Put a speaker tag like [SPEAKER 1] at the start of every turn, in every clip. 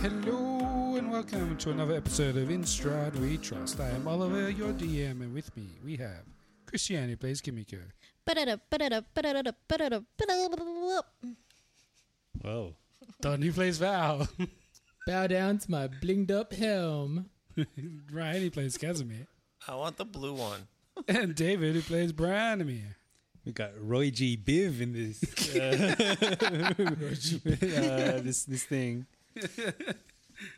[SPEAKER 1] Hello and welcome to another episode of In Stride We Trust. I am Oliver, your DM, and with me we have Christiane who plays Kimiko.
[SPEAKER 2] Ba-da-da, ba-da-da, ba-da-da, ba-da-da, ba-da-da.
[SPEAKER 1] Whoa. Don who plays Val.
[SPEAKER 3] Bow down to my blinged up helm.
[SPEAKER 1] Ryan who plays Casimir.
[SPEAKER 4] I want the blue one.
[SPEAKER 1] And David who plays Branimir.
[SPEAKER 5] We got Roy G. Biv in this uh, uh, this this thing.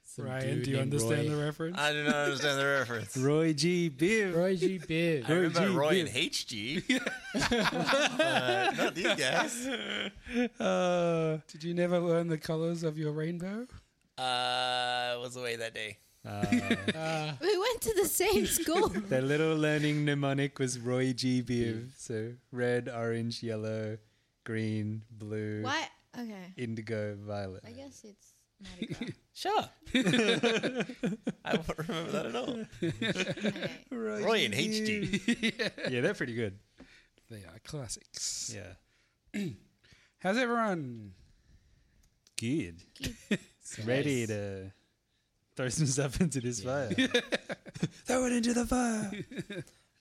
[SPEAKER 5] Some
[SPEAKER 1] Ryan,
[SPEAKER 5] dude
[SPEAKER 1] do you
[SPEAKER 5] named
[SPEAKER 1] understand
[SPEAKER 5] Roy.
[SPEAKER 1] the reference?
[SPEAKER 4] I do not understand the reference.
[SPEAKER 5] Roy G. Biv?
[SPEAKER 3] Roy G. Biv.
[SPEAKER 4] I remember
[SPEAKER 5] G,
[SPEAKER 4] Roy
[SPEAKER 5] yeah.
[SPEAKER 4] and HG. but Uh, not these guys.
[SPEAKER 5] Uh,
[SPEAKER 1] Did you never learn the colors of your rainbow?
[SPEAKER 4] Uh, I was away that day.
[SPEAKER 2] We went to the same school.
[SPEAKER 5] that little learning mnemonic was Roy G. Biv. So red, orange, yellow, green, blue,
[SPEAKER 2] Why? Okay.
[SPEAKER 5] indigo, violet.
[SPEAKER 2] I guess it's Mardi Gras.
[SPEAKER 4] Sure. I won't remember that at all.
[SPEAKER 2] Okay.
[SPEAKER 4] Roy and HG.
[SPEAKER 5] Biv. yeah, they're pretty good.
[SPEAKER 1] They are classics.
[SPEAKER 5] Yeah.
[SPEAKER 1] How's everyone?
[SPEAKER 5] Good. Ready to throw some stuff into this fire. throw it into the fire.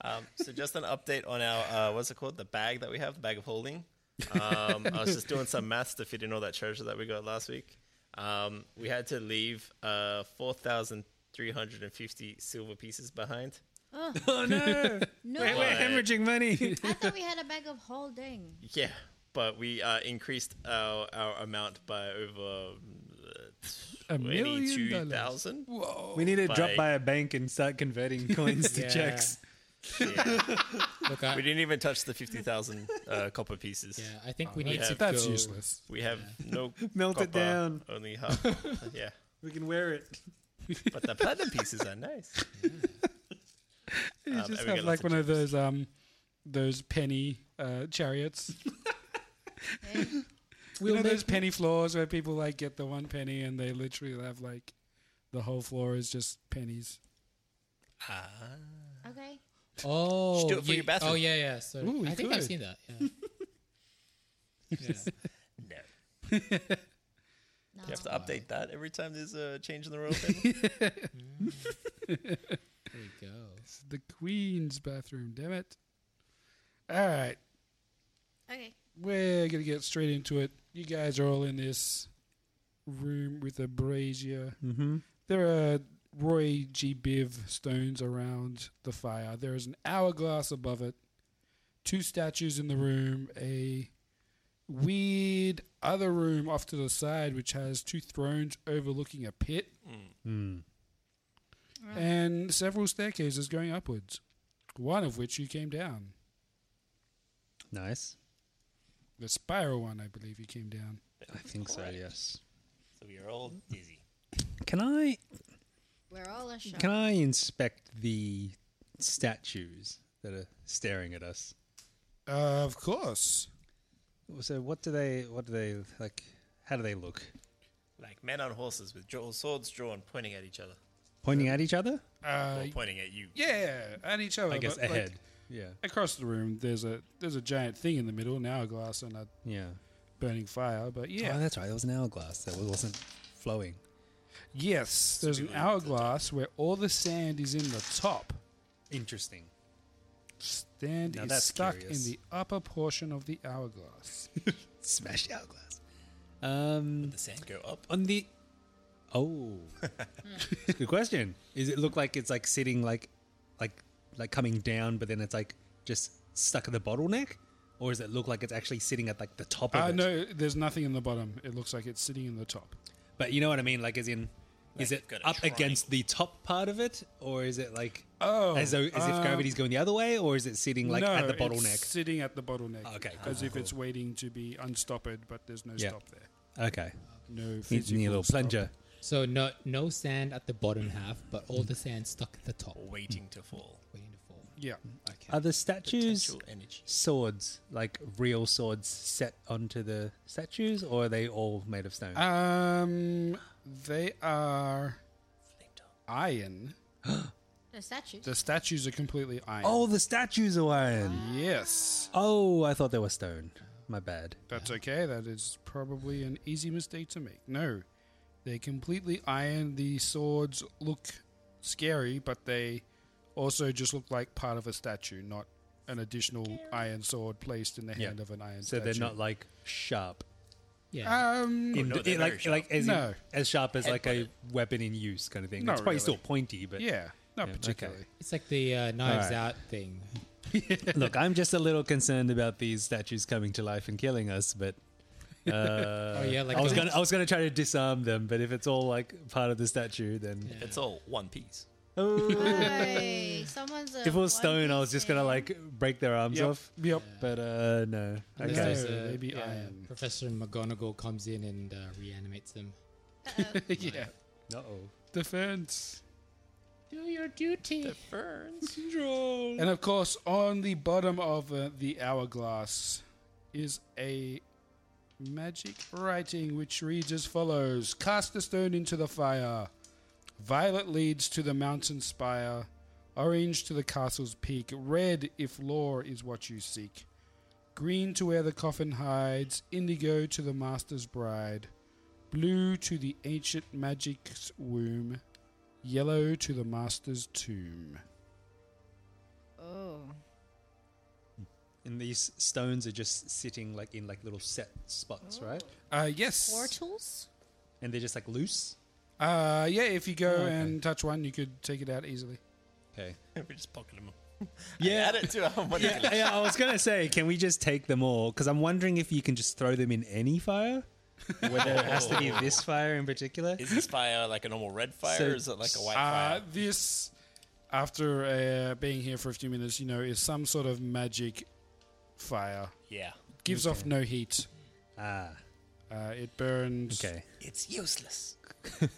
[SPEAKER 4] Um, so just an update on our uh, what's it called? The bag that we have, the bag of holding. Um, I was just doing some maths to fit in all that treasure that we got last week. Um, we had to leave uh, four thousand three hundred and fifty silver pieces behind.
[SPEAKER 5] Oh no!
[SPEAKER 2] No,
[SPEAKER 5] We're hemorrhaging money.
[SPEAKER 2] I thought we had a bag of holding.
[SPEAKER 4] Yeah, but we uh, increased our, our amount by over uh,
[SPEAKER 1] A million
[SPEAKER 4] twenty-two
[SPEAKER 1] dollars.
[SPEAKER 4] thousand.
[SPEAKER 5] We need to drop
[SPEAKER 4] Like-
[SPEAKER 5] by a bank and start converting coins to
[SPEAKER 3] Yeah.
[SPEAKER 5] checks.
[SPEAKER 3] Look,
[SPEAKER 4] We
[SPEAKER 3] I,
[SPEAKER 4] didn't even touch the fifty thousand uh, copper pieces.
[SPEAKER 3] yeah, I think we need
[SPEAKER 4] Oh, yeah.
[SPEAKER 3] to
[SPEAKER 1] That's
[SPEAKER 3] go.
[SPEAKER 1] useless.
[SPEAKER 4] We have no
[SPEAKER 5] Melt it
[SPEAKER 4] copper,
[SPEAKER 5] down.
[SPEAKER 4] Only half. yeah,
[SPEAKER 5] We can wear it.
[SPEAKER 4] but the platinum pieces are nice.
[SPEAKER 1] You
[SPEAKER 4] Um,
[SPEAKER 1] just
[SPEAKER 4] and we
[SPEAKER 1] have
[SPEAKER 4] get
[SPEAKER 1] like
[SPEAKER 4] lots of
[SPEAKER 1] one of those um, those penny uh, chariots.
[SPEAKER 3] We'll
[SPEAKER 1] you know those
[SPEAKER 3] make,
[SPEAKER 1] penny floors where people like get the one penny and they literally have like the whole floor is just pennies.
[SPEAKER 4] Ah,
[SPEAKER 2] Okay.
[SPEAKER 3] oh,
[SPEAKER 4] Just do it for
[SPEAKER 3] you-
[SPEAKER 4] your bathroom.
[SPEAKER 3] Oh yeah, yeah. So
[SPEAKER 1] Ooh,
[SPEAKER 3] I
[SPEAKER 1] you
[SPEAKER 3] think
[SPEAKER 1] could.
[SPEAKER 3] I've seen that. Yeah.
[SPEAKER 4] No.
[SPEAKER 2] No.
[SPEAKER 4] You have to update that every time there's a change in the royal family.
[SPEAKER 3] There you go.
[SPEAKER 1] It's the queen's bathroom, damn it. All right,
[SPEAKER 2] Okay.
[SPEAKER 1] we're gonna get straight into it. You guys are all in this room with a brazier.
[SPEAKER 5] Mm-hmm.
[SPEAKER 1] There are Roy G. Biv stones around the fire. There is an hourglass above it, two statues in the room, a weird other room off to the side, which has two thrones overlooking a pit, and several staircases going upwards, one of which you came down.
[SPEAKER 5] Nice.
[SPEAKER 1] The spiral one, I believe, you came down.
[SPEAKER 5] I think so.
[SPEAKER 4] Alright.
[SPEAKER 5] Yes.
[SPEAKER 4] so we are all dizzy.
[SPEAKER 5] Can I
[SPEAKER 2] We're all a show.
[SPEAKER 5] can I inspect the statues that are staring at us?
[SPEAKER 1] Uh, of course.
[SPEAKER 5] So what do they what do they like? How do they look?
[SPEAKER 4] like men on horses with draw- swords drawn, pointing at each other,
[SPEAKER 5] Pointing at each other?
[SPEAKER 1] Uh,
[SPEAKER 4] or pointing at you.
[SPEAKER 1] yeah, and each other.
[SPEAKER 5] I guess
[SPEAKER 1] but, like,
[SPEAKER 5] ahead. yeah.
[SPEAKER 1] across the room, there's a there's a giant thing in the middle, an hourglass and a
[SPEAKER 5] Yeah.
[SPEAKER 1] burning fire. But yeah,
[SPEAKER 5] Oh, that's right. That was an hourglass that wasn't flowing.
[SPEAKER 1] yes, there's an hourglass where all the sand is in the top.
[SPEAKER 5] Interesting.
[SPEAKER 1] Stand
[SPEAKER 5] Now
[SPEAKER 1] is
[SPEAKER 5] that's
[SPEAKER 1] stuck
[SPEAKER 5] curious.
[SPEAKER 1] in the upper portion of the hourglass.
[SPEAKER 5] Smash the hourglass. Um,
[SPEAKER 4] The sand go up.
[SPEAKER 5] on the. Oh, good question. Is it look like it's like sitting like, like, like coming down, but then it's like just stuck at the bottleneck, or does it look like it's actually sitting at like the top of
[SPEAKER 1] Uh,
[SPEAKER 5] it?
[SPEAKER 1] no, there's nothing in the bottom. It looks like it's sitting in the top.
[SPEAKER 5] But you know what I mean? Like, as in, is
[SPEAKER 4] Like
[SPEAKER 5] it
[SPEAKER 4] you've got a
[SPEAKER 5] up against the top part of it, or is it like
[SPEAKER 1] Oh,
[SPEAKER 5] as though as if gravity's going the other way, or is it sitting like
[SPEAKER 1] no,
[SPEAKER 5] at the
[SPEAKER 1] it's
[SPEAKER 5] bottleneck?
[SPEAKER 1] sitting at the bottleneck.
[SPEAKER 5] Okay, cool,
[SPEAKER 1] as if
[SPEAKER 5] cool.
[SPEAKER 1] it's waiting to be unstoppered, but there's no
[SPEAKER 5] Yeah.
[SPEAKER 1] stop there.
[SPEAKER 5] Okay,
[SPEAKER 1] No
[SPEAKER 5] you
[SPEAKER 1] physical
[SPEAKER 5] need a little
[SPEAKER 1] stop.
[SPEAKER 5] plunger.
[SPEAKER 3] So no no sand at the bottom half, but all the sand stuck at the top,
[SPEAKER 4] Waiting to fall.
[SPEAKER 3] waiting to fall.
[SPEAKER 1] Yeah,
[SPEAKER 5] Are the statues
[SPEAKER 4] Potential energy.
[SPEAKER 5] swords like real swords set onto the statues, or are they all made of stone?
[SPEAKER 1] um, they are iron.
[SPEAKER 2] The statue.
[SPEAKER 1] The statues are completely iron.
[SPEAKER 5] oh, the statues are iron.
[SPEAKER 1] yes,
[SPEAKER 5] Oh, I thought they were stone. My bad.
[SPEAKER 1] that's okay. That is probably an easy mistake to make. No, they're completely iron. The swords look scary, but they also just look like part of a statue, not an additional iron sword placed in the
[SPEAKER 5] Yeah.
[SPEAKER 1] hand of an iron.
[SPEAKER 5] So
[SPEAKER 1] statue.
[SPEAKER 5] they're not like sharp.
[SPEAKER 3] Yeah.
[SPEAKER 1] Um,
[SPEAKER 5] In
[SPEAKER 4] no,
[SPEAKER 5] the-
[SPEAKER 4] they're
[SPEAKER 5] in,
[SPEAKER 4] very
[SPEAKER 5] like
[SPEAKER 4] sharp.
[SPEAKER 5] like as, in-
[SPEAKER 1] No.
[SPEAKER 5] as sharp as like a weapon in use kind of thing.
[SPEAKER 1] Not
[SPEAKER 5] it's probably
[SPEAKER 1] really.
[SPEAKER 5] still pointy, but
[SPEAKER 1] yeah, not
[SPEAKER 5] Yeah, okay.
[SPEAKER 1] particularly.
[SPEAKER 3] it's like the uh, knives
[SPEAKER 5] Alright.
[SPEAKER 3] out thing.
[SPEAKER 5] Look, I'm just a little concerned about these statues coming to life and killing us, but uh,
[SPEAKER 3] Oh yeah, like
[SPEAKER 5] I was
[SPEAKER 3] the-
[SPEAKER 5] gonna I was gonna try to disarm them, but if it's all like part of the statue, then
[SPEAKER 3] Yeah.
[SPEAKER 4] It's all one piece.
[SPEAKER 5] Oh.
[SPEAKER 2] Hey, someone's a
[SPEAKER 5] if it was
[SPEAKER 2] one
[SPEAKER 5] stone, I
[SPEAKER 2] piece
[SPEAKER 5] was just gonna
[SPEAKER 2] man.
[SPEAKER 5] like break their arms
[SPEAKER 1] Yep.
[SPEAKER 5] off.
[SPEAKER 1] Yep.
[SPEAKER 5] But uh, no,
[SPEAKER 3] Unless
[SPEAKER 5] okay.
[SPEAKER 3] there's
[SPEAKER 1] No,
[SPEAKER 3] a-
[SPEAKER 1] maybe
[SPEAKER 3] yeah,
[SPEAKER 1] iron.
[SPEAKER 3] Professor McGonagall comes in and uh, reanimates them.
[SPEAKER 1] yeah.
[SPEAKER 5] Uh oh.
[SPEAKER 1] Defense.
[SPEAKER 3] Do your duty.
[SPEAKER 1] And of course, on the bottom of uh, the hourglass is a magic writing which reads as follows Cast the stone into the fire. Violet leads to the mountain spire. Orange to the castle's peak. Red, if lore is what you seek. Green to where the coffin hides. Indigo to the master's bride. Blue to the ancient magic's womb. Yellow to the master's tomb.
[SPEAKER 2] Oh.
[SPEAKER 5] And these stones are just sitting like in like little set spots, right?
[SPEAKER 1] Uh, yes.
[SPEAKER 2] Portals?
[SPEAKER 5] And they're just like loose.
[SPEAKER 1] Uh, yeah, if you go
[SPEAKER 5] Oh, okay.
[SPEAKER 1] and touch one, you could take it out easily.
[SPEAKER 5] Okay.
[SPEAKER 4] we just pocket them.
[SPEAKER 5] Yeah.
[SPEAKER 4] Add it to our money.
[SPEAKER 5] yeah, yeah, I was gonna say, can we just take them all? Because I'm wondering if you can just throw them in any fire, or whether it has to be this fire in particular.
[SPEAKER 4] Is this fire like a normal red fire,
[SPEAKER 5] So-
[SPEAKER 4] or is it like a white
[SPEAKER 1] Uh,
[SPEAKER 4] fire?
[SPEAKER 1] this, after uh, being here for a few minutes, you know, is some sort of magic fire.
[SPEAKER 4] Yeah,
[SPEAKER 1] Gives off no heat.
[SPEAKER 5] Ah,
[SPEAKER 1] Uh, it burns.
[SPEAKER 5] okay.
[SPEAKER 4] it's useless.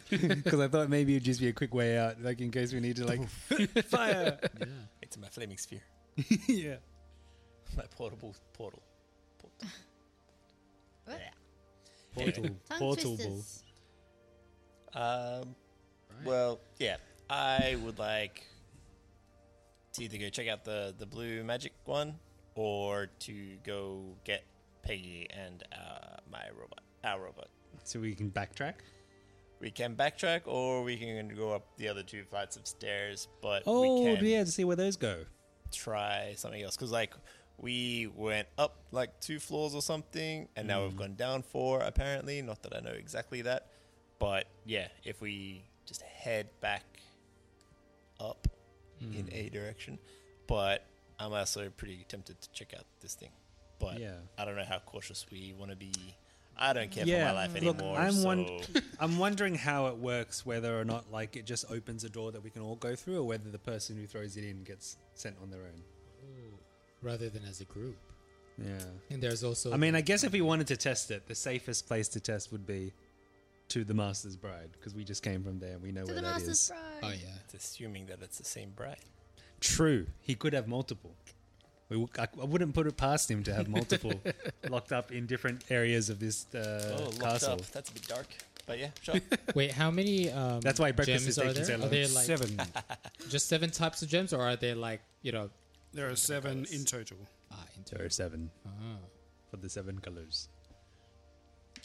[SPEAKER 5] Because I thought maybe it'd just be a quick way out, like in case we need to like fire.
[SPEAKER 4] It's my flaming sphere,
[SPEAKER 5] yeah.
[SPEAKER 4] my portable portal. Portal.
[SPEAKER 2] What?
[SPEAKER 5] Portal.
[SPEAKER 2] Tongue
[SPEAKER 5] Portable.
[SPEAKER 2] twisters.
[SPEAKER 4] Um, Well, yeah, I would like to either go check out the the blue magic one, or to go get Peggy and uh, my robot, our robot.
[SPEAKER 5] So we can backtrack.
[SPEAKER 4] We can backtrack, or we can go up the other two flights of stairs. But
[SPEAKER 5] Oh
[SPEAKER 4] we can
[SPEAKER 5] yeah, to see where those go.
[SPEAKER 4] try something else because like we went up like two floors or something and now
[SPEAKER 5] Mm.
[SPEAKER 4] we've gone down four apparently not that i know exactly that but yeah if we just head back up in
[SPEAKER 5] Mm.
[SPEAKER 4] a direction but i'm also pretty tempted to check out this thing but
[SPEAKER 5] Yeah.
[SPEAKER 4] i don't know how cautious we want to be i don't care for my life
[SPEAKER 5] look,
[SPEAKER 4] anymore
[SPEAKER 5] I'm
[SPEAKER 4] so
[SPEAKER 5] won- I'm wondering how it works, whether or not like it just opens a door that we can all go through, or whether the person who throws it in gets sent on their own.
[SPEAKER 3] Rather than as a group.
[SPEAKER 5] Yeah.
[SPEAKER 3] And there's also
[SPEAKER 5] I mean, I guess if we wanted to test it, the safest place to test would be to the Master's Bride because we just came from there and we know
[SPEAKER 2] To
[SPEAKER 5] where
[SPEAKER 2] the
[SPEAKER 5] that is.
[SPEAKER 2] master's bride.
[SPEAKER 3] Oh yeah.
[SPEAKER 4] it's assuming that it's the same bride
[SPEAKER 5] True, he could have multiple. We, w- I, I wouldn't put it past him to have multiple locked up in different areas of this uh,
[SPEAKER 4] oh locked
[SPEAKER 5] castle.
[SPEAKER 4] up that's a bit dark But yeah, sure.
[SPEAKER 3] Wait, how many? Um,
[SPEAKER 5] That's why breakfast
[SPEAKER 3] gems
[SPEAKER 5] is
[SPEAKER 3] are
[SPEAKER 5] taken
[SPEAKER 3] there?
[SPEAKER 5] so
[SPEAKER 3] Are
[SPEAKER 5] long.
[SPEAKER 3] there like
[SPEAKER 6] Seven.
[SPEAKER 3] just seven types of gems, or are there like you know?
[SPEAKER 1] There are seven in total.
[SPEAKER 3] Ah, in
[SPEAKER 5] There are seven
[SPEAKER 3] Ah.
[SPEAKER 5] for the seven colors.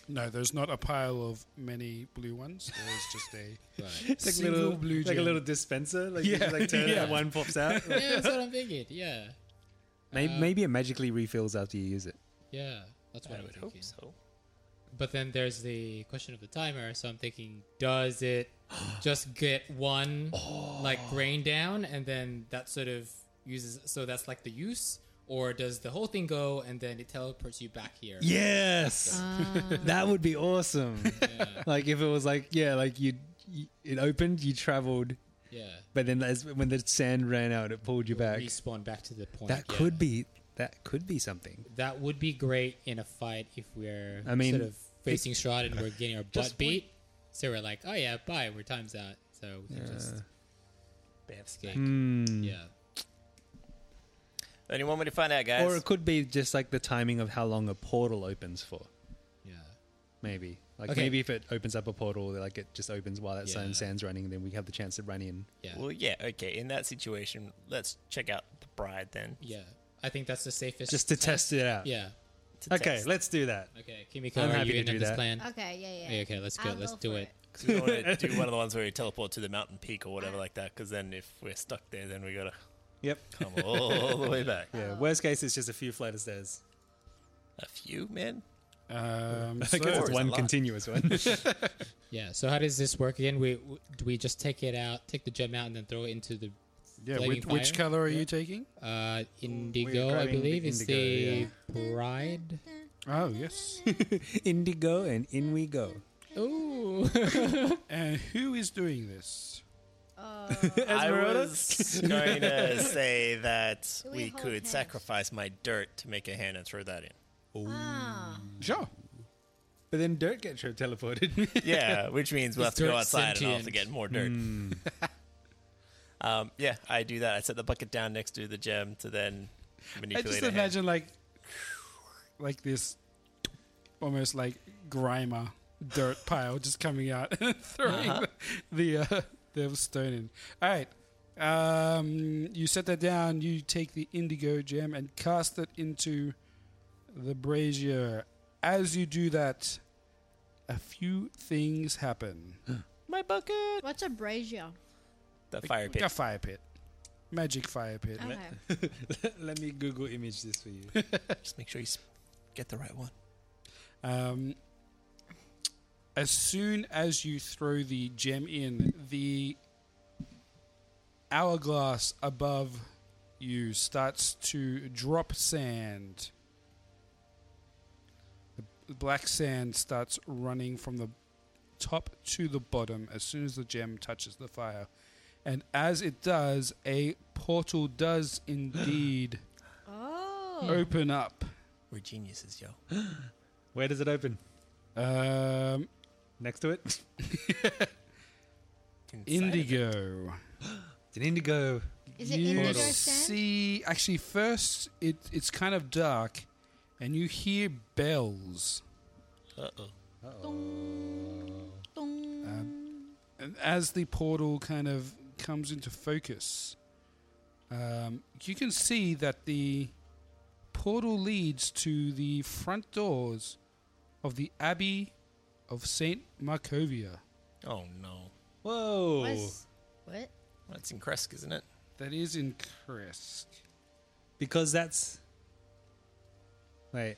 [SPEAKER 1] No, there's not a pile of many blue ones. There's just a
[SPEAKER 3] Right.
[SPEAKER 5] It's like,
[SPEAKER 1] Single
[SPEAKER 5] little,
[SPEAKER 1] blue
[SPEAKER 5] like a
[SPEAKER 1] gem.
[SPEAKER 5] little dispenser. Like you just, like turn it and one pops out.
[SPEAKER 3] yeah, that's what I'm thinking. Yeah,
[SPEAKER 5] maybe, maybe it magically refills after you use it.
[SPEAKER 3] yeah, that's what I, was thinking.
[SPEAKER 4] so.
[SPEAKER 3] But then there's the question of the timer, so I'm thinking, does it just get one
[SPEAKER 5] Oh.
[SPEAKER 3] like grain down, and then that sort of uses? So that's like the use, or does the whole thing go and then it teleports you back here?
[SPEAKER 5] Yes, that would be awesome. Like if it was like yeah, like you, you it opened, you traveled,
[SPEAKER 3] yeah.
[SPEAKER 5] but then as when the sand ran out, it pulled you back.
[SPEAKER 3] Respawn back to the point.
[SPEAKER 5] That
[SPEAKER 3] yeah.
[SPEAKER 5] could be that could be something.
[SPEAKER 3] That would be great in a fight if we're
[SPEAKER 5] I mean,
[SPEAKER 3] sort of facing Strahd and we're getting our butt
[SPEAKER 5] Just
[SPEAKER 3] beat. So we're like, oh yeah, bye, we're time's out. So we can just escape.
[SPEAKER 5] Hmm.
[SPEAKER 3] Yeah.
[SPEAKER 4] Then you want me to find out, guys?
[SPEAKER 5] Or it could be just like the timing of how long a portal opens for.
[SPEAKER 3] Yeah.
[SPEAKER 5] Maybe like
[SPEAKER 3] Okay.
[SPEAKER 5] maybe if it opens up a portal, like it just opens while that sand
[SPEAKER 3] Yeah.
[SPEAKER 5] sand's running, then we have the chance to run in.
[SPEAKER 3] Yeah.
[SPEAKER 4] Well, yeah, okay. In that situation, let's check out the bride then.
[SPEAKER 3] yeah. I think that's the safest.
[SPEAKER 5] Just to test it out.
[SPEAKER 3] Yeah.
[SPEAKER 4] to
[SPEAKER 5] Okay,
[SPEAKER 4] test.
[SPEAKER 5] let's do that.
[SPEAKER 3] Okay. Kimiko,
[SPEAKER 5] I'm
[SPEAKER 3] are
[SPEAKER 5] happy
[SPEAKER 3] you
[SPEAKER 5] to
[SPEAKER 3] in
[SPEAKER 5] do
[SPEAKER 3] on this
[SPEAKER 5] that.
[SPEAKER 3] plan?
[SPEAKER 2] Okay, yeah, yeah.
[SPEAKER 3] Yeah, okay, let's go.
[SPEAKER 2] I'll
[SPEAKER 3] Let's
[SPEAKER 2] go
[SPEAKER 3] do
[SPEAKER 2] for
[SPEAKER 3] it.
[SPEAKER 4] 'Cause we don't want to do one of the ones where we teleport to the mountain peak or whatever like that. Because then if we're stuck there, then we gotta
[SPEAKER 5] Yep.
[SPEAKER 4] come all the way back.
[SPEAKER 5] Yeah. Worst case, it's just a few flight of stairs.
[SPEAKER 4] A few, man.
[SPEAKER 1] um,
[SPEAKER 5] I guess
[SPEAKER 1] so
[SPEAKER 5] it's
[SPEAKER 4] Or is it
[SPEAKER 5] one
[SPEAKER 4] a lot?
[SPEAKER 5] continuous one.
[SPEAKER 3] Yeah. So how does this work again? We w- do we just take it out, take the gem out, and then throw it into the
[SPEAKER 1] yeah,
[SPEAKER 3] Flaming
[SPEAKER 1] which, which
[SPEAKER 3] fire?
[SPEAKER 1] color are you taking?
[SPEAKER 3] uh,
[SPEAKER 5] We're
[SPEAKER 3] indigo? I
[SPEAKER 5] grabbing the
[SPEAKER 3] believe is
[SPEAKER 5] indigo,
[SPEAKER 3] the bride.
[SPEAKER 1] Oh yes.
[SPEAKER 5] Indigo and in we go.
[SPEAKER 3] Ooh.
[SPEAKER 1] and who is doing this?
[SPEAKER 4] I was going to say that
[SPEAKER 2] Do we
[SPEAKER 4] we
[SPEAKER 2] hold
[SPEAKER 4] could
[SPEAKER 2] hands?
[SPEAKER 4] sacrifice my dirt to make a hand and throw that in.
[SPEAKER 2] Ah.
[SPEAKER 1] Sure.
[SPEAKER 5] But then dirt gets tra- teleported.
[SPEAKER 4] Yeah, which means we'll
[SPEAKER 3] Is
[SPEAKER 4] have to go
[SPEAKER 3] dirt
[SPEAKER 4] outside and I'll have to
[SPEAKER 3] sentient?
[SPEAKER 4] get more dirt.
[SPEAKER 1] Hmm.
[SPEAKER 4] um, yeah, I do that. I set the bucket down next to the gem to then
[SPEAKER 1] I
[SPEAKER 4] manipulate
[SPEAKER 1] just
[SPEAKER 4] a hand.
[SPEAKER 1] imagine like like this almost like grimer dirt pile just coming out and throwing
[SPEAKER 5] Uh-huh.
[SPEAKER 1] the the, uh, the stone in. All right. Um, you set that down, you take the indigo gem and cast it into the brazier. As you do that, a few things happen.
[SPEAKER 4] My bucket!
[SPEAKER 2] What's a brazier?
[SPEAKER 4] The fire pit.
[SPEAKER 1] A fire pit. Magic fire pit.
[SPEAKER 2] Okay.
[SPEAKER 5] Let me Google image this for you.
[SPEAKER 4] Just make sure you s- get the right one.
[SPEAKER 1] Um, as soon as you throw the gem in, the hourglass above you starts to drop sand. The black sand starts running from the top to the bottom as soon as the gem touches the fire. And as it does, a portal does indeed
[SPEAKER 2] Oh.
[SPEAKER 1] open up.
[SPEAKER 4] We're geniuses, yo.
[SPEAKER 5] Where does it open?
[SPEAKER 1] Um,
[SPEAKER 5] Next to it?
[SPEAKER 1] indigo.
[SPEAKER 5] It's an indigo.
[SPEAKER 2] Is it
[SPEAKER 1] you
[SPEAKER 2] indigo sand?
[SPEAKER 1] see actually first it it's kind of dark and you hear bells
[SPEAKER 4] Uh oh.
[SPEAKER 5] Uh,
[SPEAKER 1] and as the portal kind of comes into focus um, you can see that the portal leads to the front doors of the abbey of saint markovia
[SPEAKER 4] Oh no.
[SPEAKER 5] Whoa.
[SPEAKER 2] What's- What?
[SPEAKER 4] That's in Kresk, isn't it?
[SPEAKER 1] that is in Kresk.
[SPEAKER 5] Because that's. Wait.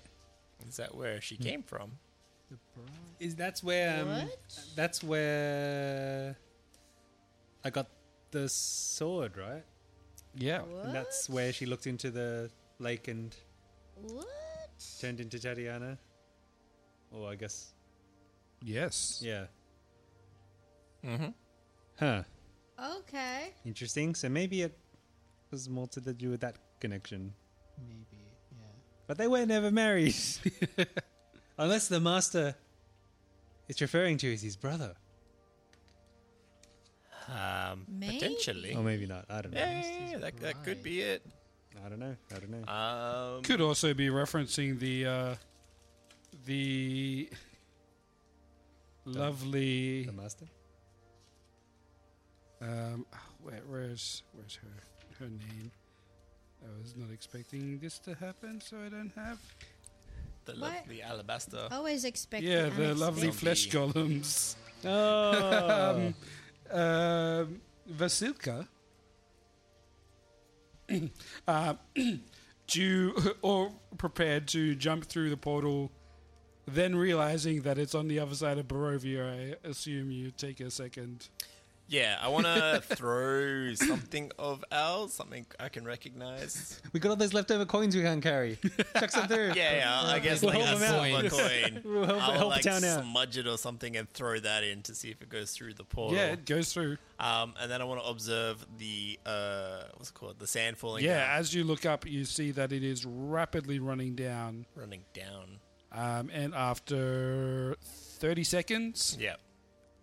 [SPEAKER 4] Is that where
[SPEAKER 1] Hmm.
[SPEAKER 4] she came from?
[SPEAKER 5] Is that's where um,
[SPEAKER 2] What?
[SPEAKER 5] that's where I got the sword, right?
[SPEAKER 1] yeah
[SPEAKER 2] What?
[SPEAKER 5] And that's where she looked into the lake and
[SPEAKER 2] What?
[SPEAKER 5] turned into Tatiana. Or I guess
[SPEAKER 1] yes
[SPEAKER 5] yeah.
[SPEAKER 4] Mm-hmm.
[SPEAKER 5] Huh.
[SPEAKER 2] Okay.
[SPEAKER 5] Interesting. So maybe it was more to do with that connection.
[SPEAKER 3] Maybe. Yeah.
[SPEAKER 5] But they were never married. Unless the master it's referring to is his brother.
[SPEAKER 4] Um,
[SPEAKER 2] Maybe.
[SPEAKER 4] potentially.
[SPEAKER 1] Oh,
[SPEAKER 5] Or maybe not. I don't know.
[SPEAKER 4] yeah, yeah, yeah, that, that could be it.
[SPEAKER 5] I don't know. I don't know.
[SPEAKER 4] Um,
[SPEAKER 1] could also be referencing the uh, the Lovely.
[SPEAKER 5] The master.
[SPEAKER 1] Um, where, where's where's her her name? I was not expecting this to happen, so I don't have.
[SPEAKER 4] The
[SPEAKER 2] What? Oh.
[SPEAKER 4] lovely alabaster.
[SPEAKER 2] Always expect.
[SPEAKER 1] yeah, the lovely
[SPEAKER 4] unexpected.
[SPEAKER 1] flesh golems.
[SPEAKER 5] Oh.
[SPEAKER 1] Um, um, Vasilka. uh, due or prepared to jump through the portal, then realizing that it's on the other side of Barovia, I assume you take a second.
[SPEAKER 4] Yeah, I want to throw something of ours, something I can recognize.
[SPEAKER 5] we got all those leftover coins we can't carry. Chuck some through.
[SPEAKER 4] Yeah, yeah I guess
[SPEAKER 5] We'll
[SPEAKER 4] like
[SPEAKER 5] help
[SPEAKER 4] a
[SPEAKER 5] them out.
[SPEAKER 4] silver coin.
[SPEAKER 5] We'll help-
[SPEAKER 4] I'll
[SPEAKER 5] help
[SPEAKER 4] like
[SPEAKER 5] town out.
[SPEAKER 4] smudge it or something and throw that in to see if it goes through the portal.
[SPEAKER 1] Yeah, it goes through.
[SPEAKER 4] Um, and then I want to observe the uh, what's it called? The sand falling.
[SPEAKER 1] Yeah,
[SPEAKER 4] down,
[SPEAKER 1] as you look up, you see that it is rapidly running down.
[SPEAKER 4] running down.
[SPEAKER 1] Um, and after 30 seconds,
[SPEAKER 4] Yep,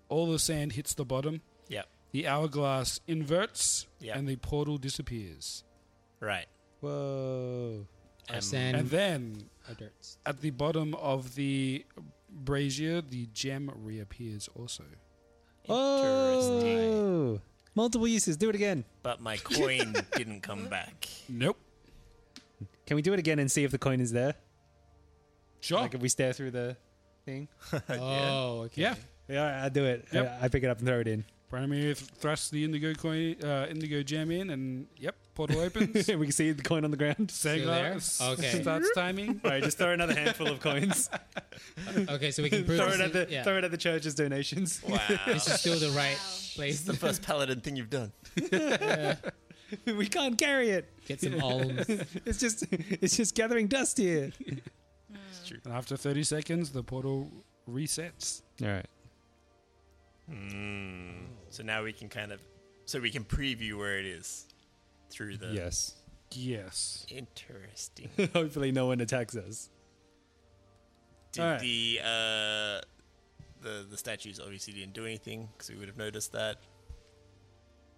[SPEAKER 1] all the sand hits the bottom.
[SPEAKER 4] yep,
[SPEAKER 1] The hourglass inverts
[SPEAKER 4] Yeah.
[SPEAKER 1] and the portal disappears.
[SPEAKER 4] right.
[SPEAKER 5] Whoa.
[SPEAKER 3] Our
[SPEAKER 4] Um,
[SPEAKER 3] sand,
[SPEAKER 1] and then
[SPEAKER 3] our dirts.
[SPEAKER 1] at the bottom of the brazier, the gem reappears also.
[SPEAKER 4] Interesting.
[SPEAKER 5] Oh. Multiple uses. Do it again.
[SPEAKER 4] But my coin didn't come back.
[SPEAKER 1] Nope.
[SPEAKER 5] Can we do it again and see if the coin is there?
[SPEAKER 1] Sure.
[SPEAKER 5] Like if we stare through the thing.
[SPEAKER 3] Oh, okay.
[SPEAKER 1] yeah.
[SPEAKER 5] Yeah, I do it.
[SPEAKER 1] Yep.
[SPEAKER 5] I, I pick it up and throw it in.
[SPEAKER 1] Branimir th- thrusts the indigo coin, uh, indigo gem in, and yep, portal opens.
[SPEAKER 5] we can see the coin on the ground.
[SPEAKER 3] Still there?
[SPEAKER 1] Segla
[SPEAKER 3] Okay.
[SPEAKER 1] starts timing.
[SPEAKER 5] All right, just throw another handful of coins.
[SPEAKER 3] Okay, so we can prove
[SPEAKER 5] throw
[SPEAKER 3] this
[SPEAKER 5] it at the
[SPEAKER 3] is- yeah.
[SPEAKER 5] throw it at the church's donations.
[SPEAKER 4] Wow,
[SPEAKER 3] This is still the right place.
[SPEAKER 4] the first paladin thing you've done.
[SPEAKER 5] we can't carry it.
[SPEAKER 3] Get some alms.
[SPEAKER 5] It's just it's just gathering dust here.
[SPEAKER 1] And after 30 seconds, the portal resets.
[SPEAKER 5] All right.
[SPEAKER 4] Mm. So now we can kind of, so we can preview where it is through the.
[SPEAKER 5] Yes.
[SPEAKER 1] Yes.
[SPEAKER 4] Interesting.
[SPEAKER 5] Hopefully, no one attacks us.
[SPEAKER 4] Did
[SPEAKER 5] Alright.
[SPEAKER 4] the uh, the the statues obviously didn't do anything because we would have noticed that.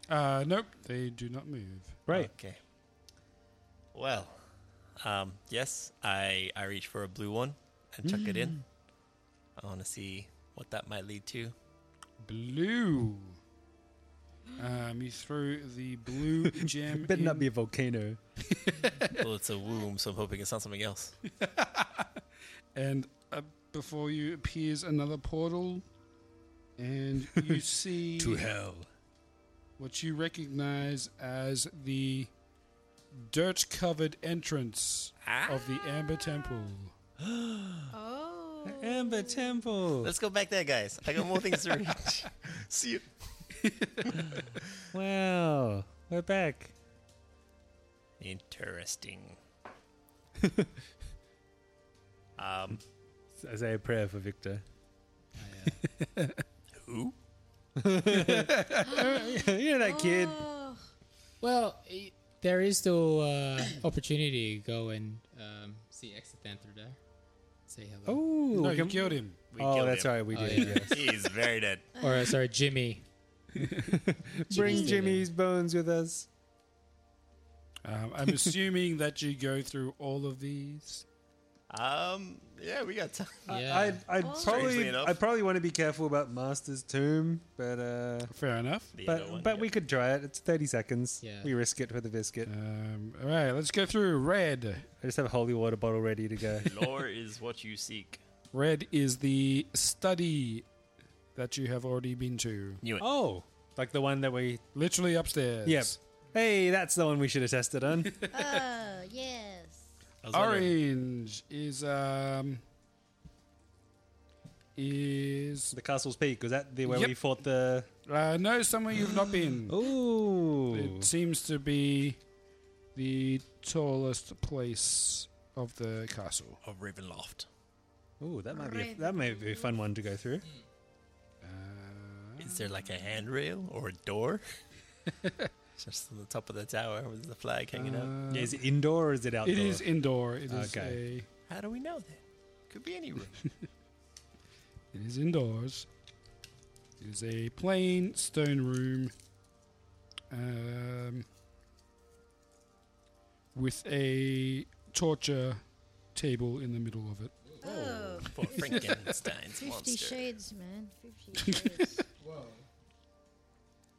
[SPEAKER 1] Uh, nope, they do not move.
[SPEAKER 5] Right.
[SPEAKER 4] Okay. Well, um, yes, I I reach for a blue one and chuck it in. I want to see what that might lead to.
[SPEAKER 1] Blue. Um, you throw the blue gem.
[SPEAKER 5] Better
[SPEAKER 1] in-
[SPEAKER 5] not be a volcano.
[SPEAKER 4] well, it's a womb, so I'm hoping it's not something else.
[SPEAKER 1] And uh, before you appears another portal, and you see
[SPEAKER 5] hell.
[SPEAKER 1] what you recognize as the dirt-covered entrance of the Amber Temple.
[SPEAKER 2] Oh.
[SPEAKER 5] Amber Temple.
[SPEAKER 4] Let's go back there, guys. I got more things to read. see you.
[SPEAKER 5] Wow. We're back.
[SPEAKER 4] Interesting. um,
[SPEAKER 5] I say a prayer for Victor.
[SPEAKER 4] who?
[SPEAKER 5] you know that kid.
[SPEAKER 2] Oh.
[SPEAKER 3] Well, i- there is still uh, opportunity to go and um, see Exithan through there. Say hello.
[SPEAKER 5] Oh,
[SPEAKER 1] no, you killed him.
[SPEAKER 4] We
[SPEAKER 5] oh,
[SPEAKER 4] killed
[SPEAKER 5] that's
[SPEAKER 4] him.
[SPEAKER 5] right. We
[SPEAKER 3] Oh,
[SPEAKER 5] did.
[SPEAKER 3] yeah.
[SPEAKER 5] yes.
[SPEAKER 4] He is very dead.
[SPEAKER 5] Oh.
[SPEAKER 3] Or uh, sorry, Jimmy.
[SPEAKER 5] Bring
[SPEAKER 3] Jimmy's
[SPEAKER 5] Jimmy's bones with us.
[SPEAKER 1] Um, I'm assuming that you go through all of these.
[SPEAKER 4] Um, yeah, we got time.
[SPEAKER 3] Yeah.
[SPEAKER 5] I'd, I'd
[SPEAKER 4] Strangely
[SPEAKER 5] probably,
[SPEAKER 4] enough.
[SPEAKER 5] I probably want to be careful about Master's Tomb, but uh,
[SPEAKER 1] Fair enough.
[SPEAKER 4] The
[SPEAKER 5] but
[SPEAKER 4] other one,
[SPEAKER 5] but
[SPEAKER 4] yeah.
[SPEAKER 5] we could try it. It's thirty seconds.
[SPEAKER 3] Yeah.
[SPEAKER 5] We risk it for the biscuit.
[SPEAKER 1] Um, all right, let's go through red.
[SPEAKER 5] I just have a holy water bottle ready to go.
[SPEAKER 4] Lore is what you seek.
[SPEAKER 1] Red is the study that you have already been to.
[SPEAKER 4] Knew it.
[SPEAKER 5] oh, like the one that we.
[SPEAKER 1] Literally upstairs.
[SPEAKER 5] Yep. Hey, that's the one we should have tested on.
[SPEAKER 2] Oh, yes.
[SPEAKER 4] I was wondering.
[SPEAKER 1] Orange is um is
[SPEAKER 5] the Castle's Peak was that the where we
[SPEAKER 1] Yep.
[SPEAKER 5] fought the.
[SPEAKER 1] uh, no somewhere you've not been.
[SPEAKER 5] Ooh.
[SPEAKER 1] It seems to be the tallest place of the castle.
[SPEAKER 4] of Ravenloft.
[SPEAKER 5] Ooh, that might be a, that might be a fun one to go through.
[SPEAKER 1] Uh,
[SPEAKER 4] Is there like a handrail or a door? Just on the top of the tower with the flag hanging out.
[SPEAKER 5] Yeah, is it indoor or is it outdoor?
[SPEAKER 1] it is indoor. It is
[SPEAKER 5] Okay.
[SPEAKER 4] How do we know that? Could be any room.
[SPEAKER 1] a it is indoors. It is a plain stone room. Um, with a torture table in the middle of it.
[SPEAKER 2] Oh,
[SPEAKER 4] For Frankenstein's
[SPEAKER 2] Fifty
[SPEAKER 4] monster.
[SPEAKER 2] Shades, man. Fifty Shades.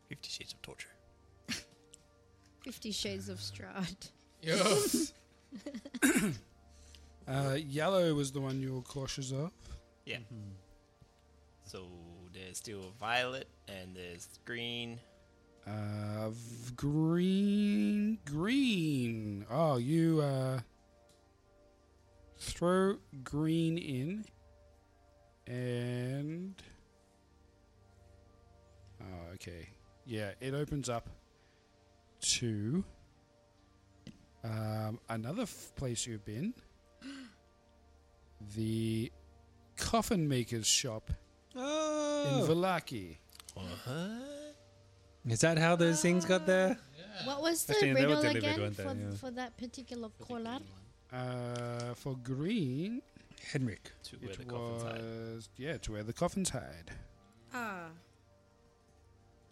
[SPEAKER 4] Fifty Shades of Torture.
[SPEAKER 2] Fifty Shades of Strahd.
[SPEAKER 3] Yes.
[SPEAKER 1] Uh, yellow was the one you were cautious of.
[SPEAKER 4] Yeah. So there's still violet and there's green.
[SPEAKER 1] Uh, v- green, green. Oh, you uh, throw green in, and oh, okay, yeah, it opens up to um, another f- place you've been, the coffin maker's shop in Valaki.
[SPEAKER 5] Is that how those things got there?
[SPEAKER 2] Uh, What was the
[SPEAKER 5] Actually, they were
[SPEAKER 2] riddle
[SPEAKER 5] delivered,
[SPEAKER 2] again
[SPEAKER 5] weren't they?
[SPEAKER 2] for,
[SPEAKER 5] Yeah.
[SPEAKER 2] for that particular collar?
[SPEAKER 1] Uh, for green,
[SPEAKER 5] Henrik.
[SPEAKER 4] To where the
[SPEAKER 1] It
[SPEAKER 4] coffin's hide.
[SPEAKER 1] was yeah, to where the coffins hide.
[SPEAKER 2] Ah,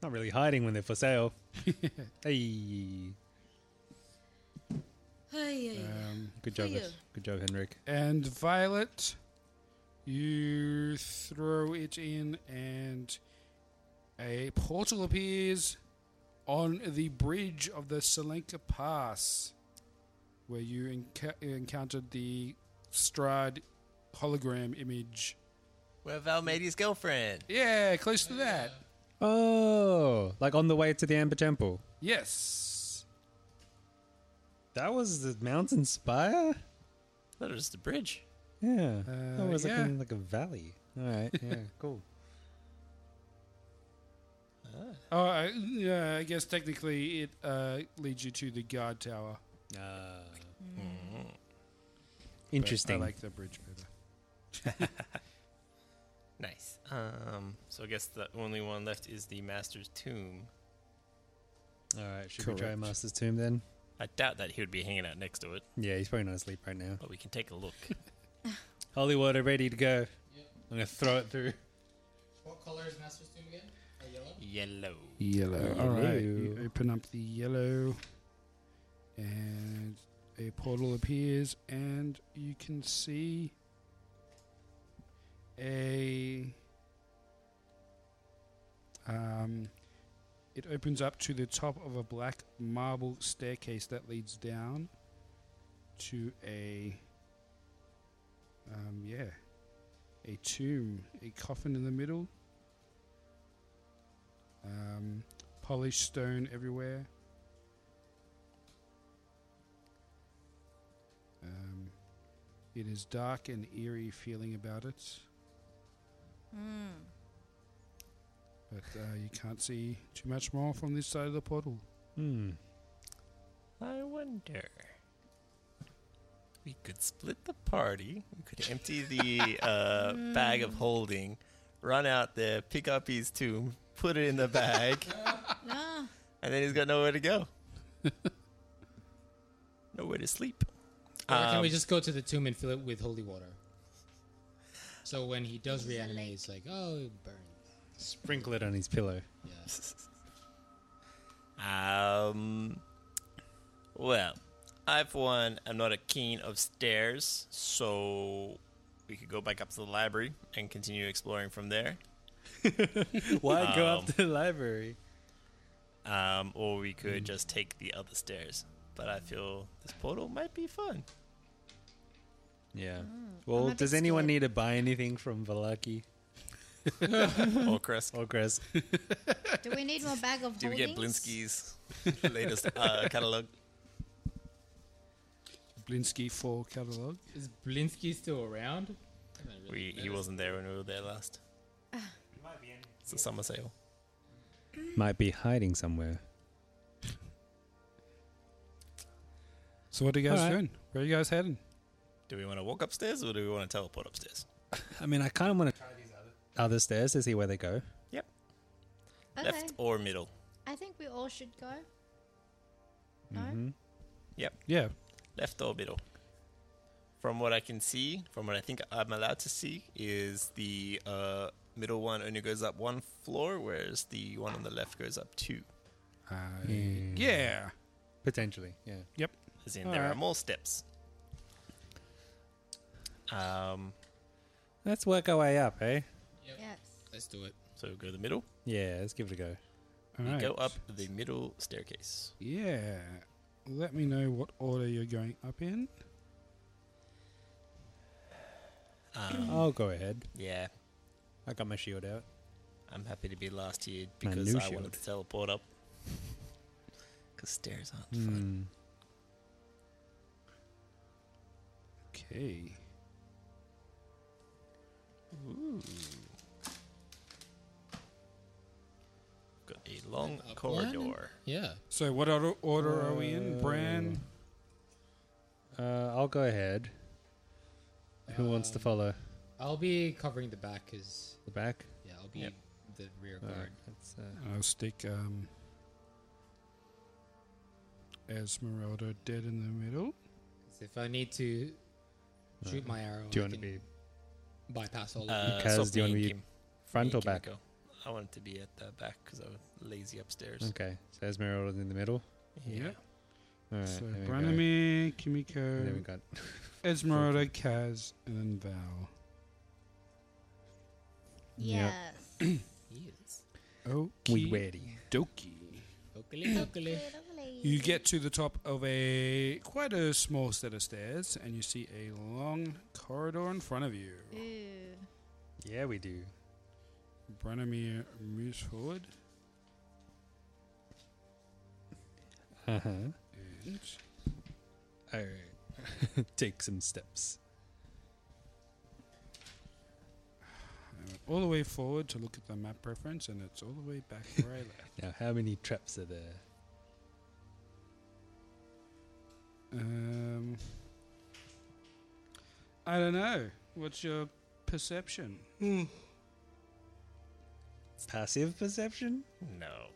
[SPEAKER 5] Not really hiding when they're for sale. hey.
[SPEAKER 1] Um,
[SPEAKER 5] Good job.
[SPEAKER 2] Yeah.
[SPEAKER 5] Good job, Henrik.
[SPEAKER 1] and violet, you throw it in, and a portal appears on the bridge of the Selenka Pass, where you enca- encountered the Strad hologram image.
[SPEAKER 4] We're Valmedi's girlfriend.
[SPEAKER 1] Yeah, close to that.
[SPEAKER 5] Oh, like on the way to the Amber Temple.
[SPEAKER 1] Yes.
[SPEAKER 5] That was the mountain spire?
[SPEAKER 4] That was the bridge.
[SPEAKER 5] Yeah.
[SPEAKER 1] Uh,
[SPEAKER 5] that was
[SPEAKER 1] yeah.
[SPEAKER 5] like, in, like a valley. All right. Yeah, cool.
[SPEAKER 1] Oh, I, yeah, I guess technically it uh, leads you to the guard tower.
[SPEAKER 5] Uh,
[SPEAKER 1] but
[SPEAKER 5] Interesting.
[SPEAKER 1] I like the bridge better.
[SPEAKER 4] Nice. Um, so I guess the only one left is the Master's Tomb.
[SPEAKER 5] All right. Should we try
[SPEAKER 1] Correct.
[SPEAKER 5] Master's Tomb then?
[SPEAKER 4] I doubt that he would be hanging out next to it,
[SPEAKER 5] Yeah, he's probably not asleep right now.
[SPEAKER 4] but we can take a look.
[SPEAKER 5] Holy water ready to go. I'm going to throw it through.
[SPEAKER 3] What color is Master's Tomb again? Uh, yellow?
[SPEAKER 4] Yellow.
[SPEAKER 1] Yellow. All right. You
[SPEAKER 5] Yellow.
[SPEAKER 1] open up the yellow, and a portal appears, and you can see a. Um, it opens up to the top of a black marble staircase that leads down to a. Um, yeah. A tomb, a coffin in the middle, um, polished stone everywhere. Um, it is dark and eerie feeling about it. But uh, you can't see too much more from this side of the portal.
[SPEAKER 5] Hmm.
[SPEAKER 4] I wonder. We could split the party. We could empty the uh, bag of holding, run out there, pick up his tomb, put it in the bag,
[SPEAKER 2] no.
[SPEAKER 4] and then he's got nowhere to go. nowhere to sleep.
[SPEAKER 3] Or can we
[SPEAKER 4] Um,
[SPEAKER 3] just go to the tomb and fill it with holy water? So when he does reanimate, it's like, oh, it burns.
[SPEAKER 5] Sprinkle it on his pillow.
[SPEAKER 3] Yeah.
[SPEAKER 4] Um. Well, I for one am not a keen of stairs, so we could go back up to the library and continue exploring from there.
[SPEAKER 5] Why go up to the library?
[SPEAKER 4] Um, or we could just take the other stairs. But I feel this portal might be fun.
[SPEAKER 5] Yeah. Well,
[SPEAKER 2] Oh, I'm a
[SPEAKER 5] does
[SPEAKER 2] bit
[SPEAKER 5] anyone
[SPEAKER 2] scared.
[SPEAKER 5] need to buy anything from Valaki
[SPEAKER 4] or Oh, Kresk.
[SPEAKER 5] or Gres?
[SPEAKER 2] Do we need more bag of
[SPEAKER 4] Do we get
[SPEAKER 2] holdings?
[SPEAKER 4] Blinsky's latest uh, catalog?
[SPEAKER 1] Blinsky 4 catalog.
[SPEAKER 3] Is Blinsky still around? I haven't really
[SPEAKER 4] We, he
[SPEAKER 3] noticed.
[SPEAKER 4] wasn't there when we were there last. It's a summer sale.
[SPEAKER 5] Might be hiding somewhere.
[SPEAKER 1] So, what are you guys
[SPEAKER 5] Alright.
[SPEAKER 1] doing? Where are you guys heading?
[SPEAKER 4] Do we want to walk upstairs or do we want to teleport upstairs?
[SPEAKER 5] I mean, I kind of want to try these other, other stairs to see where they go.
[SPEAKER 4] Yep.
[SPEAKER 2] Okay.
[SPEAKER 4] Left or middle?
[SPEAKER 2] I think we all should go.
[SPEAKER 5] Mm-hmm.
[SPEAKER 2] No?
[SPEAKER 1] Yeah.
[SPEAKER 4] left orbital. From what I can see, from what I think I'm allowed to see, is the uh, middle one only goes up one floor, whereas the one on the left goes up two.
[SPEAKER 1] Uh, yeah.
[SPEAKER 5] Potentially, yeah.
[SPEAKER 1] Yep.
[SPEAKER 4] As in, there are
[SPEAKER 1] Alright.
[SPEAKER 4] more steps. Um,
[SPEAKER 5] Let's work our way up, eh?
[SPEAKER 2] Yes.
[SPEAKER 3] Let's do it.
[SPEAKER 4] So go to the middle.
[SPEAKER 5] Yeah, let's give it a go.
[SPEAKER 1] All
[SPEAKER 4] You
[SPEAKER 1] right.
[SPEAKER 4] Go up the middle staircase.
[SPEAKER 1] Yeah. Let me know what order you're going up in.
[SPEAKER 5] I'll go ahead.
[SPEAKER 4] Yeah,
[SPEAKER 5] I got my shield out.
[SPEAKER 4] I'm happy to be last here
[SPEAKER 5] My
[SPEAKER 4] because
[SPEAKER 5] new
[SPEAKER 4] I wanted
[SPEAKER 5] shield.
[SPEAKER 4] to teleport up. Because stairs aren't fun.
[SPEAKER 1] Okay.
[SPEAKER 4] Got a long
[SPEAKER 3] Up one.
[SPEAKER 4] corridor.
[SPEAKER 3] Yeah.
[SPEAKER 1] So what other order are we in? Bran.
[SPEAKER 5] Uh, I'll go ahead. Who wants to follow?
[SPEAKER 3] I'll be covering the back because
[SPEAKER 5] The back?
[SPEAKER 3] yeah, I'll be
[SPEAKER 4] Yep.
[SPEAKER 3] the rear
[SPEAKER 5] All
[SPEAKER 3] guard.
[SPEAKER 5] right. That's, uh,
[SPEAKER 1] I'll stick um, Esmeralda dead in the middle.
[SPEAKER 3] 'Cause If I need to shoot my arrow,
[SPEAKER 5] Uh, do you
[SPEAKER 3] I
[SPEAKER 5] want to
[SPEAKER 3] can
[SPEAKER 5] be
[SPEAKER 3] bypass all of
[SPEAKER 4] Uh,
[SPEAKER 5] Kaz,
[SPEAKER 4] swap
[SPEAKER 5] do you wanna
[SPEAKER 4] me and
[SPEAKER 5] be
[SPEAKER 4] Kim- me
[SPEAKER 5] front or
[SPEAKER 4] and Kim
[SPEAKER 5] back?
[SPEAKER 4] go. I wanted to be at the back because I was lazy upstairs.
[SPEAKER 5] Okay, so Esmeralda's in the middle.
[SPEAKER 4] Yeah.
[SPEAKER 5] All right.
[SPEAKER 1] so
[SPEAKER 5] there we go.
[SPEAKER 1] Branimir,
[SPEAKER 5] And Then we
[SPEAKER 1] Kimiko,
[SPEAKER 5] got
[SPEAKER 1] Esmeralda, Kaz, and then Val.
[SPEAKER 5] Yeah.
[SPEAKER 2] Yes.
[SPEAKER 3] you? Yes.
[SPEAKER 5] We
[SPEAKER 1] Okie
[SPEAKER 5] ready.
[SPEAKER 1] dokie.
[SPEAKER 3] Locally, locally.
[SPEAKER 2] uh,
[SPEAKER 1] You get to the top of a quite a small set of stairs, and you see a long corridor in front of you.
[SPEAKER 2] Ooh.
[SPEAKER 5] Yeah, we do.
[SPEAKER 1] Branimir moves forward,
[SPEAKER 5] Uh huh.
[SPEAKER 1] and
[SPEAKER 5] All right. Take some steps.
[SPEAKER 1] all the way forward to look at the map reference, and it's all the way back where I left.
[SPEAKER 5] Now, how many traps are there?
[SPEAKER 1] Um, I don't know. What's your perception?
[SPEAKER 5] Passive perception?
[SPEAKER 4] No.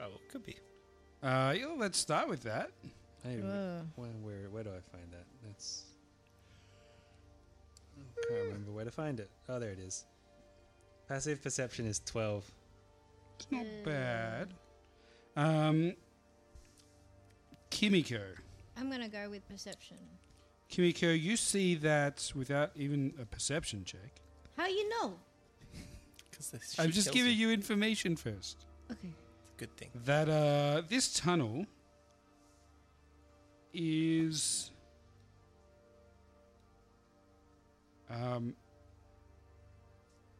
[SPEAKER 4] Oh, could be.
[SPEAKER 1] Uh, yeah, let's start with that.
[SPEAKER 5] I,
[SPEAKER 2] Whoa.
[SPEAKER 5] where, where where do I find that? That's I can't remember where to find it. Oh, there it is. Passive perception is twelve.
[SPEAKER 1] It's not bad. Um, Kimiko.
[SPEAKER 2] I'm gonna go with perception.
[SPEAKER 1] Kimiko, you see that without even a perception check.
[SPEAKER 2] How you know?
[SPEAKER 4] Because this
[SPEAKER 1] I'm
[SPEAKER 4] shit
[SPEAKER 1] just
[SPEAKER 4] tells
[SPEAKER 1] giving you information first.
[SPEAKER 2] Okay.
[SPEAKER 4] It's a good thing.
[SPEAKER 1] That uh, this tunnel is um,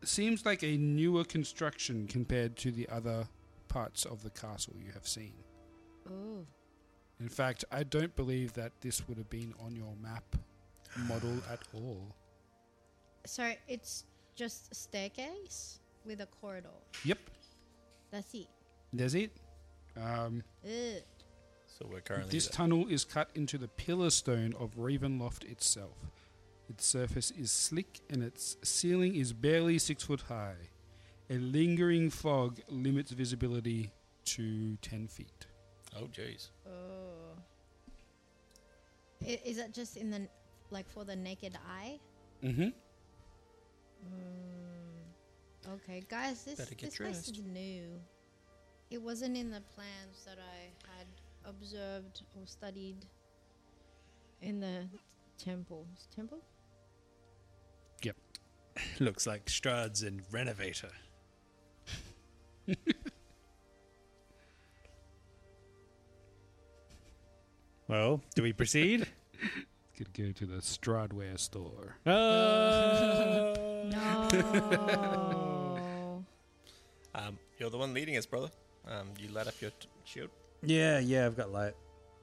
[SPEAKER 1] seems like a newer construction compared to the other parts of the castle you have seen.
[SPEAKER 2] Oh.
[SPEAKER 1] In fact, I don't believe that this would have been on your map model at all.
[SPEAKER 2] So it's just a staircase with a corridor.
[SPEAKER 1] Yep,
[SPEAKER 2] That's it.
[SPEAKER 1] that's it. Um,
[SPEAKER 2] Ugh.
[SPEAKER 4] So we're currently.
[SPEAKER 1] This tunnel is cut into the pillar stone of Ravenloft itself. Its surface is slick and its ceiling is barely six foot high. A lingering fog limits visibility to 10 feet.
[SPEAKER 4] oh, jeez.
[SPEAKER 2] Oh. I- is that just in the like for the naked eye?
[SPEAKER 1] Mm-hmm.
[SPEAKER 2] Mm. Okay, guys, this
[SPEAKER 4] Better get
[SPEAKER 2] this place is
[SPEAKER 4] dressed.
[SPEAKER 2] new. It wasn't in the plans that I had observed or studied in the temple. Temple?
[SPEAKER 1] Yep.
[SPEAKER 5] Looks like Strahd's and Renovator. well, do we proceed?
[SPEAKER 1] Could go to the Stradware store.
[SPEAKER 5] oh!
[SPEAKER 2] No.
[SPEAKER 4] Um, you're the one leading us, brother. Um, you light up your t- shield.
[SPEAKER 5] Yeah, yeah, I've got light.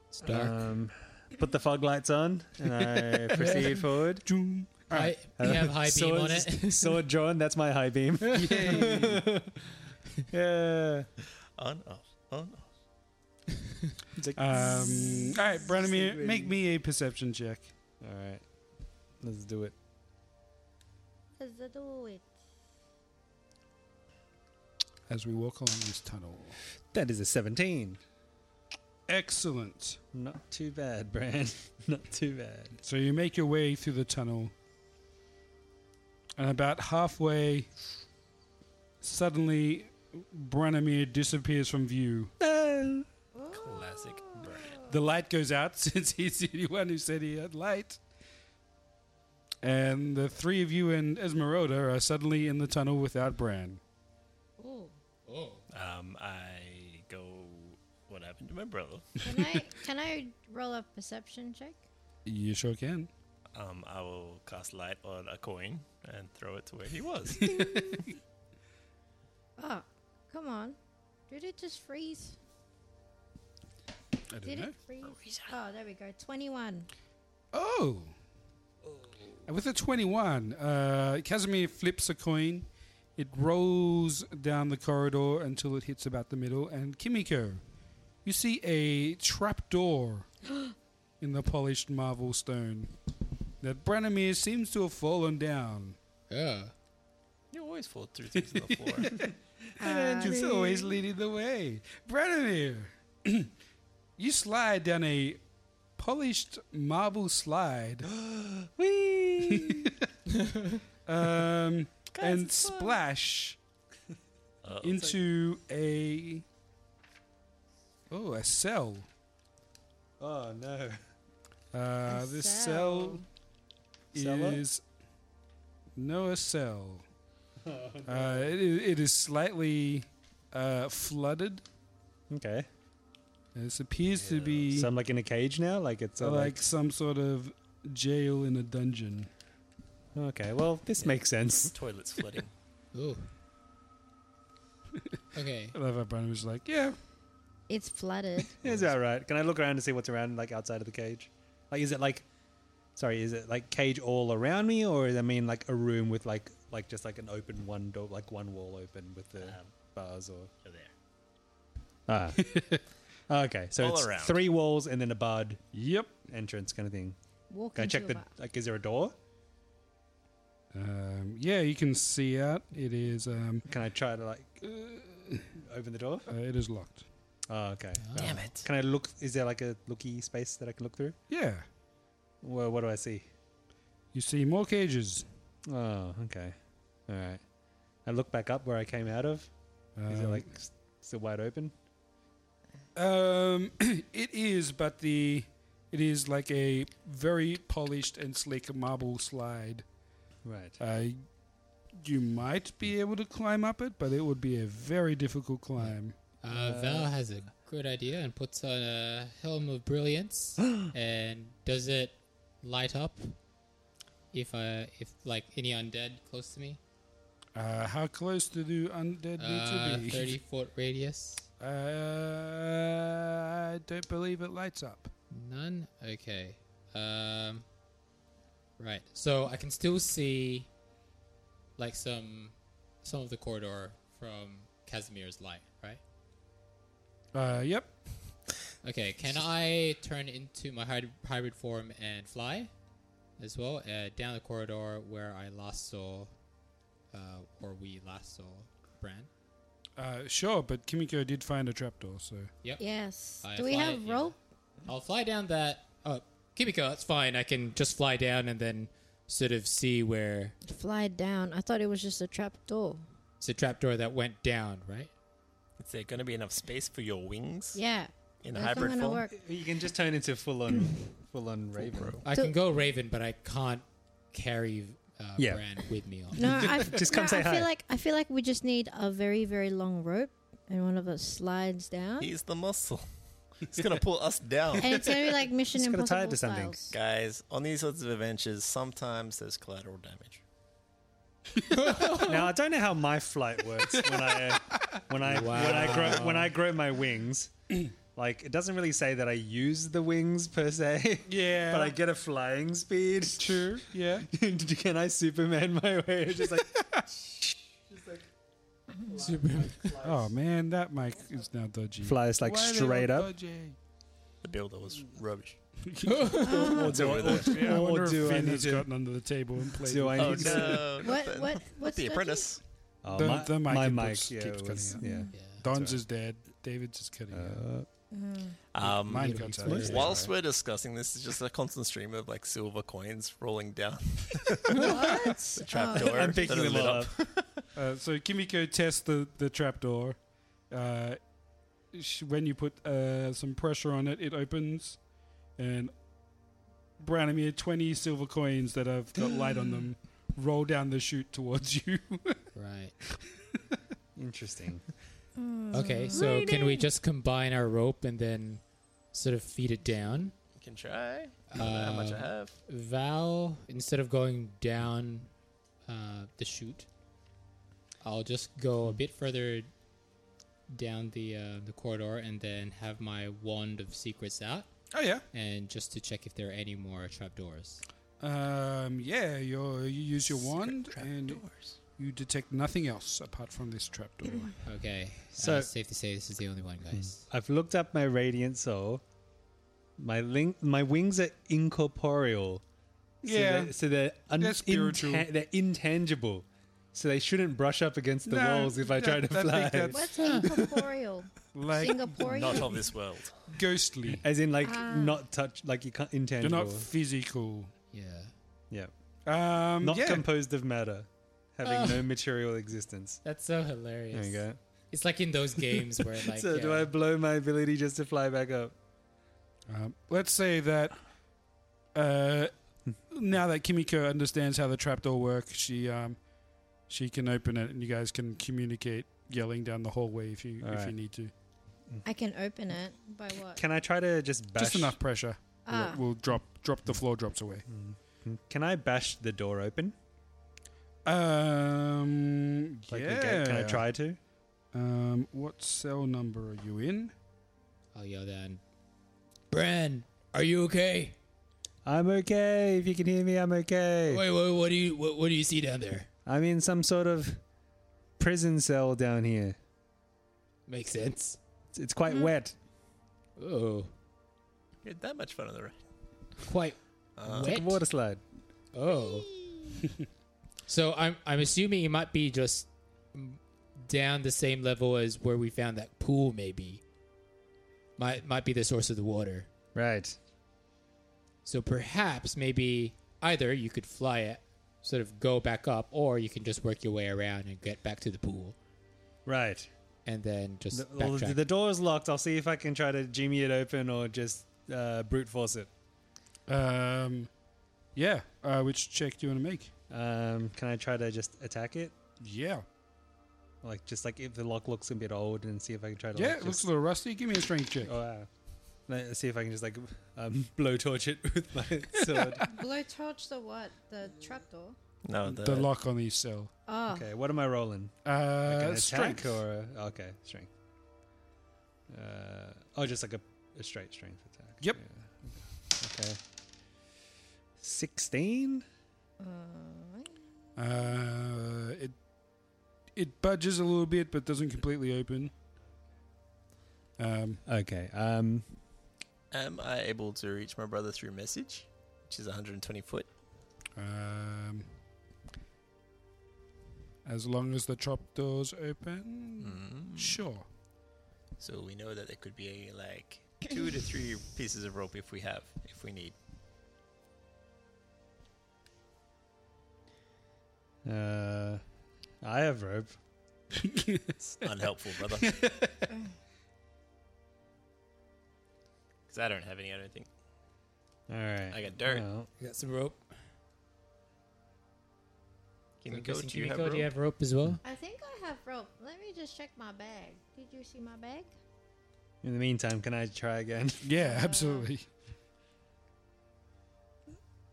[SPEAKER 1] It's dark.
[SPEAKER 5] Um, put the fog lights on, and I proceed forward.
[SPEAKER 1] Joom.
[SPEAKER 3] I
[SPEAKER 5] uh,
[SPEAKER 3] we have high beam on it.
[SPEAKER 5] sword drawn. That's my high beam.
[SPEAKER 1] Yay.
[SPEAKER 5] yeah.
[SPEAKER 4] On, off, on, off.
[SPEAKER 5] It's like,
[SPEAKER 1] um, all right, Branimir,
[SPEAKER 5] Sleep
[SPEAKER 1] make
[SPEAKER 5] ready.
[SPEAKER 1] me a perception check.
[SPEAKER 5] All right, let's do it.
[SPEAKER 2] Does that do it?
[SPEAKER 1] As we walk along this tunnel.
[SPEAKER 5] That is a seventeen.
[SPEAKER 1] Excellent.
[SPEAKER 5] Not too bad, Bran. Not too bad.
[SPEAKER 1] So you make your way through the tunnel, and about halfway, suddenly Branimir disappears from view.
[SPEAKER 4] Classic brand.
[SPEAKER 1] The light goes out since he's the only one who said he had light. and the three of you and Esmeralda are suddenly in the tunnel without Bran.
[SPEAKER 2] Oh,
[SPEAKER 3] Oh.
[SPEAKER 4] Um, I go. What happened to my brother?
[SPEAKER 2] can I can I roll a perception check?
[SPEAKER 1] You sure can.
[SPEAKER 4] Um, I will cast light on a coin and throw it to where he was.
[SPEAKER 2] Oh, come on! Did it just freeze?
[SPEAKER 1] I don't
[SPEAKER 2] Did
[SPEAKER 1] know.
[SPEAKER 2] it freeze? Oh, there we go. Twenty-one.
[SPEAKER 1] Oh. And With a 21, uh, Casimir flips a coin. It rolls down the corridor until it hits about the middle. And Kimiko, you see a trapdoor in the polished marble stone that Branimir seems to have fallen down.
[SPEAKER 3] Yeah.
[SPEAKER 4] you always fall through things on the floor.
[SPEAKER 1] And it's always leading the way. Branimir, you slide down a polished marble slide. um, and splash into a oh a cell.
[SPEAKER 5] Oh no.
[SPEAKER 1] Uh,
[SPEAKER 2] A
[SPEAKER 1] this
[SPEAKER 2] cell.
[SPEAKER 1] cell,
[SPEAKER 5] Cellar?
[SPEAKER 1] is no a cell. uh, it, i- it is slightly uh, flooded.
[SPEAKER 5] Okay.
[SPEAKER 1] This appears to be
[SPEAKER 5] So I'm like in a cage now. Like it's uh,
[SPEAKER 1] like,
[SPEAKER 5] E. like,
[SPEAKER 1] some sort of jail in a dungeon.
[SPEAKER 5] okay. Well, this makes sense.
[SPEAKER 4] Toilet's flooding.
[SPEAKER 3] Ooh. okay.
[SPEAKER 1] I love how Brandon was like, "Yeah,
[SPEAKER 2] It's flooded.
[SPEAKER 5] Is that right? Can I look around to see what's around like outside of the cage? Like is it like sorry, is it like cage all around me or is I mean like a room with like like just like an open one door like one wall open with the bars or
[SPEAKER 4] You're Um, there.
[SPEAKER 5] Ah. okay. So
[SPEAKER 4] All
[SPEAKER 5] it's
[SPEAKER 4] around.
[SPEAKER 5] three walls and then a barred
[SPEAKER 1] yep."
[SPEAKER 5] entrance kind of thing.
[SPEAKER 2] Walk
[SPEAKER 5] Can I
[SPEAKER 2] into
[SPEAKER 5] check
[SPEAKER 2] a
[SPEAKER 5] the
[SPEAKER 2] bar.
[SPEAKER 5] like is there a door?
[SPEAKER 1] Um, yeah, you can see out. It is um,
[SPEAKER 5] Can I try to like open the door?
[SPEAKER 1] uh, it is locked.
[SPEAKER 5] Oh, okay.
[SPEAKER 3] Damn
[SPEAKER 5] it. Can I look is there like a looky space that I can look through?
[SPEAKER 1] Yeah,
[SPEAKER 5] Well, what do I see?
[SPEAKER 1] you see more cages.
[SPEAKER 5] Oh, okay. All right. I look back up where I came out of. Is it
[SPEAKER 1] Um,
[SPEAKER 5] like s- still wide open?
[SPEAKER 1] Um, it is, but the it is like a very polished and slick marble slide.
[SPEAKER 5] Right.
[SPEAKER 1] Uh, you might be able to climb up it, but it would be a very difficult climb.
[SPEAKER 3] Uh, Val has a good idea and puts on a helm of brilliance. and does it light up if I if like any undead close to me?
[SPEAKER 1] Uh, how close do the undead
[SPEAKER 3] Uh,
[SPEAKER 1] need to
[SPEAKER 3] Thirty
[SPEAKER 1] be?
[SPEAKER 3] foot radius.
[SPEAKER 1] Uh, I don't believe it lights up.
[SPEAKER 3] None. Okay. Um. Right. So I can still see, like some, some of the corridor from Casimir's light. Right.
[SPEAKER 1] Uh, yep.
[SPEAKER 3] Okay. Can I turn into my hyd- hybrid form and fly, as well, uh, down the corridor where I last saw, uh, or we last saw Bran?
[SPEAKER 1] Uh, sure, but Kimiko did find a trapdoor, so
[SPEAKER 3] Yep.
[SPEAKER 2] Yes.
[SPEAKER 3] I
[SPEAKER 2] Do we
[SPEAKER 3] fly
[SPEAKER 2] have
[SPEAKER 3] it, yeah.
[SPEAKER 2] rope?
[SPEAKER 3] I'll fly down that. Oh, Kimiko, that's fine. I can just fly down and then sort of see where
[SPEAKER 2] Fly down. I thought it was just a trap door.
[SPEAKER 3] it's a trapdoor that went down, right?
[SPEAKER 4] Is there going to be enough space for your wings
[SPEAKER 2] Yeah.
[SPEAKER 4] in a
[SPEAKER 2] that's
[SPEAKER 4] hybrid
[SPEAKER 2] not gonna
[SPEAKER 4] form?
[SPEAKER 2] work.
[SPEAKER 5] You can just turn into full on, full on raven.
[SPEAKER 3] I
[SPEAKER 2] So-
[SPEAKER 3] can go Raven, but I can't carry uh,
[SPEAKER 5] Yeah.
[SPEAKER 3] Bran with me. On.
[SPEAKER 2] No, I f-
[SPEAKER 5] Just come
[SPEAKER 2] no,
[SPEAKER 5] say
[SPEAKER 2] I
[SPEAKER 5] hi.
[SPEAKER 2] feel like I feel like we just need a very very long rope, and one of us slides down,
[SPEAKER 4] He's the muscle. He's going to pull us down.
[SPEAKER 2] and it's gonna be like Mission
[SPEAKER 5] Just gotta
[SPEAKER 2] Impossible
[SPEAKER 5] tie it to something.
[SPEAKER 2] styles.
[SPEAKER 4] Guys, on these sorts of adventures, sometimes there's collateral damage.
[SPEAKER 5] now I don't know how my flight works when I, uh, when I, when I grow, when I grow my wings. Like it doesn't really say that I use the wings per se.
[SPEAKER 1] Yeah.
[SPEAKER 5] But I get a flying speed.
[SPEAKER 1] true. Yeah.
[SPEAKER 5] can I Superman my way? Just like
[SPEAKER 1] oh man, that mic is now dodgy.
[SPEAKER 5] flies like
[SPEAKER 1] Why are they all
[SPEAKER 5] straight up.
[SPEAKER 1] dodgy?
[SPEAKER 4] The builder was rubbish.
[SPEAKER 5] Or do I,
[SPEAKER 1] Yeah, I
[SPEAKER 5] or
[SPEAKER 1] wonder
[SPEAKER 5] do
[SPEAKER 1] if
[SPEAKER 5] I
[SPEAKER 1] Finn
[SPEAKER 5] need
[SPEAKER 1] has
[SPEAKER 5] to? Oh,
[SPEAKER 1] gotten under the table and played.
[SPEAKER 5] Do
[SPEAKER 1] with
[SPEAKER 5] I
[SPEAKER 1] it.
[SPEAKER 5] need to?
[SPEAKER 2] What what what's
[SPEAKER 4] uh, the apprentice.
[SPEAKER 5] Oh,
[SPEAKER 1] The-
[SPEAKER 5] my,
[SPEAKER 1] the mic
[SPEAKER 5] my
[SPEAKER 1] input
[SPEAKER 5] mic
[SPEAKER 1] just
[SPEAKER 5] yeah,
[SPEAKER 1] keeps
[SPEAKER 5] it was-
[SPEAKER 1] cutting
[SPEAKER 5] yeah.
[SPEAKER 3] Yeah.
[SPEAKER 1] Don's is dead. David's is
[SPEAKER 5] Uh,
[SPEAKER 1] cutting. out.
[SPEAKER 2] Mm.
[SPEAKER 4] Um,
[SPEAKER 1] Mine got out.
[SPEAKER 5] mostly-
[SPEAKER 4] Whilst we're discussing this, it's just a constant stream of like silver coins rolling down
[SPEAKER 2] What? Oh.
[SPEAKER 4] the trapdoor.
[SPEAKER 5] I'm picking
[SPEAKER 4] that are
[SPEAKER 5] them
[SPEAKER 4] lit
[SPEAKER 5] up.
[SPEAKER 1] Uh, so Kimiko tests the the trapdoor. Uh, sh- when you put uh, some pressure on it, it opens, and Branimir 20 silver coins that have got light on them roll down the chute towards you.
[SPEAKER 3] Right.
[SPEAKER 5] Interesting.
[SPEAKER 3] Okay, so can we just combine our rope and then sort of feed it down?
[SPEAKER 4] You can try. I don't know how much I have.
[SPEAKER 3] Val, instead of going down uh, the chute, I'll just go a bit further down the uh, the corridor and then have my wand of secrets out
[SPEAKER 1] Oh, yeah.
[SPEAKER 3] and just to check if there are any more trapdoors.
[SPEAKER 1] Um, yeah, you're, you use your wand and you detect nothing else apart from this trapdoor.
[SPEAKER 3] Okay, so
[SPEAKER 5] So-
[SPEAKER 3] uh, safe to say this is the only one, guys.
[SPEAKER 5] I've looked up my radiant soul. My link, my wings are incorporeal.
[SPEAKER 1] Yeah.
[SPEAKER 5] so they're, so they're, un-
[SPEAKER 1] They're spiritual.
[SPEAKER 5] intan- they're intangible. So they shouldn't brush up against the
[SPEAKER 1] No,
[SPEAKER 5] walls if I
[SPEAKER 1] that-
[SPEAKER 5] try to
[SPEAKER 1] that big-
[SPEAKER 5] fly.
[SPEAKER 1] that's-
[SPEAKER 2] What's incorporeal?
[SPEAKER 1] uh, Like
[SPEAKER 2] Singaporean?
[SPEAKER 4] Not of this world.
[SPEAKER 1] ghostly.
[SPEAKER 5] As in, like not touch, like you can't
[SPEAKER 1] They're
[SPEAKER 5] intangible.
[SPEAKER 1] not physical.
[SPEAKER 3] Yeah.
[SPEAKER 5] yeah,
[SPEAKER 1] Um,
[SPEAKER 5] not
[SPEAKER 1] yeah.
[SPEAKER 5] composed of matter, having
[SPEAKER 3] Oh.
[SPEAKER 5] no material existence.
[SPEAKER 3] That's so
[SPEAKER 5] There
[SPEAKER 3] hilarious.
[SPEAKER 5] you go.
[SPEAKER 3] It's like in those games where like
[SPEAKER 5] so do
[SPEAKER 3] yeah.
[SPEAKER 5] I blow my ability just to fly back up?
[SPEAKER 1] Um, let's say that uh, now that Kimiko understands how the trapdoor works, she um, she can open it, and you guys can communicate yelling down the hallway if you
[SPEAKER 5] All
[SPEAKER 1] if you
[SPEAKER 5] right.
[SPEAKER 1] need to.
[SPEAKER 2] I can open it by what?
[SPEAKER 5] Can I try to just bash?
[SPEAKER 1] Just enough pressure will-
[SPEAKER 2] Ah.
[SPEAKER 1] will drop drop the floor drops away.
[SPEAKER 5] Mm-hmm. Can I bash the door open?
[SPEAKER 1] Um,
[SPEAKER 5] Like the
[SPEAKER 1] yeah.
[SPEAKER 5] gate? Can I try to?
[SPEAKER 1] Um, what cell number are you in?
[SPEAKER 3] I'll yell down. Bran, are you okay?
[SPEAKER 5] I'm okay. If you can hear me, I'm okay.
[SPEAKER 3] Wait, wait, what do you what, what do you see down there?
[SPEAKER 5] I'm in some sort of prison cell down here.
[SPEAKER 3] Makes sense.
[SPEAKER 5] It's, it's
[SPEAKER 3] Hmm.
[SPEAKER 5] quite wet.
[SPEAKER 3] Oh,
[SPEAKER 4] You had that much fun on the ride.
[SPEAKER 3] quite
[SPEAKER 5] It's
[SPEAKER 3] wet.
[SPEAKER 5] like a water slide.
[SPEAKER 3] Oh. so I'm I'm assuming it might be just down the same level as where we found that pool. Maybe might might be the source of the water.
[SPEAKER 5] Right.
[SPEAKER 3] So perhaps maybe either you could fly it, sort of go back up, or you can just work your way around and get back to the pool,
[SPEAKER 5] Right.
[SPEAKER 3] and then just
[SPEAKER 5] The, well,
[SPEAKER 3] backtrack.
[SPEAKER 5] the door's locked. I'll see if I can try to jimmy it open or just uh, brute force it.
[SPEAKER 1] Um, yeah. Uh, which check do you want to make?
[SPEAKER 5] Um, can I try to just attack it?
[SPEAKER 1] Yeah.
[SPEAKER 5] Like, just like if the lock looks a bit old and see if I can try to.
[SPEAKER 1] Yeah,
[SPEAKER 5] like,
[SPEAKER 1] it looks
[SPEAKER 5] just-
[SPEAKER 1] a little rusty. Give me a strength check.
[SPEAKER 5] Oh, wow. Let's see if I can just like um, blowtorch it with my sword.
[SPEAKER 2] Blowtorch the what? The trapdoor?
[SPEAKER 4] No, the,
[SPEAKER 1] Mm, the lock on the cell.
[SPEAKER 2] Oh,
[SPEAKER 5] okay, what am I rolling? Like
[SPEAKER 1] Uh,
[SPEAKER 5] an attack
[SPEAKER 1] strength.
[SPEAKER 5] or a, okay, strength. Uh, oh, just like a, a straight strength attack.
[SPEAKER 1] Yep.
[SPEAKER 5] Yeah. Okay. Sixteen.
[SPEAKER 1] Uh, it it budges a little bit, but doesn't completely open. Um,
[SPEAKER 5] Okay. Um.
[SPEAKER 4] Am I able to reach my brother through message? Which is 120 foot.
[SPEAKER 1] um, as long as the trap doors open, Mm.
[SPEAKER 4] Hmm.
[SPEAKER 1] sure.
[SPEAKER 4] Mm. So we know that there could be like two to three pieces of rope if we have, if we need.
[SPEAKER 5] Uh, I have rope.
[SPEAKER 4] It's unhelpful, brother. Because I don't have any, I don't think.
[SPEAKER 5] All right.
[SPEAKER 4] I got dirt.
[SPEAKER 5] Well,
[SPEAKER 3] You got some rope.
[SPEAKER 4] Can
[SPEAKER 3] I'm
[SPEAKER 4] we go?
[SPEAKER 3] guessing
[SPEAKER 4] Do you have
[SPEAKER 3] Kimiko,
[SPEAKER 4] rope?
[SPEAKER 3] do you have rope as well?
[SPEAKER 2] I think I have rope. Let me just check my bag. Did you see my bag?
[SPEAKER 5] in the meantime, can I try again?
[SPEAKER 1] Yeah, absolutely.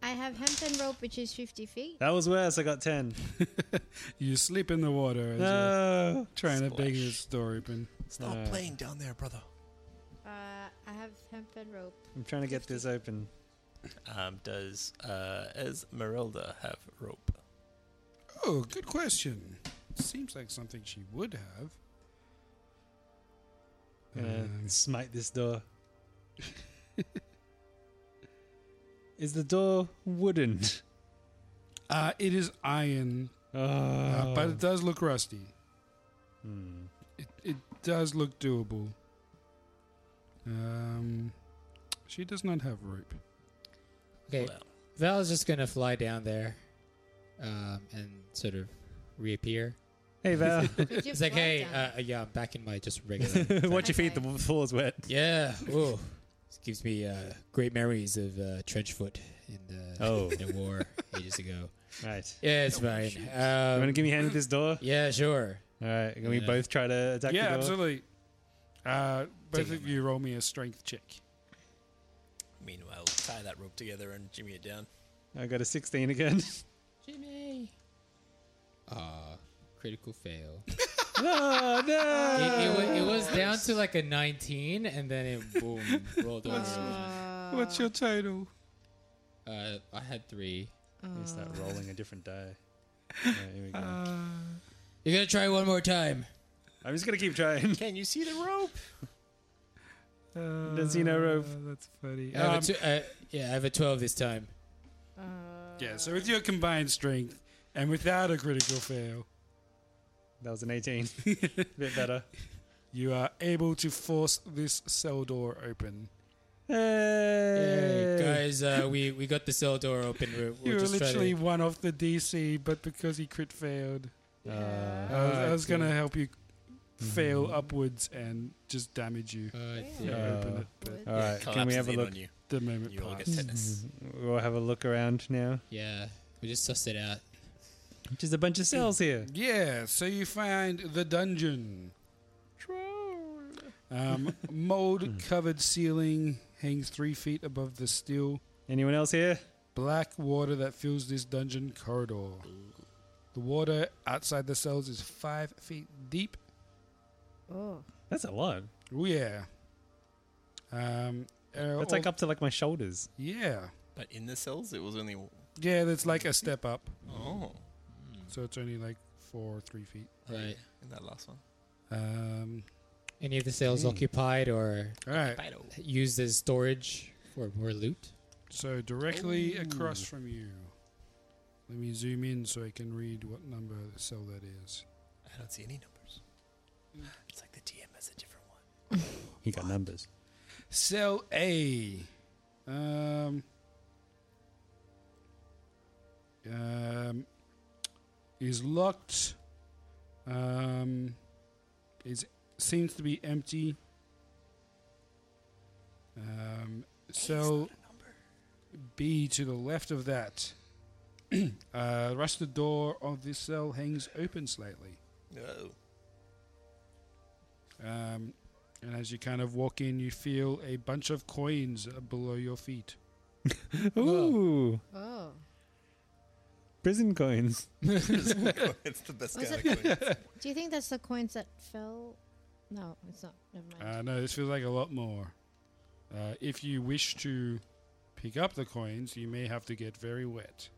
[SPEAKER 2] I have hempen rope, which is 50 feet.
[SPEAKER 5] That was worse. I got ten.
[SPEAKER 1] You slip in the water as
[SPEAKER 5] Uh,
[SPEAKER 1] you're
[SPEAKER 5] No.
[SPEAKER 1] trying to beg
[SPEAKER 4] Splash.
[SPEAKER 1] this door open.
[SPEAKER 4] Stop
[SPEAKER 5] Uh,
[SPEAKER 4] playing down there, brother.
[SPEAKER 2] Uh, I have hempen rope.
[SPEAKER 5] I'm trying to get this open.
[SPEAKER 4] Um, does uh, Esmeralda have rope?
[SPEAKER 1] Oh, good question. Seems like something she would have.
[SPEAKER 5] Gonna
[SPEAKER 1] Um,
[SPEAKER 5] smite this door. Is the door wooden?
[SPEAKER 1] Uh, it is iron, uh, but it does look rusty.
[SPEAKER 5] Hmm.
[SPEAKER 1] It, it does look doable. Um, she does not have rope.
[SPEAKER 3] Okay,
[SPEAKER 4] Well,
[SPEAKER 3] Val's Hmm. just gonna fly down there, um, and sort of reappear.
[SPEAKER 5] Hey Val,
[SPEAKER 2] Did you
[SPEAKER 3] It's like,
[SPEAKER 2] fly
[SPEAKER 3] hey,
[SPEAKER 2] down?
[SPEAKER 3] uh, yeah, I'm back in my just regular.
[SPEAKER 5] watch your feet.
[SPEAKER 2] Okay.
[SPEAKER 5] The floor's wet.
[SPEAKER 3] yeah, ooh, This gives me uh, great memories of uh, Trenchfoot in the,
[SPEAKER 5] Oh.
[SPEAKER 3] in the war ages ago.
[SPEAKER 5] Right.
[SPEAKER 3] Yeah, it's fine.
[SPEAKER 5] You want to
[SPEAKER 3] Um,
[SPEAKER 5] give me a hand with this door?
[SPEAKER 3] yeah, sure.
[SPEAKER 5] All right. Can we
[SPEAKER 3] Yeah.
[SPEAKER 5] both try to attack
[SPEAKER 1] yeah,
[SPEAKER 5] the door?
[SPEAKER 1] absolutely. Uh, both
[SPEAKER 3] Take it,
[SPEAKER 1] of you roll me a strength check.
[SPEAKER 4] Meanwhile, tie that rope together and jimmy it down.
[SPEAKER 5] I got a 16 again.
[SPEAKER 3] Jimmy. Ah, critical fail. Ah,
[SPEAKER 5] oh, no.
[SPEAKER 3] it, it, wa- it was down to like a 19, and then it boom rolled over.
[SPEAKER 1] What's your total?
[SPEAKER 3] Uh, I had three.
[SPEAKER 5] Let me start rolling a different die. All right, here we go.
[SPEAKER 3] You're gonna try one more time.
[SPEAKER 5] I'm just going to keep trying.
[SPEAKER 4] Can you see the rope?
[SPEAKER 1] Uh,
[SPEAKER 5] Don't see no rope.
[SPEAKER 1] That's funny.
[SPEAKER 3] I have a
[SPEAKER 1] Um,
[SPEAKER 3] tw- uh, yeah, I have a 12 this time.
[SPEAKER 1] yeah, so with your combined strength and without a critical fail,
[SPEAKER 5] That was an 18. bit better.
[SPEAKER 1] you are able to force this cell door open.
[SPEAKER 5] Hey.
[SPEAKER 3] Hey, guys, uh, we, we got the cell door open. We're, we're
[SPEAKER 1] you were
[SPEAKER 3] just
[SPEAKER 1] literally
[SPEAKER 3] trying
[SPEAKER 1] one off the DC, but because he crit failed,
[SPEAKER 5] Uh,
[SPEAKER 1] I was, I was
[SPEAKER 5] okay.
[SPEAKER 1] going to help you fail upwards and just damage you.
[SPEAKER 3] to. Uh,
[SPEAKER 1] Yeah,
[SPEAKER 3] yeah.
[SPEAKER 1] open it, but
[SPEAKER 5] All right, can we
[SPEAKER 4] Collapses
[SPEAKER 5] have a
[SPEAKER 4] in
[SPEAKER 5] look?
[SPEAKER 4] on you.
[SPEAKER 1] the moment
[SPEAKER 4] You all get
[SPEAKER 1] passed.
[SPEAKER 4] tetanus.
[SPEAKER 5] We'll have a look around now.
[SPEAKER 3] yeah, we just sussed it out.
[SPEAKER 5] Just a bunch of cells here.
[SPEAKER 1] Yeah, so you find the dungeon. Um,
[SPEAKER 5] Hmm.
[SPEAKER 1] mold covered ceiling hangs three feet above the still
[SPEAKER 5] Anyone else here?
[SPEAKER 1] black water that fills this dungeon corridor. The water outside the cells is five feet deep.
[SPEAKER 2] Oh.
[SPEAKER 5] That's a lot.
[SPEAKER 1] Oh, yeah. Um, uh,
[SPEAKER 5] That's like
[SPEAKER 1] all-
[SPEAKER 5] up to like my shoulders.
[SPEAKER 1] yeah.
[SPEAKER 4] But in the cells, it was only.
[SPEAKER 1] Yeah, that's like
[SPEAKER 4] Mm-hmm.
[SPEAKER 1] a step up.
[SPEAKER 4] Oh.
[SPEAKER 1] So it's only like four or three feet.
[SPEAKER 3] Right.
[SPEAKER 4] In that last one.
[SPEAKER 1] Um,
[SPEAKER 3] Any of the cells occupied or
[SPEAKER 1] all right.
[SPEAKER 3] used as storage for more loot?
[SPEAKER 1] So directly across from you. Let me zoom in so I can read what number cell that is.
[SPEAKER 4] I don't see any numbers. It's like the TM has a different one.
[SPEAKER 5] He got numbers.
[SPEAKER 1] Cell A. Um, um, is locked. Um, is seems to be empty. Um, cell B to the left of that. uh, the rest of the door of this cell hangs open slightly.
[SPEAKER 4] No.
[SPEAKER 1] Um, and as you kind of walk in, you feel a bunch of coins uh, below your feet.
[SPEAKER 5] Ooh,
[SPEAKER 2] Oh.
[SPEAKER 5] prison coins.
[SPEAKER 4] it's the best
[SPEAKER 2] Was
[SPEAKER 4] kind
[SPEAKER 2] it-
[SPEAKER 4] of coin.
[SPEAKER 2] Do you think that's the coins that fell? No, it's not. Never mind.
[SPEAKER 1] Uh, no, this feels like a lot more. Uh, if you wish to pick up the coins, you may have to get very wet.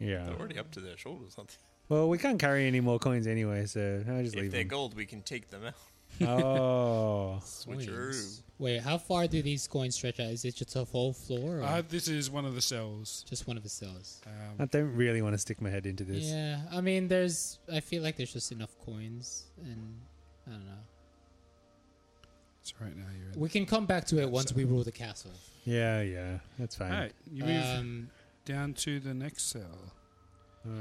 [SPEAKER 5] Yeah.
[SPEAKER 4] They're already up to their shoulders, aren't they?
[SPEAKER 5] Well, we can't carry any more coins anyway, so I'll just
[SPEAKER 4] If
[SPEAKER 5] leave
[SPEAKER 4] they're
[SPEAKER 5] them.
[SPEAKER 4] gold, we can take them out.
[SPEAKER 5] oh.
[SPEAKER 4] Switcheroo.
[SPEAKER 3] Wait, how far do these coins stretch out? Is it just a whole floor or
[SPEAKER 1] Uh, this is one of the cells.
[SPEAKER 3] just one of the cells?
[SPEAKER 5] I
[SPEAKER 1] Um,
[SPEAKER 5] don't really want to stick my head into this.
[SPEAKER 3] Yeah, I mean, there's. I feel like there's just enough coins, and I don't know.
[SPEAKER 1] so right now you're in.
[SPEAKER 3] We can come back to it once we rule the castle.
[SPEAKER 5] Yeah, yeah. That's fine.
[SPEAKER 1] All right, you move
[SPEAKER 3] Um,
[SPEAKER 1] down to the next cell
[SPEAKER 5] Alright.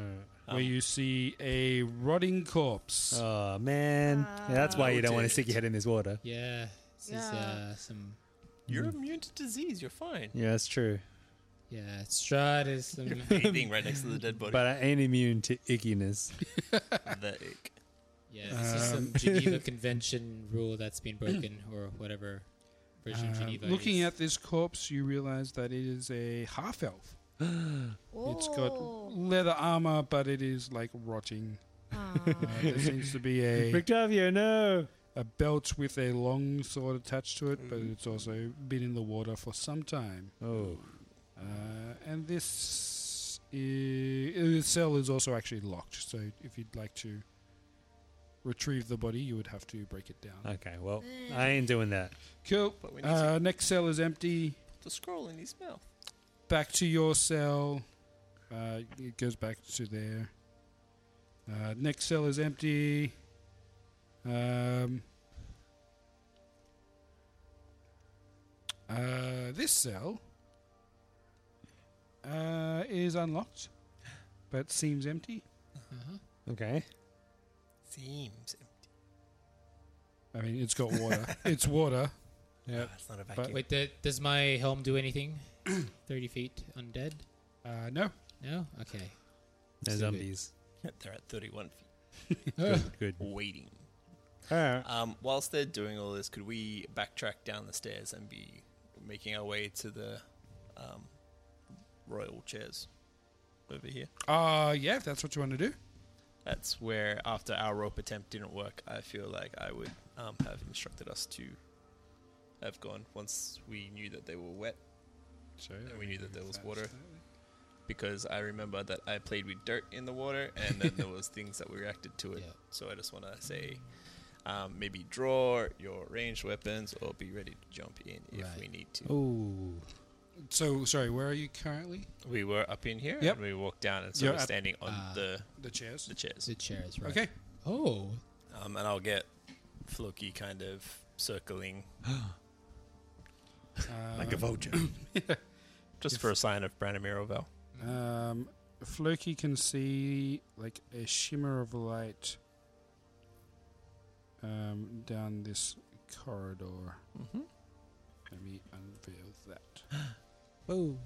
[SPEAKER 3] um,
[SPEAKER 1] where you see a rotting corpse.
[SPEAKER 5] Oh, man. yeah, that's why you don't want to
[SPEAKER 4] Noted.
[SPEAKER 5] stick your head in this water.
[SPEAKER 3] yeah, this is
[SPEAKER 2] Yeah.
[SPEAKER 3] uh, some.
[SPEAKER 4] You're immune to disease. You're fine.
[SPEAKER 5] Yeah, that's true.
[SPEAKER 3] Yeah, Strahd is some.
[SPEAKER 4] Bathing right next to the dead body.
[SPEAKER 5] But I ain't immune to ickiness.
[SPEAKER 4] the ick.
[SPEAKER 3] Yeah, this is
[SPEAKER 1] Um,
[SPEAKER 3] some Geneva Convention rule that's been broken, or whatever version of
[SPEAKER 1] Um,
[SPEAKER 3] Geneva.
[SPEAKER 1] looking
[SPEAKER 3] is.
[SPEAKER 1] at this corpse, you realize that it is a half elf. Uh, It's got
[SPEAKER 2] Oh.
[SPEAKER 1] leather armor, but it is like rotting. Uh, there seems to be a,
[SPEAKER 5] Rictavio, no.
[SPEAKER 1] a belt with a long sword attached to it, but
[SPEAKER 4] Mm-hmm.
[SPEAKER 1] it's also been in the water for some time.
[SPEAKER 5] Oh.
[SPEAKER 1] Uh, and this i- uh, the cell is also actually locked, so if you'd like to retrieve the body, you would have to break it down.
[SPEAKER 5] Okay, well, I ain't doing that.
[SPEAKER 1] Cool.
[SPEAKER 4] But we need to
[SPEAKER 1] Uh, next cell is empty.
[SPEAKER 4] put the scroll in his mouth.
[SPEAKER 1] back to your cell. Uh, it goes back to there. Uh, next cell is empty. Um, uh, this cell uh, is unlocked, but seems empty.
[SPEAKER 5] Okay.
[SPEAKER 4] Seems.
[SPEAKER 1] I mean, it's got water. it's water. Yep.
[SPEAKER 4] It's not a
[SPEAKER 1] But-
[SPEAKER 4] vacuum.
[SPEAKER 3] Wait, th- does my helm do anything? 30 feet undead?
[SPEAKER 1] Uh, no.
[SPEAKER 3] No? Okay.
[SPEAKER 5] No
[SPEAKER 3] Stupid.
[SPEAKER 5] zombies.
[SPEAKER 4] they're at 31 feet,
[SPEAKER 5] Good. Good.
[SPEAKER 4] waiting.
[SPEAKER 5] All right.
[SPEAKER 4] Um, whilst they're doing all this, could we backtrack down the stairs and be making our way to the um, royal chairs over here?
[SPEAKER 1] Uh, yeah, if that's what you want to do.
[SPEAKER 4] That's where, after our rope attempt didn't work, I feel like I would um, have instructed us to have gone once we knew that they were wet,
[SPEAKER 1] So
[SPEAKER 4] and we knew that there was water. Because I remember that I played with dirt in the water, and then there was things that we reacted to it.
[SPEAKER 3] Yeah.
[SPEAKER 4] So I just want to say, um, maybe draw your ranged weapons or be ready to jump in if
[SPEAKER 3] Right. Oh.
[SPEAKER 4] we need to.
[SPEAKER 5] Ooh.
[SPEAKER 1] So sorry, where are you currently?
[SPEAKER 4] We were up in here,
[SPEAKER 1] Yep.
[SPEAKER 4] and we walked down, and so
[SPEAKER 1] You're
[SPEAKER 4] we're
[SPEAKER 1] up-
[SPEAKER 4] standing on
[SPEAKER 3] Ah.
[SPEAKER 4] the
[SPEAKER 1] The chairs.
[SPEAKER 4] the chairs.
[SPEAKER 3] The chairs, right?
[SPEAKER 1] Okay.
[SPEAKER 3] Oh,
[SPEAKER 4] Um, and I'll get Floki kind of circling
[SPEAKER 3] Uh,
[SPEAKER 4] like a vulture. Just for a sign of Branimir Ovel.
[SPEAKER 3] Uh,
[SPEAKER 1] Um, Floki can see like a shimmer of light um, down this corridor.
[SPEAKER 4] Mhm.
[SPEAKER 1] Let me unveil that.
[SPEAKER 3] whoa.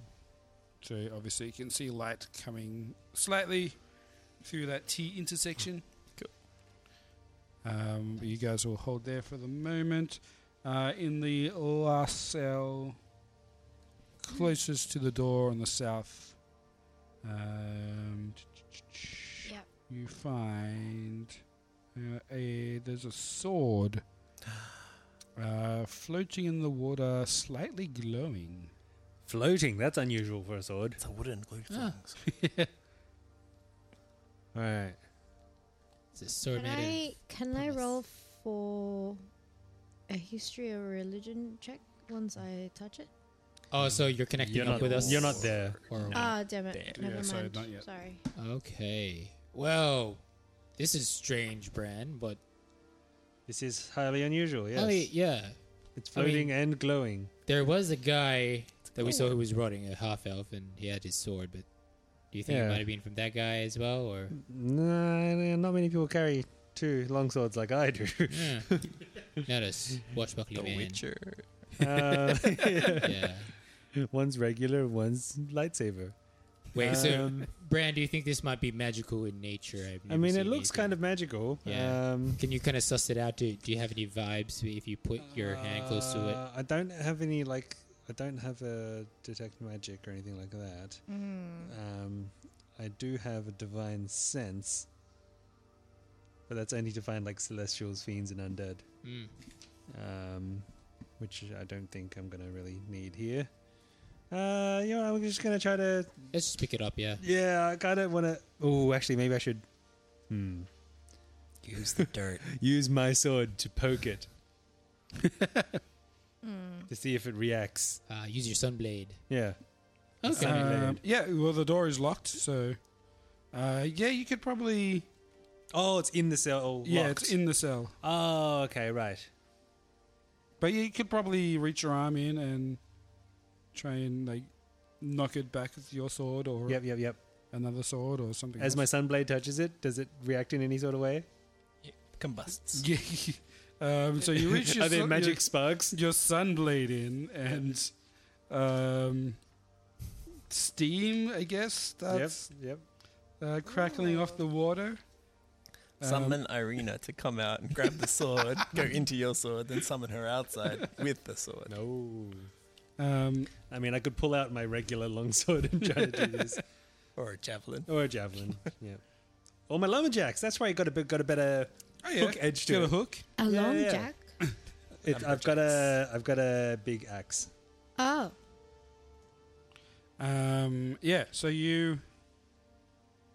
[SPEAKER 1] So obviously you can see light coming slightly through that T intersection.
[SPEAKER 4] Cool.
[SPEAKER 1] Um, you guys will hold there for the moment. Uh, in the last cell, closest to the door on the south, um,
[SPEAKER 2] Yep.
[SPEAKER 1] you find uh, a there's a sword uh, floating in the water, slightly glowing.
[SPEAKER 5] Floating. That's unusual for a sword.
[SPEAKER 4] It's a wooden glue
[SPEAKER 3] Ah.
[SPEAKER 5] All right.
[SPEAKER 3] Is this sword
[SPEAKER 2] Can
[SPEAKER 3] made of-
[SPEAKER 2] I can I
[SPEAKER 3] promise.
[SPEAKER 2] roll for a history or religion check once I touch it?
[SPEAKER 3] Oh, so you're connecting
[SPEAKER 5] You're
[SPEAKER 3] up
[SPEAKER 5] not,
[SPEAKER 3] with us?
[SPEAKER 5] you're not there.
[SPEAKER 3] Or-
[SPEAKER 2] Ah, damn it!
[SPEAKER 4] Damn.
[SPEAKER 2] Never
[SPEAKER 1] Yeah,
[SPEAKER 2] mind.
[SPEAKER 1] sorry,
[SPEAKER 2] Sorry,
[SPEAKER 1] not yet.
[SPEAKER 3] Okay. Well, this is strange, Bran, but.
[SPEAKER 5] This is highly unusual. Yes.
[SPEAKER 3] Oh, yeah.
[SPEAKER 5] It's
[SPEAKER 3] I mean-
[SPEAKER 5] floating and glowing.
[SPEAKER 3] There was a guy that we saw who was rotting, a half elf, and he had his sword, but do you think it
[SPEAKER 5] Yeah.
[SPEAKER 3] might have been from that guy as well? Or.
[SPEAKER 5] No, not many people carry two long swords like I do.
[SPEAKER 3] Yeah. Not a s- watchbuckly
[SPEAKER 4] The
[SPEAKER 3] man.
[SPEAKER 4] Witcher.
[SPEAKER 5] Uh,
[SPEAKER 3] Yeah.
[SPEAKER 5] one's regular, one's lightsaber.
[SPEAKER 3] Wait, so,
[SPEAKER 5] Um,
[SPEAKER 3] Bran, do you think this might be magical in nature? I've
[SPEAKER 5] I
[SPEAKER 3] never
[SPEAKER 5] mean,
[SPEAKER 3] seen
[SPEAKER 5] it looks
[SPEAKER 3] anything.
[SPEAKER 5] kind of magical.
[SPEAKER 3] Yeah.
[SPEAKER 5] Um,
[SPEAKER 3] Can you kind of suss it out? Do, do you have any vibes if you put your hand close to it?
[SPEAKER 5] Uh, I don't have any like. I don't have a detect magic or anything like that.
[SPEAKER 1] Mm.
[SPEAKER 5] Um, I do have a divine sense, but that's only to find like celestials, fiends, and undead,
[SPEAKER 3] Mm.
[SPEAKER 5] um, which I don't think I'm gonna really need here. Uh, you know, I'm just gonna try to.
[SPEAKER 3] Let's just pick it up, yeah.
[SPEAKER 5] Yeah, I kind of want to. Oh, actually, maybe I should. Hmm.
[SPEAKER 4] Use the dirt.
[SPEAKER 5] Use my sword to poke it to see if it reacts.
[SPEAKER 3] Uh, use your sunblade.
[SPEAKER 5] Yeah.
[SPEAKER 3] Okay.
[SPEAKER 5] Sunblade.
[SPEAKER 1] Um, yeah, well, the door is locked, so uh, yeah, you could probably
[SPEAKER 5] Oh, it's in the cell.
[SPEAKER 1] yeah, it's in the cell,
[SPEAKER 5] Oh, okay, right.
[SPEAKER 1] but yeah, you could probably reach your arm in and try and like knock it back with your sword or
[SPEAKER 5] Yep, yep, yep.
[SPEAKER 1] another sword or something.
[SPEAKER 5] As my
[SPEAKER 1] else.
[SPEAKER 5] sunblade touches it, does it react in any sort of way?
[SPEAKER 4] Combusts.
[SPEAKER 1] yeah. um, so you reach your,
[SPEAKER 5] Are there
[SPEAKER 1] sun-
[SPEAKER 5] magic sparks?
[SPEAKER 1] your, your sunblade in and um, steam, I guess, starts
[SPEAKER 5] Yep,
[SPEAKER 1] uh, crackling off the water. Um,
[SPEAKER 4] Summon Irina to come out and grab the sword, go into your sword, then summon her outside with the
[SPEAKER 5] yep.
[SPEAKER 4] sword.
[SPEAKER 5] No.
[SPEAKER 1] um,
[SPEAKER 5] I mean, I could pull out my regular longsword and try to do this,
[SPEAKER 4] Or a javelin.
[SPEAKER 5] or a javelin. Yep. Or my lumberjacks. That's why you got a bit, got a better.
[SPEAKER 1] oh yeah,
[SPEAKER 5] Hook edge to
[SPEAKER 1] get a
[SPEAKER 5] it.
[SPEAKER 1] hook.
[SPEAKER 2] A
[SPEAKER 5] Yeah,
[SPEAKER 2] long
[SPEAKER 5] yeah.
[SPEAKER 2] jack.
[SPEAKER 5] It, I've got a, I've got a big axe.
[SPEAKER 2] Oh,
[SPEAKER 1] Um, yeah, so you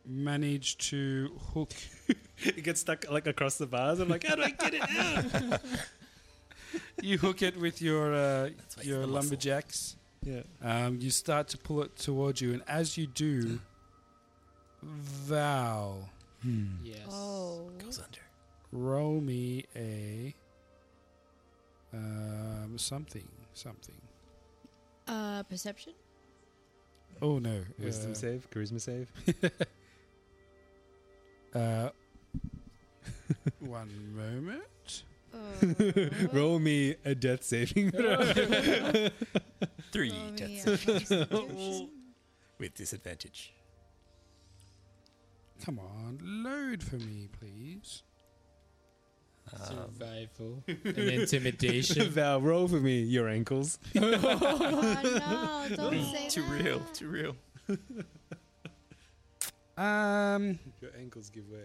[SPEAKER 1] manage to hook.
[SPEAKER 5] It gets stuck like across the bars. I'm like, how do I get it out?
[SPEAKER 1] You hook it with your uh,
[SPEAKER 4] why it's
[SPEAKER 1] your
[SPEAKER 4] the muscle.
[SPEAKER 1] lumberjacks.
[SPEAKER 5] yeah.
[SPEAKER 1] Um, you start to pull it towards you, and as you do, Val,
[SPEAKER 3] Yes.
[SPEAKER 2] oh.
[SPEAKER 4] Goes under.
[SPEAKER 1] roll me a um, something, something.
[SPEAKER 2] Uh, perception.
[SPEAKER 1] Oh no,
[SPEAKER 5] Wisdom
[SPEAKER 1] uh,
[SPEAKER 5] save, charisma save.
[SPEAKER 1] Uh, one moment.
[SPEAKER 2] Oh.
[SPEAKER 5] Roll me a death saving throw
[SPEAKER 6] Three
[SPEAKER 2] Roll me
[SPEAKER 6] deaths
[SPEAKER 2] a constitution.
[SPEAKER 6] with disadvantage.
[SPEAKER 1] Come on, load for me, please.
[SPEAKER 3] Survival and intimidation.
[SPEAKER 5] Val, roll for me your ankles.
[SPEAKER 2] oh no! Don't say
[SPEAKER 4] Too
[SPEAKER 2] that.
[SPEAKER 4] real. Too real.
[SPEAKER 1] Um,
[SPEAKER 5] Your ankles give way.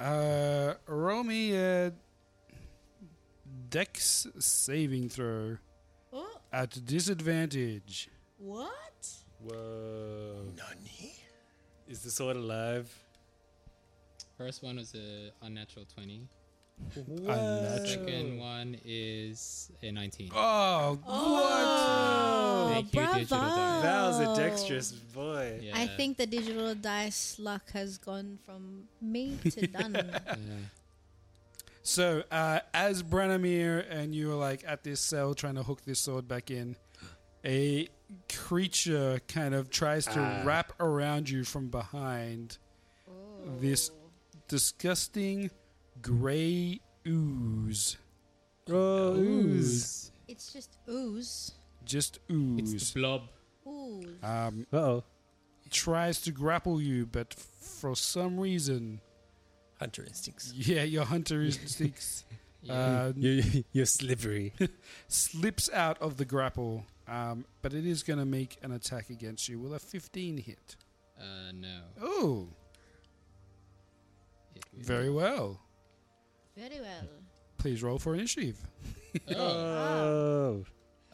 [SPEAKER 1] uh, roll me a dex saving throw
[SPEAKER 2] Oh,
[SPEAKER 1] at disadvantage.
[SPEAKER 2] what?
[SPEAKER 5] Whoa.
[SPEAKER 6] Nani?
[SPEAKER 5] Is the sword alive?
[SPEAKER 3] First one was a unnatural twenty.
[SPEAKER 1] Unnatural.
[SPEAKER 3] Second one is a nineteen.
[SPEAKER 1] Oh,
[SPEAKER 3] Thank you, digital dice.
[SPEAKER 5] Val's a dexterous boy.
[SPEAKER 3] Yeah.
[SPEAKER 2] I think the digital dice luck has gone from me to done.
[SPEAKER 1] So, uh, as Branimir and you are like at this cell trying to hook this sword back in, a creature kind of tries to
[SPEAKER 3] Ah.
[SPEAKER 1] wrap around you from behind this disgusting gray ooze.
[SPEAKER 3] ooze.
[SPEAKER 2] it's just ooze.
[SPEAKER 1] Just
[SPEAKER 3] It's
[SPEAKER 1] ooze.
[SPEAKER 3] the blob.
[SPEAKER 2] Ooze.
[SPEAKER 1] Um,
[SPEAKER 5] Uh-oh.
[SPEAKER 1] tries to grapple you, but for some reason,
[SPEAKER 6] Hunter instincts.
[SPEAKER 1] yeah, your hunter instincts uh,
[SPEAKER 5] You're, you're slippery.
[SPEAKER 1] slips out of the grapple, um, but it is going to make an attack against you. Will a 15 hit?
[SPEAKER 3] Uh, no.
[SPEAKER 1] Oh,
[SPEAKER 3] It will-
[SPEAKER 1] very well.
[SPEAKER 2] Very well.
[SPEAKER 1] Please roll for initiative.
[SPEAKER 3] Oh.
[SPEAKER 5] oh.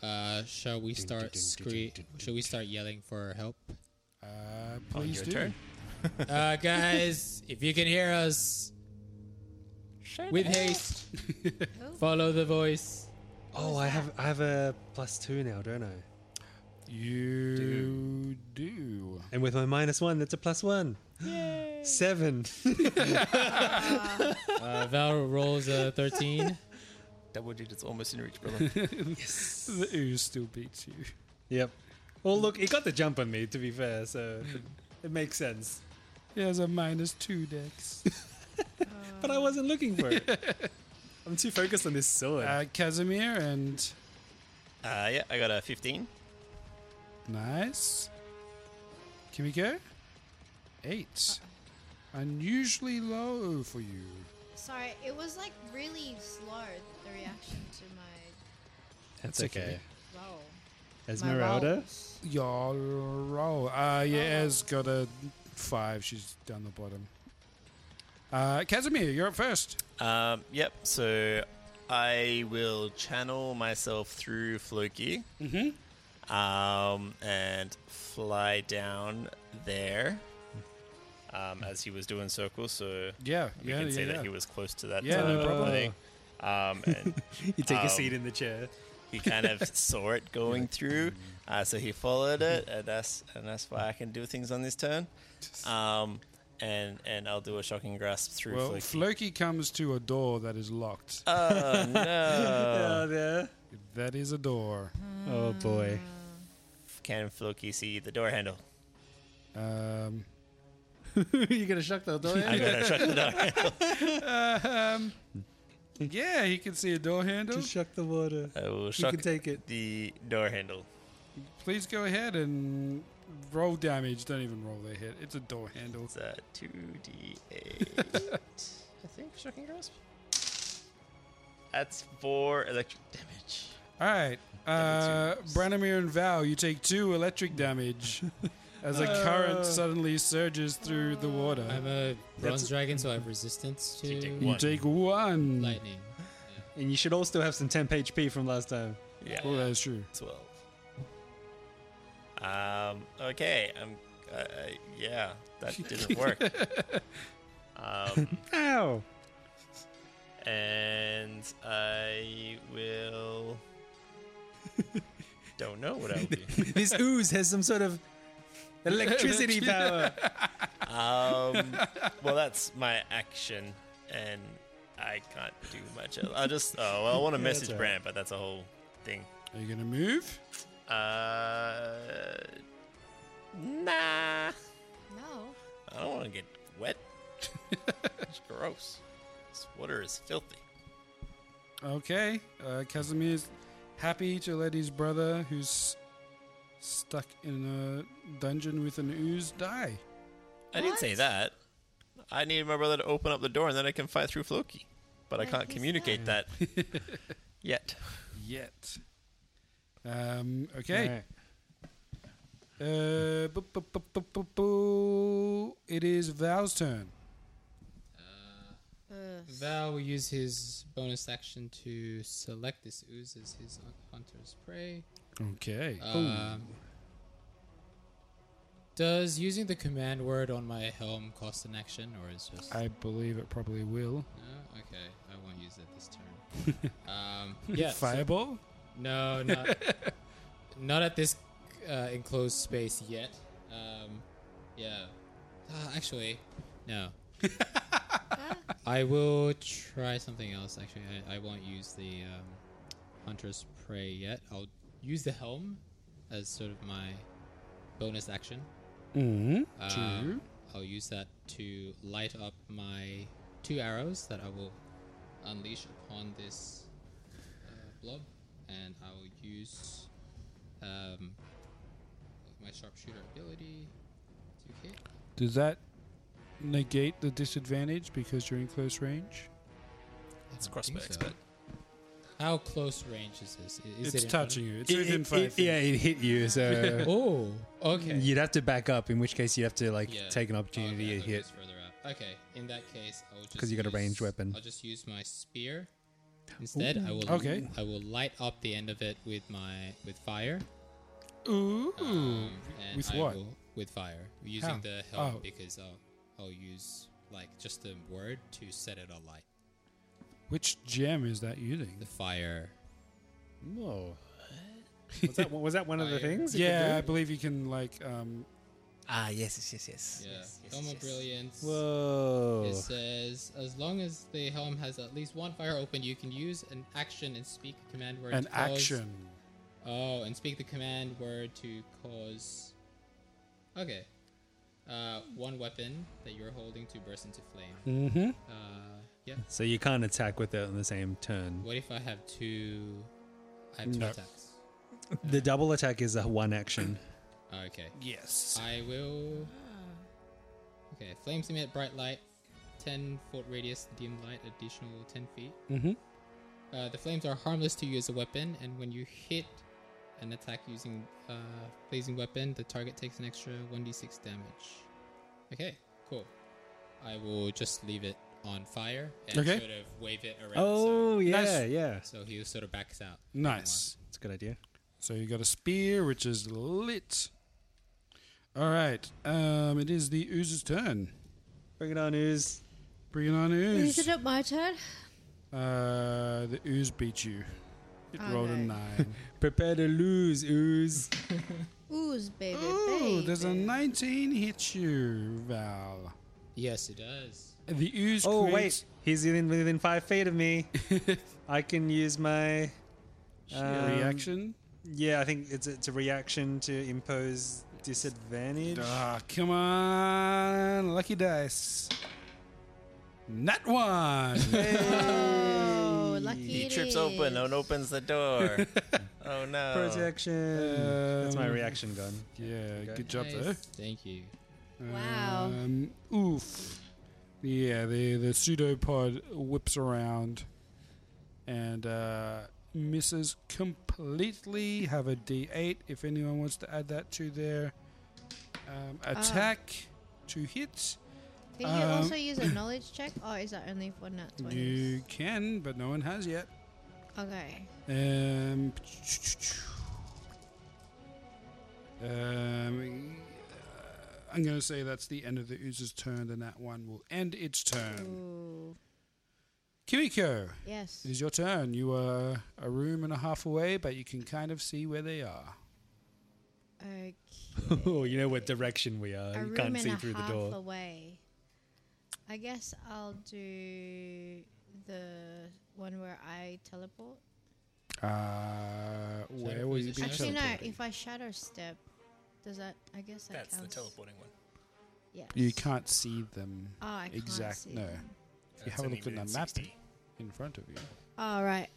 [SPEAKER 3] Uh, shall we start scree- Shall we start yelling for help?
[SPEAKER 1] Uh, please
[SPEAKER 6] your
[SPEAKER 1] do.
[SPEAKER 6] turn.
[SPEAKER 3] Uh, guys, if you can hear us, with haste, follow the voice.
[SPEAKER 5] Oh, I have I have a plus two now, don't I?
[SPEAKER 1] You do.
[SPEAKER 5] And with my minus one, that's a plus one. Seven.
[SPEAKER 3] Uh, Val rolls a thirteen.
[SPEAKER 4] Double digits almost in reach, brother.
[SPEAKER 1] The ooze still beats you.
[SPEAKER 5] yep. Well, look, it got the jump on me. To be fair, so it makes sense.
[SPEAKER 1] He has a minus two dex.
[SPEAKER 5] But I wasn't looking for it. I'm too focused on this sword.
[SPEAKER 1] Uh, Casimir and
[SPEAKER 4] Uh, yeah, I got a 15.
[SPEAKER 1] nice. Can we go? Eight. Unusually low for you.
[SPEAKER 2] Sorry, it was like really slow, the reaction to my
[SPEAKER 5] that's okay.
[SPEAKER 2] roll.
[SPEAKER 5] Esmeralda.
[SPEAKER 1] Your roll. Uh, yeah, has got a five. She's down the bottom. Uh, Casimir, you're up first.
[SPEAKER 4] Um, yep. So I will channel myself through Floki
[SPEAKER 1] Mm-hmm.
[SPEAKER 4] um, and fly down there um, as he was doing circles. So
[SPEAKER 1] Yeah,
[SPEAKER 4] we
[SPEAKER 1] yeah,
[SPEAKER 4] can say
[SPEAKER 1] yeah,
[SPEAKER 4] that
[SPEAKER 1] yeah.
[SPEAKER 4] he was close to that.
[SPEAKER 1] Yeah,
[SPEAKER 4] time,
[SPEAKER 1] no problem.
[SPEAKER 4] I think. Um, and,
[SPEAKER 5] You take a seat
[SPEAKER 4] um,
[SPEAKER 5] in the chair.
[SPEAKER 4] he kind of saw it going
[SPEAKER 1] mm.
[SPEAKER 4] through, uh, so he followed it, and that's and that's why I can do things on this turn. Um, and and I'll do a shocking grasp through
[SPEAKER 1] well,
[SPEAKER 4] Floki.
[SPEAKER 1] Floki. comes to a door that is locked.
[SPEAKER 4] Oh, no. Oh,
[SPEAKER 1] That is a door.
[SPEAKER 5] Oh boy.
[SPEAKER 4] Can Floki see the door handle?
[SPEAKER 1] Um,
[SPEAKER 5] You're gonna shock the door.
[SPEAKER 4] I'm gonna shut the door.
[SPEAKER 1] um, yeah, he can see a door handle.
[SPEAKER 5] Just shock the water.
[SPEAKER 4] I will
[SPEAKER 5] You
[SPEAKER 4] shock
[SPEAKER 5] can take it.
[SPEAKER 4] the door handle.
[SPEAKER 1] Please go ahead and roll damage. Don't even roll their hit. It's a door handle.
[SPEAKER 4] It's a two d eight. I think shocking grasp. That's four electric damage.
[SPEAKER 1] All right. Uh, Branimir and Val, you take two electric damage as a current suddenly surges through the water.
[SPEAKER 3] I'm a bronze
[SPEAKER 5] That's-
[SPEAKER 3] dragon, so I have resistance to
[SPEAKER 1] you take one.
[SPEAKER 3] lightning.
[SPEAKER 5] And you should all still have some temp HP from last time.
[SPEAKER 4] Yeah,
[SPEAKER 1] Oh, that's true.
[SPEAKER 4] twelve. Um. Okay. I'm. Uh, uh, yeah. That didn't work. um.
[SPEAKER 5] Ow!
[SPEAKER 4] And I will. Don't know what I will do.
[SPEAKER 5] this ooze has some sort of electricity power.
[SPEAKER 4] Um, well, that's my action, and I can't do much. Else. I just, oh, well, I want to
[SPEAKER 5] Yeah, that's all
[SPEAKER 4] message
[SPEAKER 5] right.
[SPEAKER 4] Brand, but that's a whole thing.
[SPEAKER 1] Are you going to move?
[SPEAKER 4] Uh, nah,
[SPEAKER 2] No.
[SPEAKER 4] I don't want to get wet. it's gross. This water is filthy.
[SPEAKER 1] Okay. Uh, Casimir's happy to let his brother, who's stuck in a dungeon with an ooze, die.
[SPEAKER 4] I didn't say
[SPEAKER 2] What?
[SPEAKER 4] that. I need my brother to open up the door, and then I can fight through Floki. But I
[SPEAKER 2] Like
[SPEAKER 4] can't
[SPEAKER 2] he
[SPEAKER 4] communicate that yet.
[SPEAKER 1] Yet. Um, okay.
[SPEAKER 5] Alright.
[SPEAKER 1] Uh, boop, boop, boop, boop, boop, boop. It is Val's turn.
[SPEAKER 2] Uh,
[SPEAKER 3] Val will use his bonus action to select this ooze as his hunter's prey.
[SPEAKER 1] Okay.
[SPEAKER 3] Um, does using the command word on my helm cost an action, or is just
[SPEAKER 1] I believe it probably will.
[SPEAKER 3] No? okay? I won't use it this turn. um, yeah, so-
[SPEAKER 1] Fireball?
[SPEAKER 3] no, not not at this uh, enclosed space yet. Um, yeah, Ah, actually, no. I will try something else. Actually, I, I won't use the um, hunter's prey yet. I'll use the helm as sort of my bonus action.
[SPEAKER 1] Mm-hmm.
[SPEAKER 3] Um, I'll use that to light up my two arrows that I will unleash upon this uh, blob, and I will use um, my sharpshooter ability to hit.
[SPEAKER 1] Does that negate the disadvantage because you're in close range?
[SPEAKER 4] It's
[SPEAKER 3] I think
[SPEAKER 4] crossbow
[SPEAKER 3] so.
[SPEAKER 4] expert.
[SPEAKER 3] How close range is this? I-
[SPEAKER 1] it's
[SPEAKER 3] Is it in front of-
[SPEAKER 1] touching you. It's within five feet.
[SPEAKER 5] yeah, it hit you, so uh,
[SPEAKER 3] Oh, okay.
[SPEAKER 5] you'd have to back up. In which case, you'd have to like
[SPEAKER 3] Yeah.
[SPEAKER 5] take an
[SPEAKER 3] Oh,
[SPEAKER 5] opportunity
[SPEAKER 3] okay, I
[SPEAKER 5] to
[SPEAKER 3] thought it
[SPEAKER 5] hit.
[SPEAKER 3] was further out. Okay, in that case, I will just
[SPEAKER 5] 'Cause you got a
[SPEAKER 3] use-
[SPEAKER 5] ranged weapon.
[SPEAKER 3] I'll just use my spear instead. I will
[SPEAKER 1] Okay.
[SPEAKER 3] I will light up the end of it with my with fire.
[SPEAKER 1] Ooh.
[SPEAKER 3] Um, and
[SPEAKER 1] With
[SPEAKER 3] I
[SPEAKER 1] what?
[SPEAKER 3] Will, with fire, using
[SPEAKER 1] How?
[SPEAKER 3] the helm
[SPEAKER 1] Oh.
[SPEAKER 3] because I'll I'll use like just the word to set it alight.
[SPEAKER 1] Which gem is that using?
[SPEAKER 3] The fire.
[SPEAKER 5] Whoa. was, that, was that one of the
[SPEAKER 3] Fire.
[SPEAKER 5] things? you could
[SPEAKER 1] Yeah, I
[SPEAKER 5] do?
[SPEAKER 1] believe you can like um
[SPEAKER 4] Ah, yes, yes, yes, yes.
[SPEAKER 3] Yeah. helm of brilliance.
[SPEAKER 5] Whoa.
[SPEAKER 3] It says, as long as the helm has at least one fire open, you can use an action and speak a command word.
[SPEAKER 1] an
[SPEAKER 3] to cause-
[SPEAKER 1] action.
[SPEAKER 3] Oh, and speak the command word to cause. Okay. Uh, one weapon that you're holding to burst into flame.
[SPEAKER 1] Mm-hmm.
[SPEAKER 3] Uh, yeah.
[SPEAKER 5] So you can't attack with it on the same turn.
[SPEAKER 3] What if I have two? I have two
[SPEAKER 1] No.
[SPEAKER 3] attacks.
[SPEAKER 5] The double attack is a one action.
[SPEAKER 3] okay.
[SPEAKER 1] Yes.
[SPEAKER 3] I will. Okay. Flames emit bright light, ten foot radius, dim light, additional ten feet.
[SPEAKER 1] Mm-hmm.
[SPEAKER 3] Uh, the flames are harmless to you as a weapon, and when you hit an attack using uh, blazing weapon, the target takes an extra 1d6 damage. Okay, cool. I will just leave it on fire and
[SPEAKER 5] Okay.
[SPEAKER 3] sort of wave it around.
[SPEAKER 5] Oh,
[SPEAKER 3] so,
[SPEAKER 5] yeah, yeah.
[SPEAKER 3] So he sort of backs out.
[SPEAKER 1] Nice.
[SPEAKER 5] It's a good idea.
[SPEAKER 1] So you got a spear, which is lit. All right. Um, it is the ooze's turn.
[SPEAKER 5] Bring it on, ooze.
[SPEAKER 1] Bring it on, ooze.
[SPEAKER 2] Is it up my turn?
[SPEAKER 1] Uh, the ooze beat you. It
[SPEAKER 2] Oh,
[SPEAKER 1] rolled a
[SPEAKER 2] no.
[SPEAKER 1] nine.
[SPEAKER 5] Prepare to lose, ooze.
[SPEAKER 2] Ooze, baby.
[SPEAKER 1] Ooh,
[SPEAKER 2] baby.
[SPEAKER 1] does a 19 hit you, Val?
[SPEAKER 3] Yes, it does.
[SPEAKER 1] The ooze
[SPEAKER 5] Oh
[SPEAKER 1] creates-
[SPEAKER 5] wait, he's within, within five feet of me. I can use my
[SPEAKER 1] a
[SPEAKER 5] um,
[SPEAKER 1] reaction?
[SPEAKER 5] Yeah, I think it's it's a reaction to impose disadvantage.
[SPEAKER 1] Ah, come on, lucky dice. Nat one.
[SPEAKER 2] Oh, lucky
[SPEAKER 4] He
[SPEAKER 2] it
[SPEAKER 4] trips open and opens the door. oh no.
[SPEAKER 5] Projection. That's my
[SPEAKER 1] Um,
[SPEAKER 5] reaction gun.
[SPEAKER 1] Yeah, good job
[SPEAKER 3] Nice.
[SPEAKER 1] there.
[SPEAKER 3] Thank you.
[SPEAKER 2] Wow.
[SPEAKER 1] Um, oof. Yeah, the the pseudopod whips around and uh, misses completely. Have a D8 if anyone wants to add that to their um, attack to hit.
[SPEAKER 2] Can you
[SPEAKER 1] Um,
[SPEAKER 2] also use a knowledge check, or is that only for nat 20s?
[SPEAKER 1] You can, but no one has yet.
[SPEAKER 2] Okay.
[SPEAKER 1] Um, um, I'm going to say that's the end of the ooze's turn, and that one will end its turn.
[SPEAKER 2] Ooh.
[SPEAKER 1] Kimiko,
[SPEAKER 2] Yes.
[SPEAKER 1] it is your turn. You are a room and a half away, but you can kind of see where they are.
[SPEAKER 2] Okay.
[SPEAKER 5] oh, you know what direction we are.
[SPEAKER 2] a
[SPEAKER 5] Oh, you
[SPEAKER 2] room
[SPEAKER 5] can't
[SPEAKER 2] and
[SPEAKER 5] see
[SPEAKER 2] a
[SPEAKER 5] through the
[SPEAKER 2] half
[SPEAKER 5] door.
[SPEAKER 2] away. I guess I'll do the one where I teleport.
[SPEAKER 1] Uh, where
[SPEAKER 3] Shadow
[SPEAKER 1] will you
[SPEAKER 3] phase
[SPEAKER 1] be?
[SPEAKER 3] is
[SPEAKER 2] Actually, no.
[SPEAKER 1] teleporting?
[SPEAKER 2] If I shadow step, does that? I guess that
[SPEAKER 6] That's the
[SPEAKER 2] counts.
[SPEAKER 6] teleporting one.
[SPEAKER 2] Yes.
[SPEAKER 1] You can't see them.
[SPEAKER 2] Oh, I can't
[SPEAKER 1] exact.
[SPEAKER 2] see
[SPEAKER 1] no,
[SPEAKER 2] them.
[SPEAKER 1] you
[SPEAKER 6] That's
[SPEAKER 1] have a
[SPEAKER 6] only
[SPEAKER 1] look at the
[SPEAKER 6] within
[SPEAKER 1] map
[SPEAKER 6] 60.
[SPEAKER 1] in front of you,
[SPEAKER 2] All right.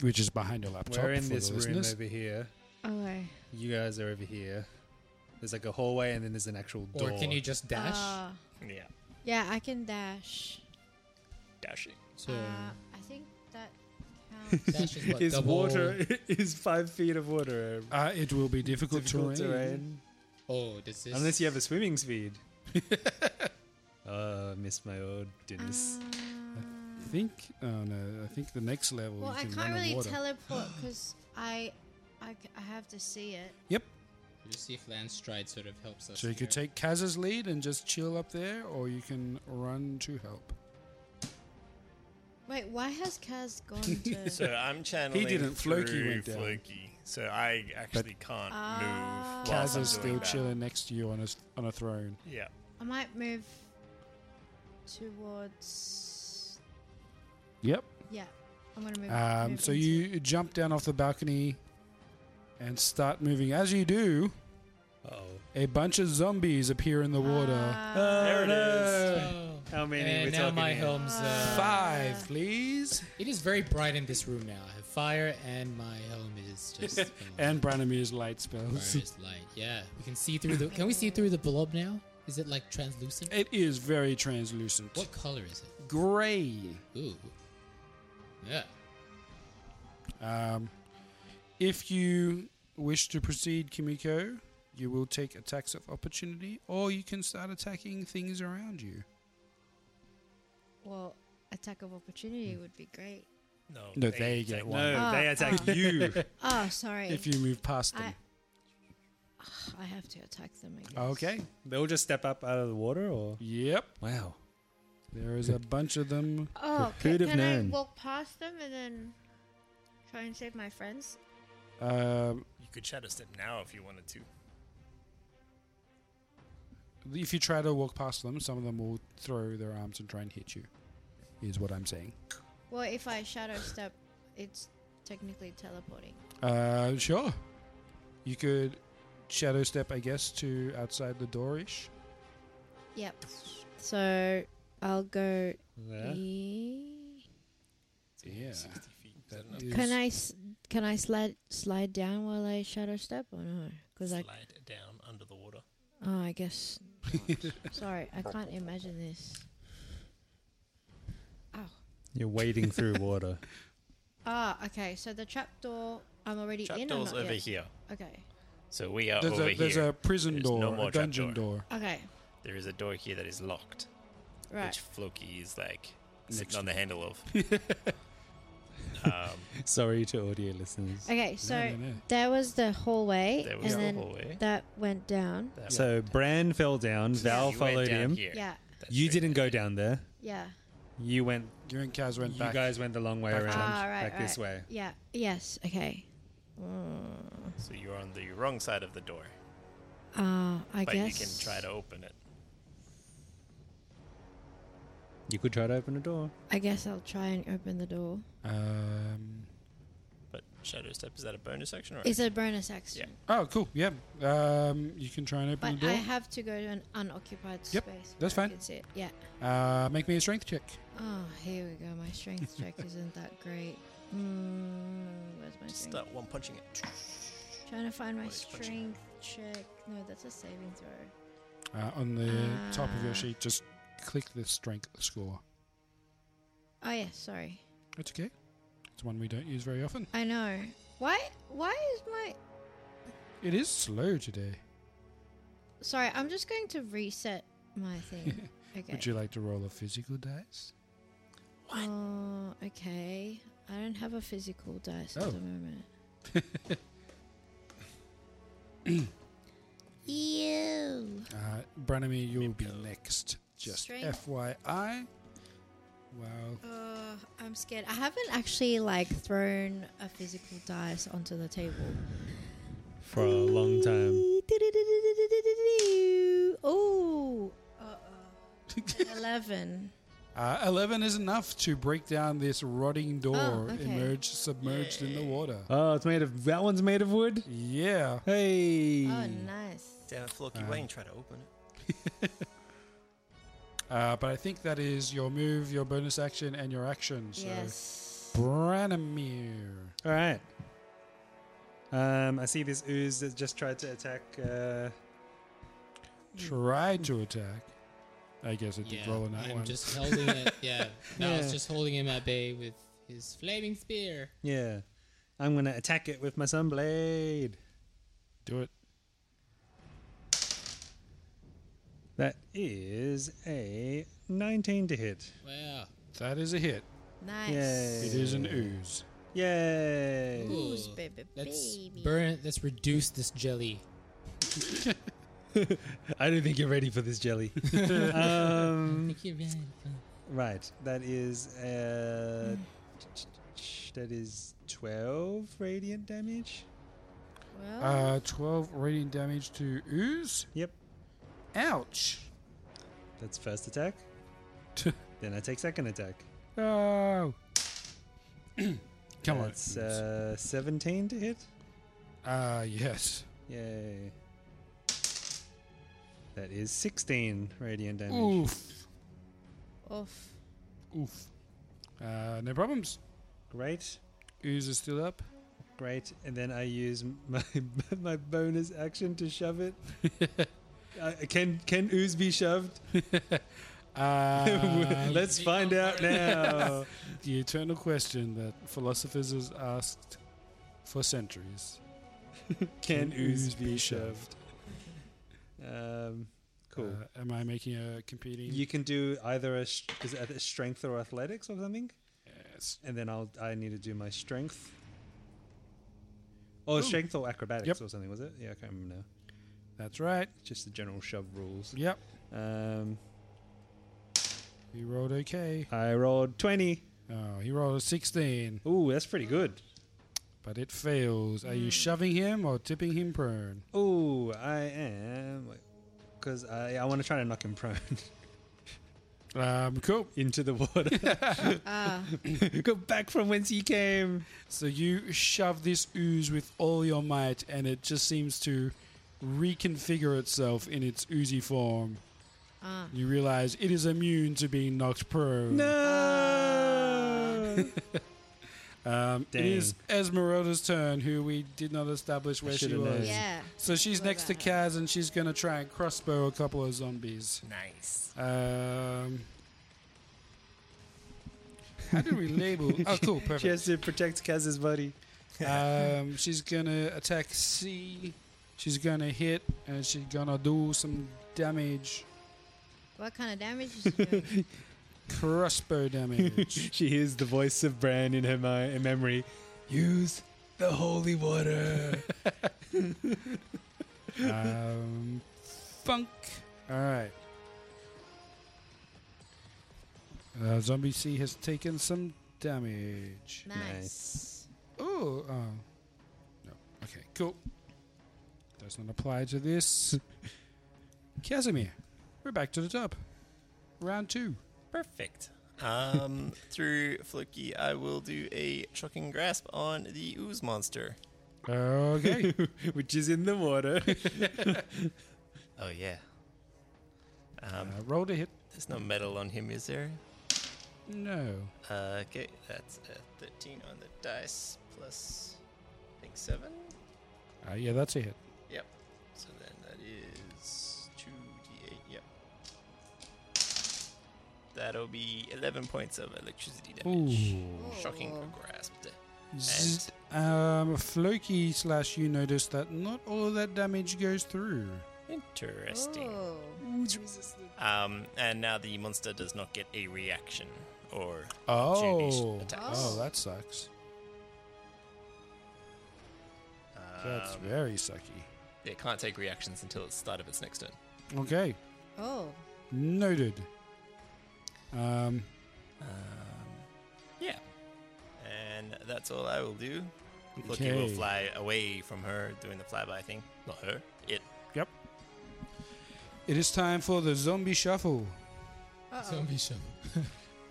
[SPEAKER 1] which is behind your laptop.
[SPEAKER 5] We're in
[SPEAKER 1] for
[SPEAKER 5] this
[SPEAKER 1] the
[SPEAKER 5] room
[SPEAKER 1] listeners.
[SPEAKER 5] over here.
[SPEAKER 2] Okay.
[SPEAKER 5] You guys are over here. There's like a hallway, and then there's an actual door.
[SPEAKER 3] Or can you just dash?
[SPEAKER 2] Uh,
[SPEAKER 6] Yeah.
[SPEAKER 2] yeah, I can dash.
[SPEAKER 6] Dashing.
[SPEAKER 3] so
[SPEAKER 2] Uh, I think that counts.
[SPEAKER 3] dash is what
[SPEAKER 5] is
[SPEAKER 3] double.
[SPEAKER 5] water is five feet of water a
[SPEAKER 1] Uh, it will be difficult,
[SPEAKER 5] difficult
[SPEAKER 1] terrain.
[SPEAKER 5] terrain?
[SPEAKER 3] Oh, this is
[SPEAKER 5] Unless you have a swimming speed. oh, I missed my old dinners.
[SPEAKER 2] Uh,
[SPEAKER 1] I think. Oh no! I think the next level.
[SPEAKER 2] well,
[SPEAKER 1] you
[SPEAKER 2] I
[SPEAKER 1] can
[SPEAKER 2] can't
[SPEAKER 1] run on
[SPEAKER 2] really
[SPEAKER 1] water.
[SPEAKER 2] teleport because I, I, c- I have to see it.
[SPEAKER 1] Yep.
[SPEAKER 3] We'll just see if land stride sort of helps us.
[SPEAKER 1] So you could
[SPEAKER 3] here.
[SPEAKER 1] take Kaz's lead and just chill up there, or you can run to help.
[SPEAKER 2] Oh. Wait, why has Kaz gone to?
[SPEAKER 4] So I'm channeling.
[SPEAKER 1] didn't. Floki
[SPEAKER 4] through
[SPEAKER 1] went down.
[SPEAKER 4] Floki. So I actually can't
[SPEAKER 2] Ah.
[SPEAKER 4] move. whilst
[SPEAKER 1] Kaz
[SPEAKER 4] I'm
[SPEAKER 1] is still
[SPEAKER 4] doing that.
[SPEAKER 1] chilling next to you on a s- on a throne.
[SPEAKER 4] Yeah.
[SPEAKER 2] I might move towards.
[SPEAKER 1] Yep.
[SPEAKER 2] Yeah, I'm gonna move.
[SPEAKER 1] Um,
[SPEAKER 2] move
[SPEAKER 1] so
[SPEAKER 2] into-
[SPEAKER 1] you jump down off the balcony and start moving. As you do,
[SPEAKER 5] Oh,
[SPEAKER 1] a bunch of zombies appear in the water.
[SPEAKER 2] Ah,
[SPEAKER 4] There it is.
[SPEAKER 3] Oh.
[SPEAKER 5] How many
[SPEAKER 3] And
[SPEAKER 5] we're
[SPEAKER 3] now
[SPEAKER 5] talking
[SPEAKER 3] my
[SPEAKER 5] here?
[SPEAKER 3] helm's. Uh,
[SPEAKER 1] Five, please.
[SPEAKER 3] It is very bright in this room now. I have fire, and my helm is just.
[SPEAKER 1] And Branamir's light
[SPEAKER 3] fire
[SPEAKER 1] spells.
[SPEAKER 3] is light. Yeah, we can see through the. Can we see through the blob now? Is it like translucent?
[SPEAKER 1] It is very translucent.
[SPEAKER 3] What color is it?
[SPEAKER 1] Gray.
[SPEAKER 3] Ooh. Yeah.
[SPEAKER 1] Um, if you wish to proceed, Kimiko, you will take attacks of opportunity, or you can start attacking things around you.
[SPEAKER 2] Well, attack of
[SPEAKER 1] Hmm.
[SPEAKER 2] opportunity would be great.
[SPEAKER 6] No.
[SPEAKER 1] No, they get
[SPEAKER 6] take-
[SPEAKER 1] one Ah.
[SPEAKER 5] No,
[SPEAKER 2] Oh,
[SPEAKER 5] they attack
[SPEAKER 2] oh.
[SPEAKER 5] you.
[SPEAKER 2] Oh, sorry.
[SPEAKER 1] if you move past them.
[SPEAKER 2] I, I have to attack them again.
[SPEAKER 1] Okay.
[SPEAKER 5] They'll just step up out of the water, or
[SPEAKER 1] Yep.
[SPEAKER 5] wow.
[SPEAKER 1] There is a bunch of them.
[SPEAKER 2] Oh,
[SPEAKER 5] Who'd
[SPEAKER 2] can,
[SPEAKER 5] have
[SPEAKER 2] can I
[SPEAKER 5] known?
[SPEAKER 2] walk past them and then try and save my friends?
[SPEAKER 1] Um,
[SPEAKER 6] You could shadow step now if you wanted to.
[SPEAKER 1] if you try to walk past them, some of them will throw their arms and try and hit you. Is what I'm saying.
[SPEAKER 2] Well, if I shadow step, it's technically teleporting.
[SPEAKER 1] Uh, sure. You could shadow step, I guess, to outside the door ish.
[SPEAKER 2] Yep. So I'll go.
[SPEAKER 5] Yeah.
[SPEAKER 2] E-
[SPEAKER 1] Yeah. That
[SPEAKER 2] Can
[SPEAKER 1] is-
[SPEAKER 2] I s- can I slide slide down while I shadow step or no? Because I
[SPEAKER 6] Slide it down under the water.
[SPEAKER 2] oh I guess. not. Sorry, I can't imagine this. Oh. Ow.
[SPEAKER 5] You're wading through water.
[SPEAKER 2] Ah, okay. So the trapdoor I'm already in. or
[SPEAKER 4] Trapdoor's
[SPEAKER 2] not
[SPEAKER 4] over
[SPEAKER 2] yet?
[SPEAKER 4] here.
[SPEAKER 2] Okay.
[SPEAKER 4] So we are
[SPEAKER 1] there's
[SPEAKER 4] over
[SPEAKER 1] a,
[SPEAKER 4] here.
[SPEAKER 1] There's a prison
[SPEAKER 4] There's
[SPEAKER 1] door,
[SPEAKER 4] no more
[SPEAKER 1] a dungeon
[SPEAKER 4] trapdoor.
[SPEAKER 1] door.
[SPEAKER 2] Okay.
[SPEAKER 4] There is a door here that is locked,
[SPEAKER 2] Right.
[SPEAKER 4] which Floki is like
[SPEAKER 5] Next.
[SPEAKER 4] sitting on the handle of. um,
[SPEAKER 5] Sorry to audio listeners.
[SPEAKER 2] Okay. So there was the hallway,
[SPEAKER 5] There was
[SPEAKER 2] and
[SPEAKER 5] the
[SPEAKER 2] then
[SPEAKER 5] hallway.
[SPEAKER 2] that went down.
[SPEAKER 5] So Bran fell down. Val
[SPEAKER 2] you went
[SPEAKER 5] followed
[SPEAKER 2] down
[SPEAKER 5] him.
[SPEAKER 2] here. Yeah.
[SPEAKER 5] You didn't go down there.
[SPEAKER 2] Yeah.
[SPEAKER 5] You went.
[SPEAKER 1] You and Kaz went
[SPEAKER 5] you
[SPEAKER 1] back.
[SPEAKER 5] guys went the long way
[SPEAKER 1] Back
[SPEAKER 5] around,
[SPEAKER 1] to
[SPEAKER 2] Ah, right,
[SPEAKER 5] back this
[SPEAKER 2] right.
[SPEAKER 5] way.
[SPEAKER 2] Yeah. Yes. Okay.
[SPEAKER 4] so you're on the wrong side of the door.
[SPEAKER 2] Uh, I
[SPEAKER 4] but
[SPEAKER 2] guess.
[SPEAKER 4] you can try to open it.
[SPEAKER 5] You could try to open a door.
[SPEAKER 2] I guess I'll try and open the door.
[SPEAKER 1] Um,
[SPEAKER 4] but Shadow Step is that a bonus action or?
[SPEAKER 2] It's a bonus action.
[SPEAKER 1] Oh, cool. Yeah. Um, you can try and open
[SPEAKER 2] But
[SPEAKER 1] the
[SPEAKER 2] I
[SPEAKER 1] door.
[SPEAKER 2] have to go to an unoccupied
[SPEAKER 1] Yep,
[SPEAKER 2] space.
[SPEAKER 1] that's
[SPEAKER 2] where I
[SPEAKER 1] fine.
[SPEAKER 2] can see it. Yeah.
[SPEAKER 1] uh, make me a strength check.
[SPEAKER 2] Oh, here we go. My strength check isn't that great. Mm, where's my
[SPEAKER 4] Just
[SPEAKER 2] strength?
[SPEAKER 4] start one punching it.
[SPEAKER 2] Trying to find my
[SPEAKER 4] Wait, punch it.
[SPEAKER 2] strength check. No, that's a saving throw.
[SPEAKER 1] Uh, on the top of
[SPEAKER 2] Ah.
[SPEAKER 1] your sheet, just click the strength score.
[SPEAKER 2] Oh yeah, sorry.
[SPEAKER 1] That's okay. It's one we don't use very often.
[SPEAKER 2] I know. Why? Why is my?
[SPEAKER 1] It is slow today.
[SPEAKER 2] Sorry, I'm just going to reset my thing. Okay.
[SPEAKER 1] Would you like to roll a physical dice?
[SPEAKER 2] Oh, okay. I don't have a physical dice
[SPEAKER 1] Oh.
[SPEAKER 2] at the moment. Ew.
[SPEAKER 1] Uh, Branimir, you'll be next. Just
[SPEAKER 2] Strength.
[SPEAKER 1] FYI. Wow.
[SPEAKER 2] Uh, I'm scared. I haven't actually like thrown a physical dice onto the table.
[SPEAKER 5] For a long time.
[SPEAKER 2] Oh, uh-oh. eleven.
[SPEAKER 1] Uh, 11 is enough to break down this rotting door,
[SPEAKER 2] Oh, okay.
[SPEAKER 1] emerge, submerged in the water.
[SPEAKER 5] Oh, it's made of. That one's made of wood?
[SPEAKER 1] Yeah.
[SPEAKER 5] Hey.
[SPEAKER 2] Oh, nice.
[SPEAKER 4] Damn it, Floki,
[SPEAKER 1] Uh,
[SPEAKER 4] why didn't you try to open it?
[SPEAKER 1] Uh, but I think that is your move, your bonus action, and your action. So
[SPEAKER 2] Yes.
[SPEAKER 1] Branimir.
[SPEAKER 5] All right. Um, I see this ooze that just tried to attack. Uh,
[SPEAKER 1] tried to attack. I guess it did
[SPEAKER 3] Yeah,
[SPEAKER 1] roll on that
[SPEAKER 3] I'm
[SPEAKER 1] one.
[SPEAKER 3] just holding it. Yeah, now
[SPEAKER 5] Yeah.
[SPEAKER 3] it's just holding him at bay with his flaming spear.
[SPEAKER 5] yeah. I'm going to attack it with my sunblade.
[SPEAKER 1] Do it.
[SPEAKER 5] That is a 19 to hit.
[SPEAKER 3] Wow.
[SPEAKER 1] That is a hit.
[SPEAKER 2] Nice.
[SPEAKER 1] It is an ooze.
[SPEAKER 5] Yay.
[SPEAKER 2] Ooze,
[SPEAKER 3] Ooh,
[SPEAKER 2] baby,
[SPEAKER 3] Let's
[SPEAKER 2] baby.
[SPEAKER 3] burn. Let's reduce this jelly.
[SPEAKER 5] I don't think you're ready for this jelly. um, right. That is uh, that is 12 radiant damage.
[SPEAKER 2] Well,
[SPEAKER 1] Uh, 12 radiant damage to ooze.
[SPEAKER 5] Yep.
[SPEAKER 1] Ouch.
[SPEAKER 5] That's first attack. then I take second attack.
[SPEAKER 1] Oh. Come on.
[SPEAKER 5] That's uh, 17 to hit.
[SPEAKER 1] Ah, yes.
[SPEAKER 5] Yay. That is 16 radiant damage.
[SPEAKER 1] Oof.
[SPEAKER 2] off.
[SPEAKER 1] Oof. Uh, no problems.
[SPEAKER 5] Great.
[SPEAKER 1] Ooze is still up.
[SPEAKER 5] Great. And then I use my my bonus action to shove it. uh, can can ooze be shoved?
[SPEAKER 1] Uh,
[SPEAKER 5] Let's find out now.
[SPEAKER 1] the eternal question that philosophers has asked for centuries.
[SPEAKER 5] Can ooze be shoved? Um, cool.
[SPEAKER 1] Uh, am I making a competing?
[SPEAKER 5] you can do either a, sh- is it a strength or athletics or something,
[SPEAKER 1] Yes.
[SPEAKER 5] and then I'll I need to do my strength. Oh,
[SPEAKER 1] Ooh.
[SPEAKER 5] strength or acrobatics
[SPEAKER 1] Yep.
[SPEAKER 5] or something was it? Yeah, I can't remember now.
[SPEAKER 1] That's right.
[SPEAKER 5] Just the general shove rules.
[SPEAKER 1] Yep.
[SPEAKER 5] Um,
[SPEAKER 1] He rolled okay.
[SPEAKER 5] I rolled twenty.
[SPEAKER 1] Oh, he rolled a 16,
[SPEAKER 5] Ooh, that's pretty good.
[SPEAKER 1] but it fails. Are
[SPEAKER 5] Hmm.
[SPEAKER 1] you shoving him or tipping him prone?
[SPEAKER 5] Ooh, I am because I I want to try to knock him prone
[SPEAKER 1] Um, cool.
[SPEAKER 5] into the water.
[SPEAKER 2] Ah,
[SPEAKER 5] Go back from whence he came.
[SPEAKER 1] So you shove this ooze with all your might, and it just seems to reconfigure itself in its oozy form.
[SPEAKER 2] ah.
[SPEAKER 1] You realize it is immune to being knocked prone.
[SPEAKER 5] Ah! No.
[SPEAKER 1] Um, it
[SPEAKER 5] Dang.
[SPEAKER 1] is Esmeralda's turn, who we did not establish where she
[SPEAKER 5] should've known.
[SPEAKER 1] was.
[SPEAKER 2] Yeah.
[SPEAKER 1] So she's
[SPEAKER 2] What
[SPEAKER 1] next to
[SPEAKER 2] about
[SPEAKER 1] Kaz, and she's going to try and crossbow a couple of zombies.
[SPEAKER 6] Nice.
[SPEAKER 1] Um, how do we label? Oh, cool, perfect.
[SPEAKER 5] She has to protect Kaz's body.
[SPEAKER 1] Um, she's gonna attack C. She's gonna hit, and she's gonna do some damage.
[SPEAKER 2] What kind of damage is she doing?
[SPEAKER 1] Crossbow damage.
[SPEAKER 5] she hears the voice of Bran in her mi- in memory. Use the holy water.
[SPEAKER 1] um, funk. All right. Uh, Zombie C has taken some damage.
[SPEAKER 2] Nice.
[SPEAKER 1] Ooh, oh. No. Okay, cool. Does not apply to this. Casimir, we're back to the top. Round two.
[SPEAKER 4] Perfect. Um, through Fluky, I will do a shocking grasp on the ooze monster.
[SPEAKER 1] Okay. uh,
[SPEAKER 5] Which is in the water.
[SPEAKER 4] Oh yeah. Um,
[SPEAKER 1] uh, roll to hit.
[SPEAKER 4] There's no metal on him, is there?
[SPEAKER 1] No.
[SPEAKER 4] Uh, okay, that's a 13 on the dice plus, I think seven.
[SPEAKER 1] Uh, yeah, that's a hit.
[SPEAKER 4] Yep. So then that is 2d8. Yep. That'll be 11 points of electricity damage.
[SPEAKER 1] Ooh.
[SPEAKER 4] Shocking grasped.
[SPEAKER 1] Zzzt. Um, Floki slash you notice that not all of that damage goes through.
[SPEAKER 4] Interesting.
[SPEAKER 2] Oh.
[SPEAKER 4] Um, and now the monster does not get a reaction or
[SPEAKER 1] Oh.
[SPEAKER 4] opportunity attacks.
[SPEAKER 1] Oh, that sucks. That's
[SPEAKER 4] Um,
[SPEAKER 1] very sucky.
[SPEAKER 4] It can't take reactions until it's start of its next turn.
[SPEAKER 1] Okay.
[SPEAKER 2] Oh.
[SPEAKER 1] Noted. Um,
[SPEAKER 4] Um, yeah. And that's all I will do. Loki will
[SPEAKER 1] Okay.
[SPEAKER 4] fly away from her doing the flyby thing. Not her. It.
[SPEAKER 1] yep. It is time for the zombie shuffle. Ah.
[SPEAKER 2] Uh-oh.
[SPEAKER 3] Zombie show.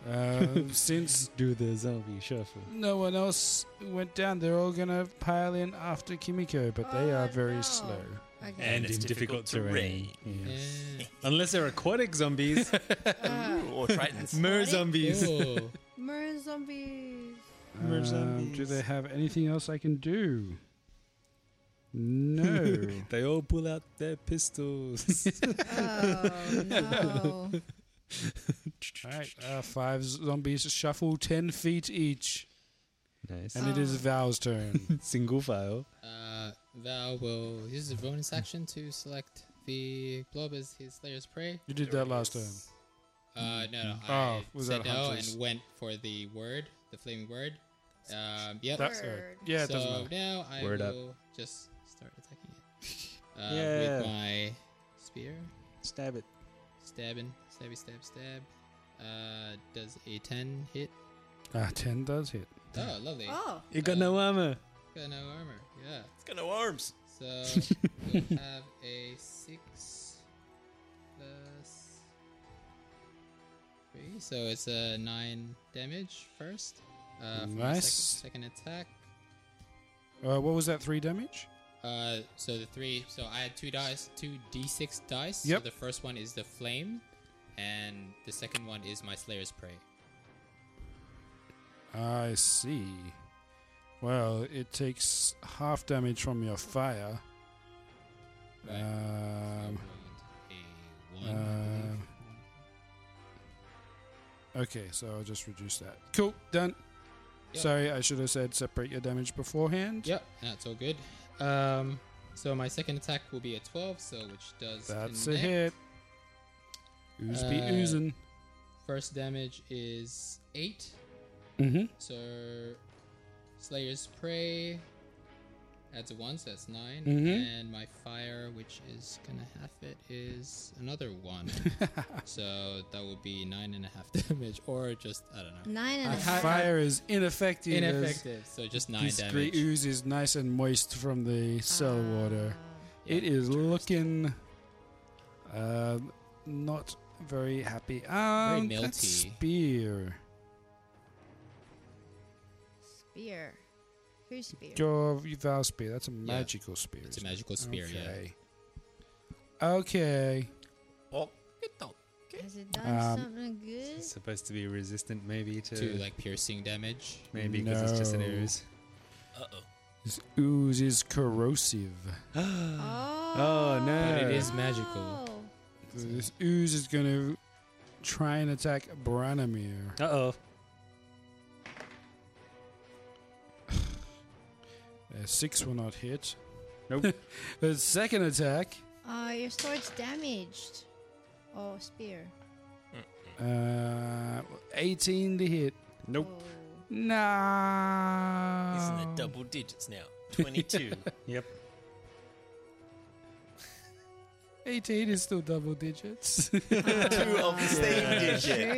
[SPEAKER 1] Uh, since
[SPEAKER 5] Do the zombie shuffle.
[SPEAKER 1] no one else went down, they're all gonna pile in after Kimiko, but they are
[SPEAKER 2] Oh,
[SPEAKER 1] very
[SPEAKER 2] no.
[SPEAKER 1] slow.
[SPEAKER 2] Okay.
[SPEAKER 4] And it's difficult terrain.
[SPEAKER 3] Yeah.
[SPEAKER 5] Unless they're aquatic zombies,
[SPEAKER 4] Ooh, or Tritons.
[SPEAKER 5] mer
[SPEAKER 2] Aquatic?
[SPEAKER 5] zombies.
[SPEAKER 3] Oh.
[SPEAKER 2] Mer zombies.
[SPEAKER 5] Mer
[SPEAKER 1] Um, do
[SPEAKER 5] zombies.
[SPEAKER 1] they have anything else I can do? No.
[SPEAKER 5] they all pull out their pistols.
[SPEAKER 2] Oh no.
[SPEAKER 1] all right, uh, five zombies shuffle ten feet each,
[SPEAKER 5] nice.
[SPEAKER 1] and it is Val's turn.
[SPEAKER 5] Single file.
[SPEAKER 3] Uh, thou will use the bonus action to select the blob as his slayer's prey.
[SPEAKER 1] you did that last turn.
[SPEAKER 3] Uh, no, no.
[SPEAKER 1] Oh,
[SPEAKER 3] I
[SPEAKER 1] was
[SPEAKER 3] said
[SPEAKER 1] that
[SPEAKER 3] no
[SPEAKER 1] hunters?
[SPEAKER 3] and went for the word, the flaming word. Um, yep.
[SPEAKER 1] That's uh,
[SPEAKER 2] Word.
[SPEAKER 1] yeah, it
[SPEAKER 3] so
[SPEAKER 1] doesn't matter.
[SPEAKER 3] now I
[SPEAKER 5] Word up.
[SPEAKER 3] will just start attacking it. Uh,
[SPEAKER 5] Yeah.
[SPEAKER 3] With my spear.
[SPEAKER 5] Stab it.
[SPEAKER 3] Stabbing. Stabby, stab, stab. Uh, does a 10 hit?
[SPEAKER 1] Ah, ten does hit.
[SPEAKER 3] Oh, lovely.
[SPEAKER 2] Oh.
[SPEAKER 5] You got no armor.
[SPEAKER 3] Got no armor. Yeah.
[SPEAKER 4] It's got no arms.
[SPEAKER 3] So we'll have a six plus three, so it's a nine damage first. Uh, for my
[SPEAKER 1] Nice.
[SPEAKER 3] sec- second attack.
[SPEAKER 1] Uh, what was that? Three damage.
[SPEAKER 3] Uh, so the three. So I had two dice, two d6 dice.
[SPEAKER 1] Yep.
[SPEAKER 3] So the first one is the flame, and the second one is my Slayer's prey.
[SPEAKER 1] I see. Well, it takes half damage from your fire.
[SPEAKER 3] Right.
[SPEAKER 1] Um,
[SPEAKER 3] a one. I believe.
[SPEAKER 1] um, okay, so I'll just reduce that. Cool, done.
[SPEAKER 3] Yep.
[SPEAKER 1] Sorry, I should have said separate your damage beforehand.
[SPEAKER 3] Yep, that's all good. Um, so my second attack will be a 12, so which does
[SPEAKER 1] That's a
[SPEAKER 3] connect.
[SPEAKER 1] hit. Ooze be
[SPEAKER 3] Uh,
[SPEAKER 1] oozing.
[SPEAKER 3] First damage is eight.
[SPEAKER 1] Mm-hmm.
[SPEAKER 3] So Slayer's Prey adds a one, so that's 9
[SPEAKER 1] Mhm.
[SPEAKER 3] And my fire, which is gonna half it, is another one. so that would be nine and a half damage, or just I don't know.
[SPEAKER 2] Nine and a half.
[SPEAKER 1] Fire is ineffective. as
[SPEAKER 3] Ineffective. So just nine
[SPEAKER 1] this
[SPEAKER 3] damage. Ah,
[SPEAKER 1] grey ooze is nice and moist from the cell
[SPEAKER 4] uh,
[SPEAKER 1] water.
[SPEAKER 3] Yeah,
[SPEAKER 1] It is looking uh, not very happy. Um, that
[SPEAKER 3] melty.
[SPEAKER 1] spear.
[SPEAKER 2] Ah, Spear. Who's spear?
[SPEAKER 1] Your Val spear. That's a magical spear.
[SPEAKER 3] It's a
[SPEAKER 1] isn't it?
[SPEAKER 3] magical spear, yeah.
[SPEAKER 1] Okay. Okay.
[SPEAKER 4] Oh, get down.
[SPEAKER 2] Has it done
[SPEAKER 1] Um,
[SPEAKER 2] something
[SPEAKER 4] Eh?
[SPEAKER 2] good?
[SPEAKER 5] It's supposed to be resistant, maybe to,
[SPEAKER 3] to like piercing damage.
[SPEAKER 5] maybe because it's just an
[SPEAKER 1] No.
[SPEAKER 5] ooze.
[SPEAKER 1] This ooze is corrosive.
[SPEAKER 4] uh,
[SPEAKER 2] Oh.
[SPEAKER 5] no. But
[SPEAKER 3] it is magical.
[SPEAKER 2] Oh.
[SPEAKER 1] So this ooze is going to try and attack Branimir.
[SPEAKER 5] Uh oh.
[SPEAKER 1] Uh, six will not hit. Nope. the second attack.
[SPEAKER 2] Uh, your sword's damaged. Oh, spear.
[SPEAKER 1] Uh, 18 to hit. Nope.
[SPEAKER 2] Oh.
[SPEAKER 1] Nah.
[SPEAKER 4] He's in the
[SPEAKER 2] Um.
[SPEAKER 4] double digits now. 22.
[SPEAKER 5] yep.
[SPEAKER 1] 18 is still double digits.
[SPEAKER 4] two of the same
[SPEAKER 1] Yeah.
[SPEAKER 4] digit,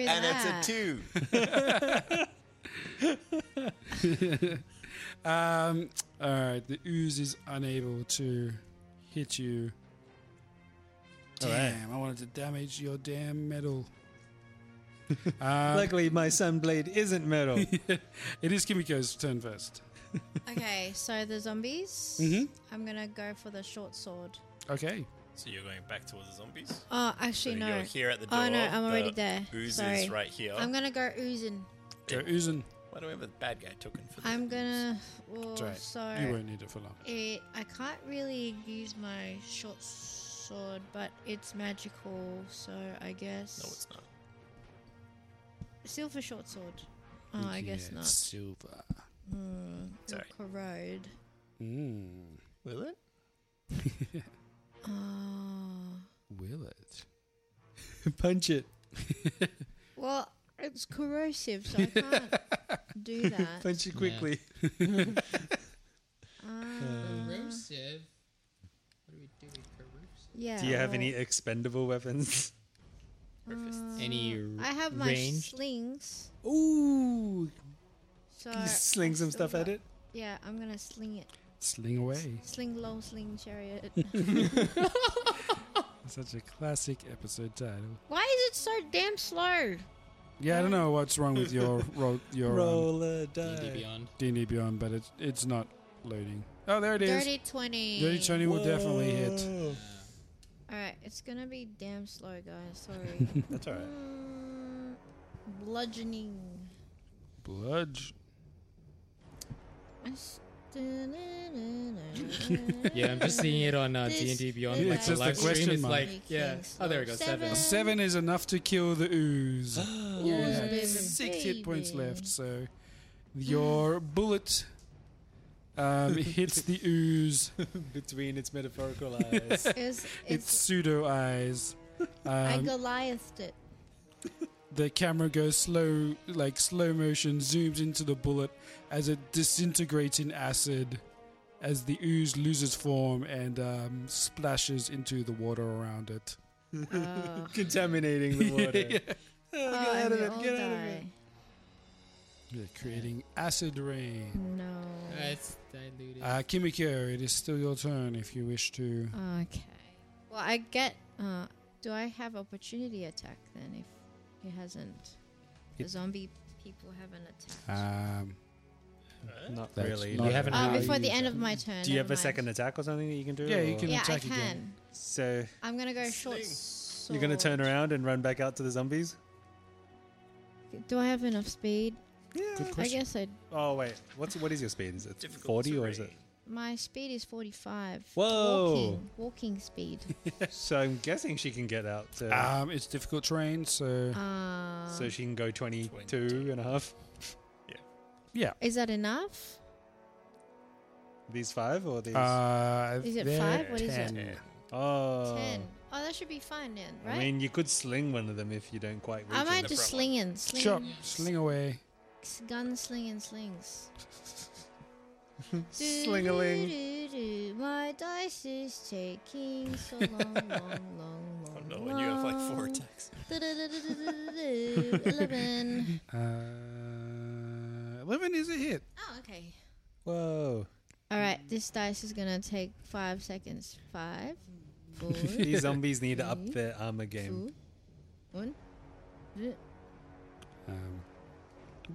[SPEAKER 1] True
[SPEAKER 4] and
[SPEAKER 1] that.
[SPEAKER 4] it's a two.
[SPEAKER 1] um, all right, the ooze is unable to hit you.
[SPEAKER 5] All right.
[SPEAKER 1] Damn, I wanted to damage your damn metal. Um,
[SPEAKER 5] Luckily, my sunblade isn't metal.
[SPEAKER 1] it is Kimiko's turn first.
[SPEAKER 2] Okay, so the zombies.
[SPEAKER 1] Mhm.
[SPEAKER 4] Mm-hmm.
[SPEAKER 2] I'm gonna go for the short sword.
[SPEAKER 1] Okay.
[SPEAKER 4] So you're going back towards the zombies?
[SPEAKER 2] Oh, actually,
[SPEAKER 4] So
[SPEAKER 2] no.
[SPEAKER 4] You're here at the door.
[SPEAKER 2] Oh, no, I'm already
[SPEAKER 4] the
[SPEAKER 2] there.
[SPEAKER 4] Ooze
[SPEAKER 2] Sorry.
[SPEAKER 4] is right here.
[SPEAKER 2] I'm gonna go oozing.
[SPEAKER 1] Go oozing.
[SPEAKER 4] Why don't we have a bad guy token for that?
[SPEAKER 2] I'm gonna. oh, Well,
[SPEAKER 1] That's right.
[SPEAKER 2] So
[SPEAKER 1] You won't need it for long.
[SPEAKER 2] It, Eh, I can't really use my short sword, but it's magical, so I guess. No, it's
[SPEAKER 4] not.
[SPEAKER 2] Silver short sword. Oh, I guess
[SPEAKER 1] Yeah,
[SPEAKER 2] not.
[SPEAKER 1] Silver.
[SPEAKER 2] Mm, it'll
[SPEAKER 4] Sorry.
[SPEAKER 2] corrode.
[SPEAKER 1] Mm.
[SPEAKER 4] Will it?
[SPEAKER 2] Oh.
[SPEAKER 1] Will it?
[SPEAKER 5] Punch it.
[SPEAKER 2] Well, it's corrosive, so I can't do that.
[SPEAKER 5] Punch it
[SPEAKER 3] Yeah.
[SPEAKER 5] quickly.
[SPEAKER 2] Ah, Uh,
[SPEAKER 5] Uh,
[SPEAKER 3] Corrosive. What do we do with corrosive?
[SPEAKER 2] Yeah.
[SPEAKER 5] Do you have
[SPEAKER 2] well,
[SPEAKER 5] any expendable weapons?
[SPEAKER 2] uh,
[SPEAKER 3] Any r-
[SPEAKER 2] I have my
[SPEAKER 3] ranged?
[SPEAKER 2] slings.
[SPEAKER 5] Ooh.
[SPEAKER 2] So
[SPEAKER 5] Can you
[SPEAKER 2] I
[SPEAKER 5] sling some
[SPEAKER 2] still
[SPEAKER 5] stuff at
[SPEAKER 2] got-
[SPEAKER 5] it?
[SPEAKER 2] Yeah, I'm gonna sling it.
[SPEAKER 1] Sling away.
[SPEAKER 2] Sling low, sling chariot.
[SPEAKER 1] Such a classic episode title.
[SPEAKER 2] Why is it so damn slow?
[SPEAKER 1] Yeah, I don't know what's wrong with your ro- your um,
[SPEAKER 5] Roll a
[SPEAKER 3] D&D
[SPEAKER 5] die.
[SPEAKER 3] Beyond.
[SPEAKER 1] D and D Beyond, but it's it's not loading. Oh, there it is.
[SPEAKER 2] Dirty 20.
[SPEAKER 1] Dirty Tony will definitely hit.
[SPEAKER 2] Alright, it's gonna be damn slow, guys. Sorry.
[SPEAKER 5] That's alright.
[SPEAKER 2] Mm, bludgeoning.
[SPEAKER 1] Bludge.
[SPEAKER 3] Yeah, I'm just seeing it on uh,
[SPEAKER 2] This
[SPEAKER 3] D&D Beyond.
[SPEAKER 2] is
[SPEAKER 3] like,
[SPEAKER 1] It's
[SPEAKER 3] the
[SPEAKER 1] just a
[SPEAKER 3] live stream
[SPEAKER 1] question
[SPEAKER 3] is
[SPEAKER 1] mark.
[SPEAKER 3] like,
[SPEAKER 2] Make
[SPEAKER 3] yeah.
[SPEAKER 2] things
[SPEAKER 3] Oh, there we go. Seven.
[SPEAKER 1] Seven is enough to kill the ooze.
[SPEAKER 2] Yeah. baby.
[SPEAKER 1] Six hit points
[SPEAKER 2] Baby.
[SPEAKER 1] left, so your bullet um, hits the ooze.
[SPEAKER 5] Between its metaphorical eyes.
[SPEAKER 2] It's,
[SPEAKER 1] Its
[SPEAKER 2] it's,
[SPEAKER 1] pseudo eyes.
[SPEAKER 2] I
[SPEAKER 1] Um,
[SPEAKER 2] Goliathed it.
[SPEAKER 1] the camera goes slow, like slow motion, zooms into the bullet as it disintegrates in acid, as the ooze loses form and um, splashes into the water around it.
[SPEAKER 2] Oh,
[SPEAKER 5] Contaminating the water.
[SPEAKER 2] oh,
[SPEAKER 5] get out
[SPEAKER 2] and
[SPEAKER 5] of
[SPEAKER 2] we
[SPEAKER 5] it,
[SPEAKER 2] all
[SPEAKER 5] get out of it.
[SPEAKER 2] die.
[SPEAKER 1] Yeah, creating acid rain.
[SPEAKER 2] No.
[SPEAKER 3] Uh, it's diluted.
[SPEAKER 1] Uh, Kimiko, it is still your turn if you wish to.
[SPEAKER 2] Okay. Well, I get. Uh, do I have opportunity attack then if he hasn't? The
[SPEAKER 5] It-
[SPEAKER 2] zombie people haven't attacked.
[SPEAKER 5] Uh,
[SPEAKER 1] Um,
[SPEAKER 5] Not
[SPEAKER 1] That's
[SPEAKER 5] really.
[SPEAKER 1] not-
[SPEAKER 5] You
[SPEAKER 3] haven't
[SPEAKER 2] Uh,
[SPEAKER 3] really
[SPEAKER 2] before the
[SPEAKER 3] used
[SPEAKER 2] end
[SPEAKER 3] that.
[SPEAKER 2] of my turn.
[SPEAKER 5] Do you have
[SPEAKER 2] never
[SPEAKER 5] a
[SPEAKER 2] mind.
[SPEAKER 5] second attack or something that you can do?
[SPEAKER 1] Yeah, you
[SPEAKER 5] or-
[SPEAKER 1] can
[SPEAKER 2] Yeah, I
[SPEAKER 1] attack
[SPEAKER 2] can.
[SPEAKER 1] again.
[SPEAKER 5] So
[SPEAKER 2] I'm gonna go short.
[SPEAKER 5] you're going to turn
[SPEAKER 2] sword.
[SPEAKER 5] around and run back out to the zombies?
[SPEAKER 2] Do I have enough speed?
[SPEAKER 5] Yeah.
[SPEAKER 1] good question.
[SPEAKER 2] I guess I.
[SPEAKER 5] Oh wait, what's what is your speed? Is it
[SPEAKER 4] Difficult
[SPEAKER 5] forty or is it?
[SPEAKER 4] terrain.
[SPEAKER 2] My speed is 45.
[SPEAKER 5] Whoa.
[SPEAKER 2] Walking, walking speed.
[SPEAKER 5] So I'm guessing she can get out to,
[SPEAKER 1] Um, it's difficult terrain, so
[SPEAKER 2] uh,
[SPEAKER 5] so she can go 22 and a half.
[SPEAKER 1] yeah.
[SPEAKER 2] is that enough?
[SPEAKER 5] These five or these?
[SPEAKER 1] Uh,
[SPEAKER 2] Is it
[SPEAKER 1] they're
[SPEAKER 2] five? What is it?
[SPEAKER 1] 10.
[SPEAKER 5] oh,
[SPEAKER 2] Ten. Oh, that should be fine then,
[SPEAKER 5] I
[SPEAKER 2] right?
[SPEAKER 5] mean, you could sling one of them if you don't quite reach.
[SPEAKER 2] I
[SPEAKER 5] it.
[SPEAKER 2] might just slinging, slinging,
[SPEAKER 1] Chop, sling away.
[SPEAKER 2] s- gun slinging slings.
[SPEAKER 5] Slingaling.
[SPEAKER 2] Do-do-do-do-do. My dice is taking so long, long, long, long.
[SPEAKER 4] Oh no, and you have like four
[SPEAKER 2] long.
[SPEAKER 4] attacks.
[SPEAKER 2] Du-du-du-du-du-du-du. Eleven.
[SPEAKER 1] Uh, Eleven is a hit.
[SPEAKER 2] Oh, okay.
[SPEAKER 5] Whoa!
[SPEAKER 2] All right, this dice is gonna take five seconds. Five, four,
[SPEAKER 5] These zombies need to up
[SPEAKER 2] Three.
[SPEAKER 5] their armor game.
[SPEAKER 2] two, one. Two.
[SPEAKER 1] Um,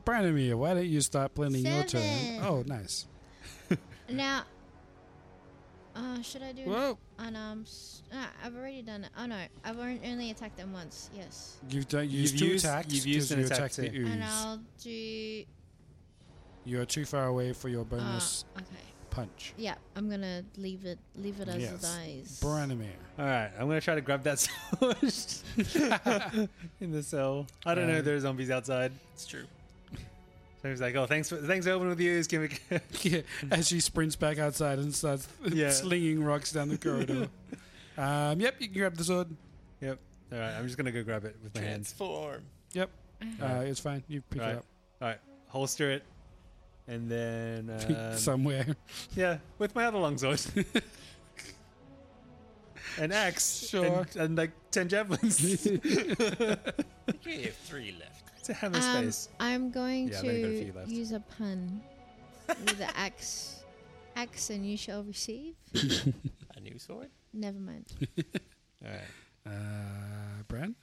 [SPEAKER 1] Branimir, why don't you start planning your turn?
[SPEAKER 2] Seven.
[SPEAKER 1] Oh, nice.
[SPEAKER 2] Now, uh, should I do an
[SPEAKER 1] Whoa,
[SPEAKER 2] unarmed? s- Ah, I've already done it. Oh no, I've on- only attacked them once. Yes.
[SPEAKER 1] you've done.
[SPEAKER 5] You've
[SPEAKER 1] You've, two
[SPEAKER 5] used-
[SPEAKER 1] attacks.
[SPEAKER 5] you've used
[SPEAKER 1] 'cause
[SPEAKER 5] an
[SPEAKER 1] you
[SPEAKER 5] attack
[SPEAKER 1] attacked the
[SPEAKER 5] too.
[SPEAKER 1] ooze.
[SPEAKER 2] And I'll do.
[SPEAKER 1] You are too far away for your
[SPEAKER 2] Uh,
[SPEAKER 1] bonus
[SPEAKER 2] okay.
[SPEAKER 1] punch.
[SPEAKER 2] Yeah, I'm gonna leave it. Leave it as
[SPEAKER 1] Yes.
[SPEAKER 2] it is.
[SPEAKER 1] Branimir.
[SPEAKER 5] All right, I'm gonna try to grab that sword in the cell. I don't know.
[SPEAKER 1] Um,
[SPEAKER 5] There are zombies outside.
[SPEAKER 4] It's true.
[SPEAKER 5] So he's like, "Oh, thanks for thanks for opening with you." Can we?
[SPEAKER 1] yeah, as she sprints back outside and starts
[SPEAKER 5] Yeah.
[SPEAKER 1] slinging rocks down the corridor. um, yep, you can grab the sword.
[SPEAKER 5] Yep. All right, I'm just gonna go grab it with my hands.
[SPEAKER 4] Transform.
[SPEAKER 1] Yep, uh, it's fine. You pick
[SPEAKER 5] Right.
[SPEAKER 1] it up
[SPEAKER 5] All right, holster it, and then um,
[SPEAKER 1] somewhere.
[SPEAKER 5] Yeah, with my other longsword. An axe,
[SPEAKER 1] Sure.
[SPEAKER 5] and, and like ten javelins.
[SPEAKER 4] We have three left.
[SPEAKER 5] It's a hammer
[SPEAKER 2] Um,
[SPEAKER 5] space.
[SPEAKER 2] I'm going
[SPEAKER 5] Yeah, I've only got a few
[SPEAKER 2] to
[SPEAKER 5] left.
[SPEAKER 2] use a pun with the axe. Axe and you shall receive.
[SPEAKER 4] A new sword?
[SPEAKER 2] Never mind.
[SPEAKER 5] All right.
[SPEAKER 1] Uh, Bran?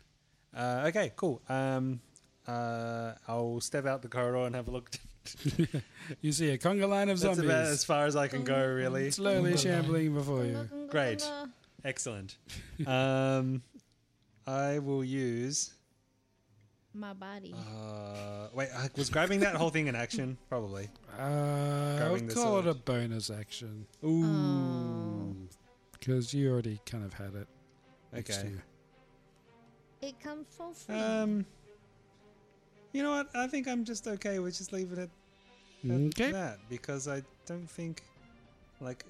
[SPEAKER 5] Uh, okay, cool. Um, uh, I'll step out the corridor and have a look.
[SPEAKER 1] you see a conga line of
[SPEAKER 5] That's
[SPEAKER 1] zombies.
[SPEAKER 5] about as far as I can
[SPEAKER 1] Mm.
[SPEAKER 5] go, really.
[SPEAKER 1] Slowly shambling before you.
[SPEAKER 5] Great. Excellent. Um, I will use.
[SPEAKER 2] My body.
[SPEAKER 5] Uh, wait, I was grabbing that whole thing in action, probably.
[SPEAKER 1] Uh, I'll
[SPEAKER 5] Grabbing the
[SPEAKER 1] call
[SPEAKER 5] sword.
[SPEAKER 1] it a bonus action.
[SPEAKER 5] Ooh.
[SPEAKER 1] Because you already kind of had it. next
[SPEAKER 5] Okay.
[SPEAKER 1] to you.
[SPEAKER 2] It comes for free.
[SPEAKER 5] Um, you know what? I think I'm just okay with just leaving it at
[SPEAKER 1] Okay.
[SPEAKER 5] that because I don't think, like,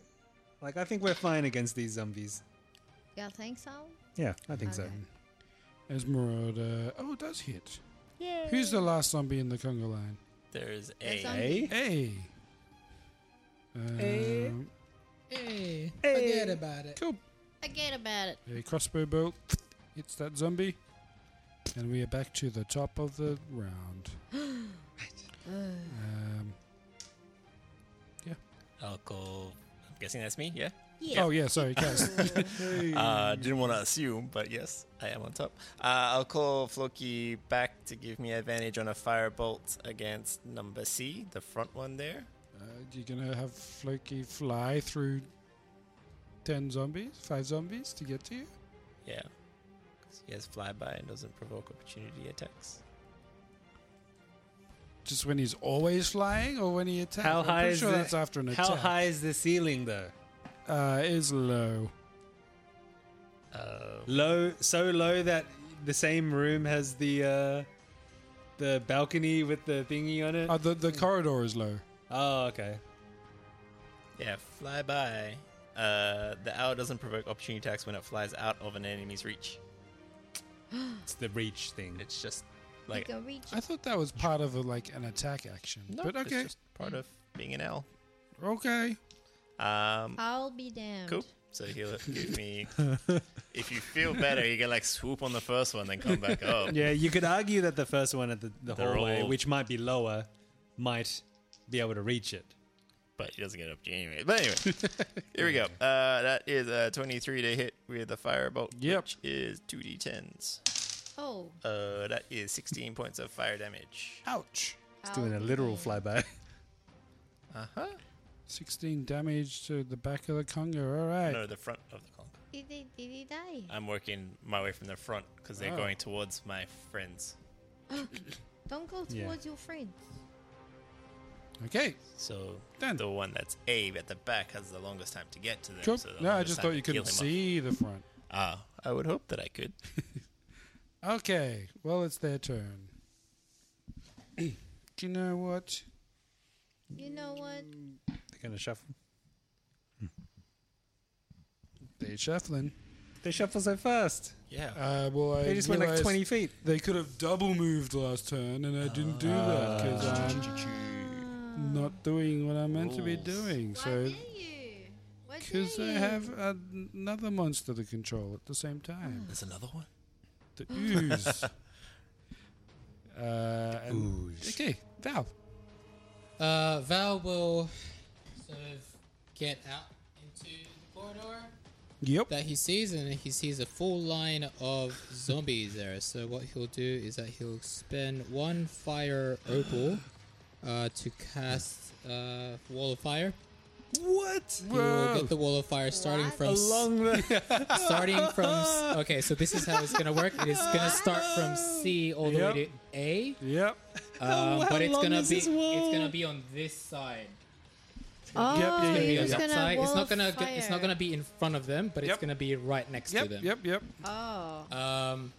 [SPEAKER 5] like I think we're fine against these zombies.
[SPEAKER 2] Y'all think so?
[SPEAKER 5] Yeah, I think so.
[SPEAKER 2] Okay.
[SPEAKER 1] Esmeralda. Oh, it does hit.
[SPEAKER 2] Yeah.
[SPEAKER 1] Who's the last zombie in the conga line?
[SPEAKER 4] There's a.
[SPEAKER 1] A. A.
[SPEAKER 7] A.
[SPEAKER 1] Um,
[SPEAKER 7] Hey, forget about it.
[SPEAKER 1] Cool.
[SPEAKER 2] Forget about it.
[SPEAKER 1] Uh, a crossbow bolt hits that zombie. And we are back to the top of the round.
[SPEAKER 2] Ugh.
[SPEAKER 1] Um,
[SPEAKER 4] Alco. I'm guessing that's me, yeah?
[SPEAKER 1] Oh, yeah, sorry, Kaz.
[SPEAKER 4] uh, didn't want to assume, but yes, I am on top. Uh, I'll call Floki back to give me advantage on a firebolt against number C, the front one there.
[SPEAKER 1] Uh, you're gonna have Floki fly through ten zombies, five zombies to get to you.
[SPEAKER 4] Yeah. 'Cause He has flyby and doesn't provoke opportunity attacks.
[SPEAKER 1] Just when he's always flying, or when he attacks.
[SPEAKER 5] How
[SPEAKER 1] I'm
[SPEAKER 5] high
[SPEAKER 1] pretty
[SPEAKER 5] is
[SPEAKER 1] sure
[SPEAKER 5] the,
[SPEAKER 1] that's after an
[SPEAKER 5] How
[SPEAKER 1] attack.
[SPEAKER 5] high is the ceiling though?
[SPEAKER 1] Uh, is low.
[SPEAKER 4] Uh,
[SPEAKER 5] Low, so low that the same room has the uh, the balcony with the thingy on it.
[SPEAKER 1] Uh, the the corridor is low.
[SPEAKER 5] Oh, okay.
[SPEAKER 4] yeah, flyby. Uh, the owl doesn't provoke opportunity attacks when it flies out of an enemy's reach.
[SPEAKER 5] It's the reach thing.
[SPEAKER 4] It's just
[SPEAKER 2] You
[SPEAKER 4] like
[SPEAKER 2] can reach.
[SPEAKER 1] I thought that was part of a, like an attack action.
[SPEAKER 4] No,
[SPEAKER 1] but
[SPEAKER 4] it's
[SPEAKER 1] okay,
[SPEAKER 4] just part of being an owl.
[SPEAKER 1] okay.
[SPEAKER 4] Um,
[SPEAKER 2] I'll be damned.
[SPEAKER 4] Cool. So he'll give me. if you feel better, you can like swoop on the first one, then come back up.
[SPEAKER 5] Yeah, you could argue that the first one at the, the
[SPEAKER 4] They're
[SPEAKER 5] hallway,
[SPEAKER 4] all-
[SPEAKER 5] which might be lower, might be able to reach it.
[SPEAKER 4] But he doesn't get up to anyway. But anyway, here we go. Uh, that is a 23 to hit with a firebolt,
[SPEAKER 1] Yep.
[SPEAKER 4] which is 2d10s.
[SPEAKER 2] Oh.
[SPEAKER 4] Uh, that is 16 points of fire damage.
[SPEAKER 1] Ouch.
[SPEAKER 5] It's doing a literal flyby.
[SPEAKER 4] Uh huh.
[SPEAKER 1] Sixteen damage to the back of the conga. All right.
[SPEAKER 4] No, the front of the conch.
[SPEAKER 2] Did he, did he die?
[SPEAKER 1] Uh,
[SPEAKER 4] I'm working my way from the front because they're
[SPEAKER 1] Oh.
[SPEAKER 4] going towards my friends.
[SPEAKER 2] Don't go
[SPEAKER 5] Yeah.
[SPEAKER 2] towards your friends.
[SPEAKER 1] Okay.
[SPEAKER 4] So
[SPEAKER 1] Done.
[SPEAKER 4] the one that's A at the back has the longest time to get to them.
[SPEAKER 1] Cool.
[SPEAKER 4] So the
[SPEAKER 1] No, I
[SPEAKER 4] longest
[SPEAKER 1] just
[SPEAKER 4] time
[SPEAKER 1] thought
[SPEAKER 4] to
[SPEAKER 1] you
[SPEAKER 4] kill
[SPEAKER 1] couldn't
[SPEAKER 4] him off.
[SPEAKER 1] see the front.
[SPEAKER 4] Ah, I would hope that I could.
[SPEAKER 1] Okay, well, it's their turn. Do you know what?
[SPEAKER 2] You know what?
[SPEAKER 5] They're gonna shuffle.
[SPEAKER 1] They shuffling.
[SPEAKER 5] They shuffle so fast.
[SPEAKER 4] Yeah.
[SPEAKER 1] Uh, well, I
[SPEAKER 5] They just went like
[SPEAKER 1] realized
[SPEAKER 5] twenty feet.
[SPEAKER 1] They could have double moved last turn, and I didn't do that
[SPEAKER 4] Ah.
[SPEAKER 1] because I'm not doing what I'm meant to be doing.
[SPEAKER 2] Why
[SPEAKER 1] So,
[SPEAKER 2] dare you? Why dare
[SPEAKER 1] because I
[SPEAKER 2] you?
[SPEAKER 1] have an- another monster to control at the same time,
[SPEAKER 4] There's another one.
[SPEAKER 1] the ooze. Uh, and, okay, Val.
[SPEAKER 3] Uh, Val will sort of get out into the corridor
[SPEAKER 1] Yep.
[SPEAKER 3] that he sees, and he sees a full line of zombies there. So what he'll do is that he'll spend one fire opal uh, to cast uh, wall of fire.
[SPEAKER 5] What?
[SPEAKER 3] He will get the wall of fire starting from s-
[SPEAKER 5] Along the
[SPEAKER 3] starting from. s- Okay, so this is how it's gonna work. It is gonna start from C all the way
[SPEAKER 1] Yep.
[SPEAKER 3] to A.
[SPEAKER 1] Yep.
[SPEAKER 3] Um,
[SPEAKER 5] How
[SPEAKER 3] but it's
[SPEAKER 5] long
[SPEAKER 3] gonna
[SPEAKER 5] is
[SPEAKER 3] be
[SPEAKER 5] this
[SPEAKER 3] it's
[SPEAKER 5] wall?
[SPEAKER 3] gonna be on this side.
[SPEAKER 2] Oh,
[SPEAKER 1] uh, yeah,
[SPEAKER 3] It's gonna be
[SPEAKER 1] yeah,
[SPEAKER 3] on
[SPEAKER 2] he's
[SPEAKER 1] yeah.
[SPEAKER 3] that
[SPEAKER 2] gonna
[SPEAKER 3] side. It's
[SPEAKER 2] wall
[SPEAKER 3] not
[SPEAKER 2] of
[SPEAKER 3] gonna go- it's not
[SPEAKER 2] fire.
[SPEAKER 3] gonna be in front of them, but
[SPEAKER 1] Yep.
[SPEAKER 3] it's gonna be right next to
[SPEAKER 1] Yep.
[SPEAKER 3] them.
[SPEAKER 1] Yep. Yep.
[SPEAKER 2] Oh.
[SPEAKER 3] Um,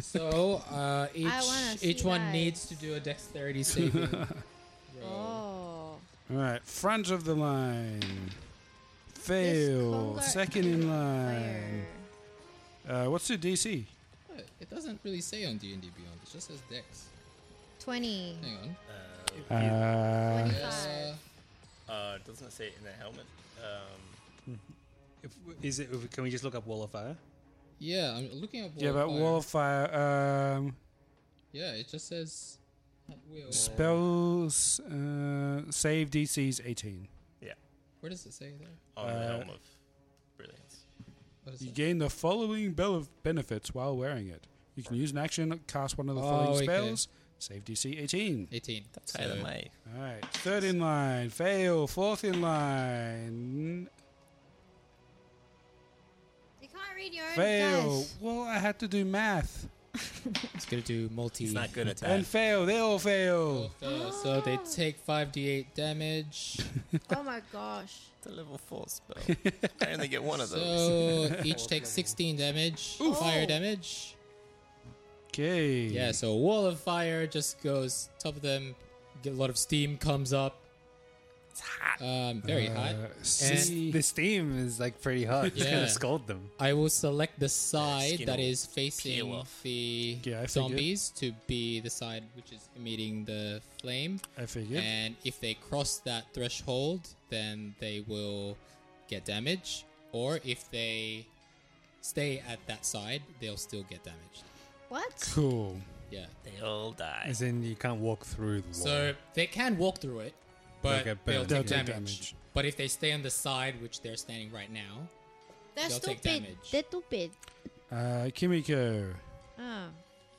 [SPEAKER 3] So uh, each
[SPEAKER 2] wanna see
[SPEAKER 3] each one
[SPEAKER 2] that.
[SPEAKER 3] needs to do a dexterity saving.
[SPEAKER 2] Oh.
[SPEAKER 1] All right, front of the line. Fail.
[SPEAKER 3] combat
[SPEAKER 1] Second in line. Uh, what's the DC?
[SPEAKER 3] But it doesn't really say on D and D Beyond. It just says Dex.
[SPEAKER 2] 20.
[SPEAKER 3] Hang on.
[SPEAKER 1] Uh,
[SPEAKER 4] Uh, doesn't it say it in the helmet? Um,
[SPEAKER 5] If, is it? if- Can we just look up Wall of Fire?
[SPEAKER 3] Yeah, I'm looking at.
[SPEAKER 1] yeah,
[SPEAKER 3] Wall
[SPEAKER 1] but
[SPEAKER 3] of Fire.
[SPEAKER 1] Wall of Fire. Um,
[SPEAKER 3] Yeah, it just says. at will.
[SPEAKER 1] spells. Uh, save DC's 18.
[SPEAKER 4] yeah.
[SPEAKER 3] Where does it say there?
[SPEAKER 4] Oh, the
[SPEAKER 1] Uh,
[SPEAKER 4] helm of brilliance.
[SPEAKER 1] You gain the following bell of benefits while wearing it. You can use an action, cast one of the
[SPEAKER 3] Oh,
[SPEAKER 1] following
[SPEAKER 3] okay.
[SPEAKER 1] spells. Save DC 18.
[SPEAKER 3] 18. That's
[SPEAKER 4] higher than mine.
[SPEAKER 1] All right. Third in line. Fail. Fourth in line.
[SPEAKER 2] You can't read your own
[SPEAKER 1] Fail.
[SPEAKER 2] dice.
[SPEAKER 1] Well, I had to do math.
[SPEAKER 3] It's gonna do multi. He's not good at
[SPEAKER 1] And fail. They all fail.
[SPEAKER 3] So they take five d8 damage.
[SPEAKER 2] Oh my gosh.
[SPEAKER 4] The level 4 spell. I only get one of
[SPEAKER 3] so
[SPEAKER 4] those.
[SPEAKER 3] each takes 16 damage,
[SPEAKER 2] Oof.
[SPEAKER 3] fire
[SPEAKER 2] Oh.
[SPEAKER 3] damage.
[SPEAKER 1] Okay.
[SPEAKER 3] Yeah, so wall of fire just goes top of them. Get a lot of steam comes up. It's hot. Um, very
[SPEAKER 5] Uh,
[SPEAKER 3] hot. And
[SPEAKER 5] And the steam is like pretty hot. It's
[SPEAKER 3] Yeah.
[SPEAKER 5] gonna scald them.
[SPEAKER 3] I will select the side
[SPEAKER 5] Skin
[SPEAKER 3] that
[SPEAKER 5] will
[SPEAKER 3] is facing
[SPEAKER 5] peel off.
[SPEAKER 3] the
[SPEAKER 5] I figured.
[SPEAKER 3] zombies to be the side which is emitting the flame.
[SPEAKER 1] I figured.
[SPEAKER 3] And if they cross that threshold, then they will get damage. Or if they stay at that side, they'll still get damaged.
[SPEAKER 2] What?
[SPEAKER 1] Cool.
[SPEAKER 3] Yeah.
[SPEAKER 4] They all die.
[SPEAKER 5] As in, you can't walk through the wall.
[SPEAKER 3] So they can walk through it, but
[SPEAKER 5] They'll get
[SPEAKER 3] they'll
[SPEAKER 5] burned.
[SPEAKER 3] take
[SPEAKER 5] They'll
[SPEAKER 3] damage.
[SPEAKER 5] take
[SPEAKER 1] damage.
[SPEAKER 3] But if they stay on the side which they're standing right now,
[SPEAKER 2] They're
[SPEAKER 3] they'll take
[SPEAKER 2] stupid.
[SPEAKER 3] damage.
[SPEAKER 2] They're stupid.
[SPEAKER 1] Uh, Kimiko,
[SPEAKER 2] Oh.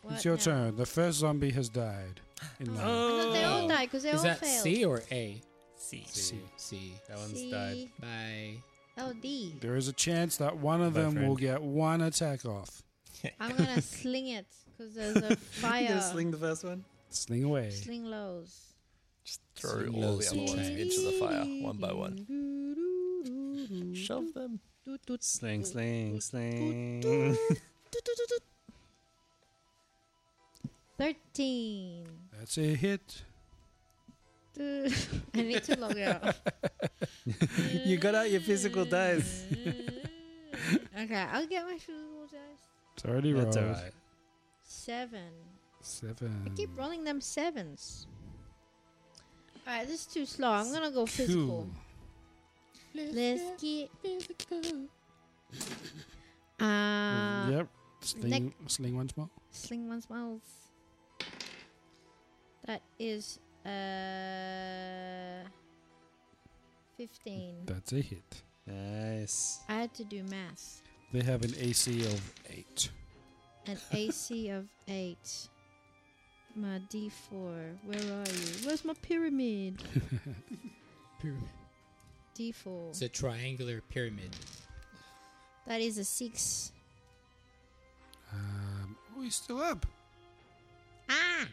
[SPEAKER 2] What
[SPEAKER 1] it's your
[SPEAKER 2] now? Oh.
[SPEAKER 1] turn. The first zombie has died. In line.
[SPEAKER 2] I thought they all died because they
[SPEAKER 3] Is
[SPEAKER 2] all
[SPEAKER 3] that
[SPEAKER 2] failed.
[SPEAKER 3] C or A?
[SPEAKER 4] C.
[SPEAKER 3] C. C. That
[SPEAKER 2] one's C. died.
[SPEAKER 3] Bye.
[SPEAKER 2] Oh, D.
[SPEAKER 1] There is a chance that one of
[SPEAKER 5] My
[SPEAKER 1] them will
[SPEAKER 5] friend.
[SPEAKER 1] get one attack off.
[SPEAKER 2] I'm going to sling it because there's a
[SPEAKER 5] You
[SPEAKER 2] fire.
[SPEAKER 5] gonna sling the first one?
[SPEAKER 1] Sling away.
[SPEAKER 2] Sling lows.
[SPEAKER 4] Throw all the other ones into the fire, one by one. Shove them.
[SPEAKER 5] Sling, sling, sling.
[SPEAKER 2] 13.
[SPEAKER 1] That's a hit.
[SPEAKER 2] Duh. I need to log out.
[SPEAKER 5] you got out your physical dice.
[SPEAKER 2] Okay, I'll get my physical dice.
[SPEAKER 1] It's already
[SPEAKER 5] That's
[SPEAKER 1] rolled.
[SPEAKER 5] alright.
[SPEAKER 2] Seven.
[SPEAKER 1] Seven.
[SPEAKER 2] I keep rolling them sevens. Alright, this is too slow. I'm gonna go physical. Let's get physical. Uh,
[SPEAKER 1] yep. Sling, sling once more.
[SPEAKER 2] Sling one smiles. That is uh fifteen.
[SPEAKER 1] That's a hit.
[SPEAKER 5] Nice.
[SPEAKER 2] I had to do math.
[SPEAKER 1] They have an AC of eight.
[SPEAKER 2] An AC of eight. My D four. Where are you? Where's my pyramid?
[SPEAKER 3] Pyramid.
[SPEAKER 2] D four.
[SPEAKER 3] It's a triangular pyramid.
[SPEAKER 2] That is a six.
[SPEAKER 1] Um, oh, he's still up.
[SPEAKER 2] Ah!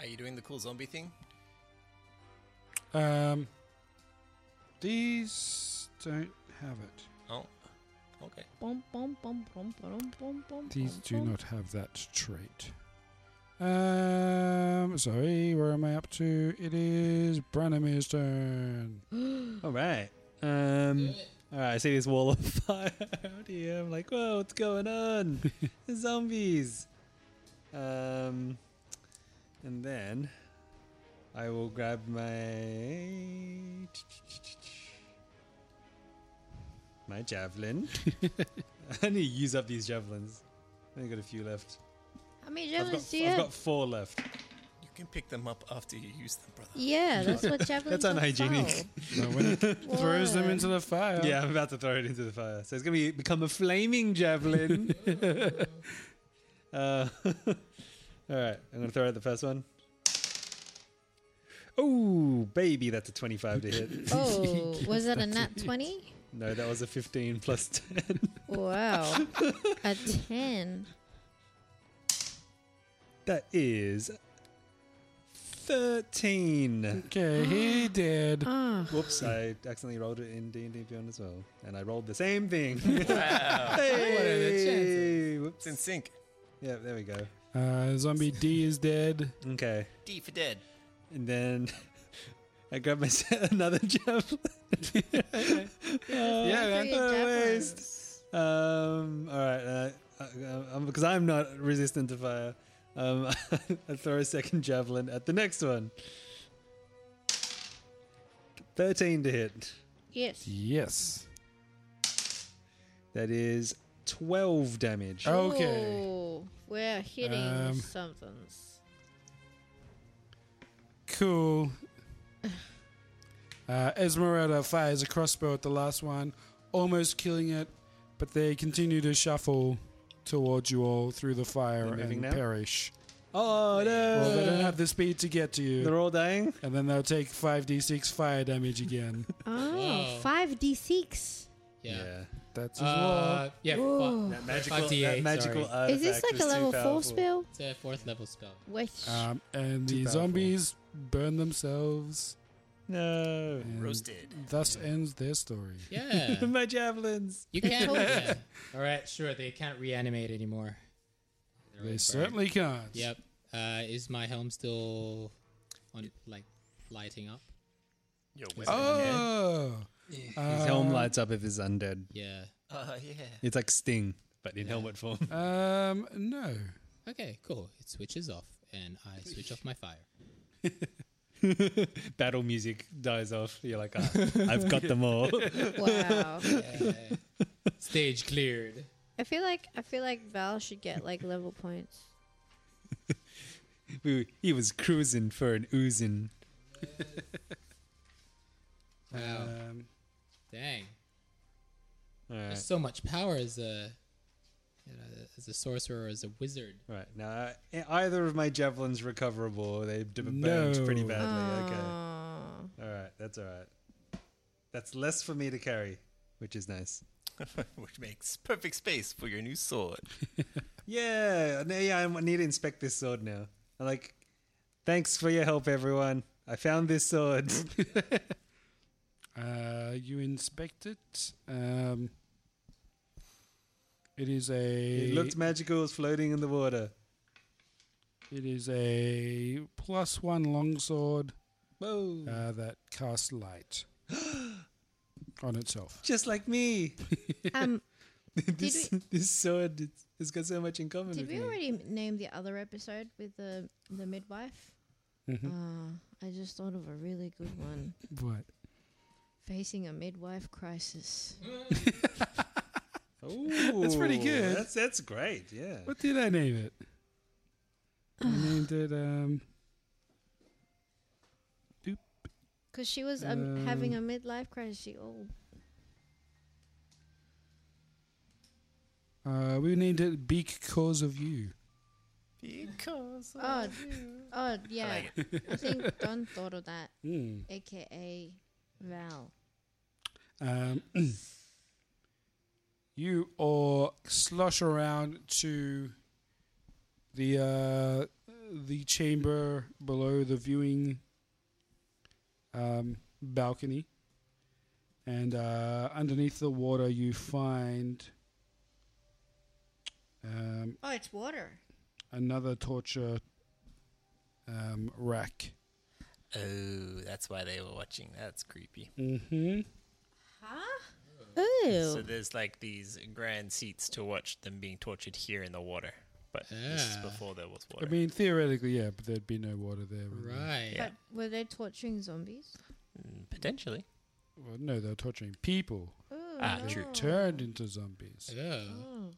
[SPEAKER 4] Are you doing the cool zombie thing?
[SPEAKER 1] Um, these don't have it.
[SPEAKER 4] Oh. Okay.
[SPEAKER 2] Bom, bom, bom, bom, bom, bom, bom,
[SPEAKER 1] These
[SPEAKER 2] bom,
[SPEAKER 1] do
[SPEAKER 2] bom.
[SPEAKER 1] not have that trait. Um, sorry, where am I up to? It is Branimir's turn.
[SPEAKER 5] All right. Um. All right. I see this wall of fire out here. I'm like, whoa, what's going on? Zombies. Um. And then I will grab my my javelin. I need to use up these javelins. I only got a few left.
[SPEAKER 2] How many
[SPEAKER 5] I've got,
[SPEAKER 2] javelins do you
[SPEAKER 5] I've
[SPEAKER 2] have?
[SPEAKER 5] got four left.
[SPEAKER 4] You can pick them up after you use them, brother.
[SPEAKER 2] Yeah, that's what javelins
[SPEAKER 5] That's
[SPEAKER 2] are
[SPEAKER 5] unhygienic.
[SPEAKER 1] No, when it throws them
[SPEAKER 2] What?
[SPEAKER 1] into the fire.
[SPEAKER 5] Yeah, I'm about to throw it into the fire. So it's going to be, become a flaming javelin. uh, all right, I'm going to throw out the first one. Oh, baby, that's a 25 to hit.
[SPEAKER 2] Oh, was that a nat 20?
[SPEAKER 5] No, that was a 15 plus 10.
[SPEAKER 2] Wow. a 10.
[SPEAKER 5] That is Thirteen.
[SPEAKER 1] Okay, he did.
[SPEAKER 5] Whoops! I accidentally rolled it in D and D Beyond as well, and I rolled the same thing.
[SPEAKER 4] Wow. What are the chances?
[SPEAKER 5] Whoops.
[SPEAKER 4] It's in sync.
[SPEAKER 5] Yeah, there we go.
[SPEAKER 1] Uh, zombie D is dead.
[SPEAKER 5] Okay.
[SPEAKER 4] D for dead.
[SPEAKER 5] And then I grabbed myself another Uh, javelin. yeah,
[SPEAKER 4] man.
[SPEAKER 5] What a waste. Um, all right, because I'm not resistant to fire, um, I throw a second javelin at the next one. Thirteen to hit.
[SPEAKER 2] Yes.
[SPEAKER 1] Yes.
[SPEAKER 5] That is twelve damage.
[SPEAKER 3] Oh.
[SPEAKER 2] Ooh, we're hitting
[SPEAKER 5] Um,
[SPEAKER 2] somethings.
[SPEAKER 1] Cool. Uh, Esmeralda fires a crossbow at the last one, almost killing it, but they continue to shuffle towards you all through the fire
[SPEAKER 5] They're moving now?
[SPEAKER 1] and perish.
[SPEAKER 5] Oh no!
[SPEAKER 1] Well, they don't have the speed to get to you.
[SPEAKER 5] They're all dying?
[SPEAKER 1] And then they'll take 5d6 fire damage again.
[SPEAKER 2] Oh,
[SPEAKER 3] Wow.
[SPEAKER 2] 5d6.
[SPEAKER 3] Yeah.
[SPEAKER 1] That's
[SPEAKER 3] Uh,
[SPEAKER 1] as well.
[SPEAKER 3] yeah,
[SPEAKER 2] Whoa.
[SPEAKER 3] fi-
[SPEAKER 5] That magical-
[SPEAKER 3] 5d8,
[SPEAKER 5] that magical
[SPEAKER 3] sorry.
[SPEAKER 2] Is this like a level 4 spell?
[SPEAKER 3] It's a fourth level spell.
[SPEAKER 2] Wait.
[SPEAKER 1] Um, and
[SPEAKER 3] Too
[SPEAKER 1] the
[SPEAKER 3] powerful.
[SPEAKER 1] zombies burn themselves.
[SPEAKER 5] No.
[SPEAKER 1] And
[SPEAKER 3] Roasted.
[SPEAKER 1] Thus ends their story.
[SPEAKER 3] Yeah.
[SPEAKER 5] My javelins.
[SPEAKER 3] You can't. yeah. All right, sure. They can't reanimate anymore.
[SPEAKER 1] They certainly can't.
[SPEAKER 3] Yep. Uh, is my helm still on, like, lighting up?
[SPEAKER 6] Yo,
[SPEAKER 3] Is it undead?
[SPEAKER 1] Oh.
[SPEAKER 5] His helm lights up if he's undead.
[SPEAKER 3] Yeah.
[SPEAKER 4] Uh, yeah.
[SPEAKER 5] It's like Sting, but in helmet form.
[SPEAKER 1] Um, no.
[SPEAKER 3] Okay, cool. It switches off, and I switch off my fire.
[SPEAKER 5] Battle music dies off. You're like, "Ah, I've got them all.
[SPEAKER 2] Wow.
[SPEAKER 3] Yeah. Stage cleared.
[SPEAKER 2] I feel like I feel like Val should get like level points.
[SPEAKER 5] We, he was cruising for an oozing.
[SPEAKER 3] Wow.
[SPEAKER 1] Um,
[SPEAKER 3] Dang.
[SPEAKER 5] All right.
[SPEAKER 3] There's so much power as a you know, as a sorcerer, as a wizard.
[SPEAKER 5] Right now, e- either of my javelins recoverable. They d-
[SPEAKER 1] No.
[SPEAKER 5] burned pretty badly. Okay. All right, that's all right. That's less for me to carry, which is nice.
[SPEAKER 4] Which makes perfect space for your new sword.
[SPEAKER 5] Yeah, no, yeah. I need to inspect this sword now. I'm like, thanks for your help, everyone. I found this sword.
[SPEAKER 1] Uh, you inspect it. Um, it is a.
[SPEAKER 5] it looked magical. It was floating in the water.
[SPEAKER 1] It is a plus one longsword
[SPEAKER 5] Whoa!
[SPEAKER 1] uh, that casts light on itself.
[SPEAKER 5] Just like me.
[SPEAKER 2] Um,
[SPEAKER 5] this this sword it's, it's got so much in common
[SPEAKER 2] Did
[SPEAKER 5] with
[SPEAKER 2] we
[SPEAKER 5] me.
[SPEAKER 2] already m- name the other episode with the the midwife?
[SPEAKER 1] Mm-hmm.
[SPEAKER 2] Uh, I just thought of a really good one.
[SPEAKER 1] What?
[SPEAKER 2] Facing a midwife crisis.
[SPEAKER 1] That's pretty
[SPEAKER 5] Ooh,
[SPEAKER 1] good.
[SPEAKER 5] That's that's great. Yeah.
[SPEAKER 1] What did I name it? I named it. Um,
[SPEAKER 2] Because she was um, having
[SPEAKER 4] Mm.
[SPEAKER 2] a
[SPEAKER 1] Um,
[SPEAKER 2] midlife crisis. She, oh,
[SPEAKER 1] uh, we named it Because of You.
[SPEAKER 4] Because
[SPEAKER 2] oh, oh, yeah. I,
[SPEAKER 4] like it. Hmm.
[SPEAKER 2] think Don thought of that,
[SPEAKER 1] Mm.
[SPEAKER 2] aka Val.
[SPEAKER 1] Um, you all slosh around to the uh, the chamber below the viewing um, balcony, and uh, underneath the water you find um,
[SPEAKER 2] Oh, it's water.
[SPEAKER 1] another torture um, rack.
[SPEAKER 4] Oh, that's why they were watching. That's creepy.
[SPEAKER 1] Mm-hmm.
[SPEAKER 2] Huh? Ooh.
[SPEAKER 4] So there's like these grand seats to watch them being tortured here in the water. But this is
[SPEAKER 3] Yeah.
[SPEAKER 4] before there was
[SPEAKER 1] I
[SPEAKER 4] water.
[SPEAKER 1] mean, theoretically, yeah, but there'd be no water there. would there?
[SPEAKER 3] Right.
[SPEAKER 4] Yeah.
[SPEAKER 2] But were they torturing zombies?
[SPEAKER 4] Mm, Potentially.
[SPEAKER 1] Well, no, they're torturing people.
[SPEAKER 2] Ooh,
[SPEAKER 4] Ah,
[SPEAKER 2] no.
[SPEAKER 4] true.
[SPEAKER 1] turned into zombies.
[SPEAKER 3] Oh,
[SPEAKER 2] Oh.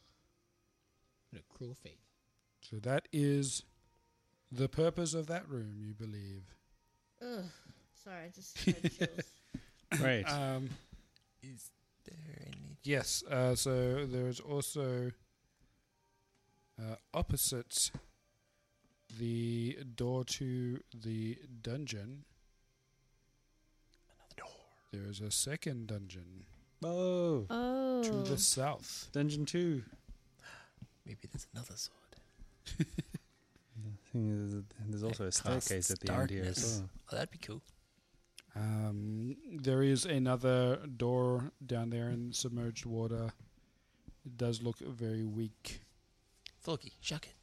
[SPEAKER 3] what a cruel fate.
[SPEAKER 1] So that is the purpose of that room, you believe.
[SPEAKER 2] Ugh. Sorry, I just had chills.
[SPEAKER 5] Right.
[SPEAKER 1] Um,
[SPEAKER 4] Is there any?
[SPEAKER 1] yes, uh, so there is also uh, opposite the door to the dungeon. There is a second dungeon
[SPEAKER 5] Oh,
[SPEAKER 2] Oh.
[SPEAKER 1] to the south.
[SPEAKER 5] dungeon two.
[SPEAKER 4] Maybe there's another sword.
[SPEAKER 5] think there's also a
[SPEAKER 6] casts
[SPEAKER 5] staircase at the end here
[SPEAKER 6] darkness.
[SPEAKER 5] as well.
[SPEAKER 6] Oh, that'd be cool.
[SPEAKER 1] Um, there is another door down there in submerged water. It does look very weak.
[SPEAKER 6] Floki, shuck it.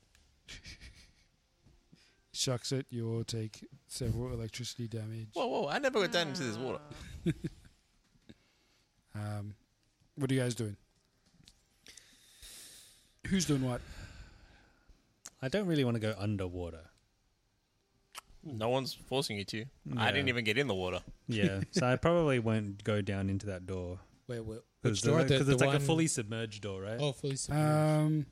[SPEAKER 1] Shucks it, you'll take several electricity damage.
[SPEAKER 4] Whoa, whoa! I never got down into this water.
[SPEAKER 5] Ah.
[SPEAKER 1] Um, what are you guys doing? Who's doing what?
[SPEAKER 5] I don't really want to go underwater.
[SPEAKER 4] No one's forcing you to.
[SPEAKER 5] Yeah.
[SPEAKER 4] I didn't even get in the water.
[SPEAKER 5] Yeah, so I probably won't go down into that door.
[SPEAKER 3] Wait, wait,
[SPEAKER 5] 'Cause
[SPEAKER 3] which
[SPEAKER 5] the-
[SPEAKER 3] door? The-
[SPEAKER 5] 'cause
[SPEAKER 3] the
[SPEAKER 5] it's like a
[SPEAKER 3] one-
[SPEAKER 5] fully submerged door, right?
[SPEAKER 3] Oh, fully submerged.
[SPEAKER 1] Um,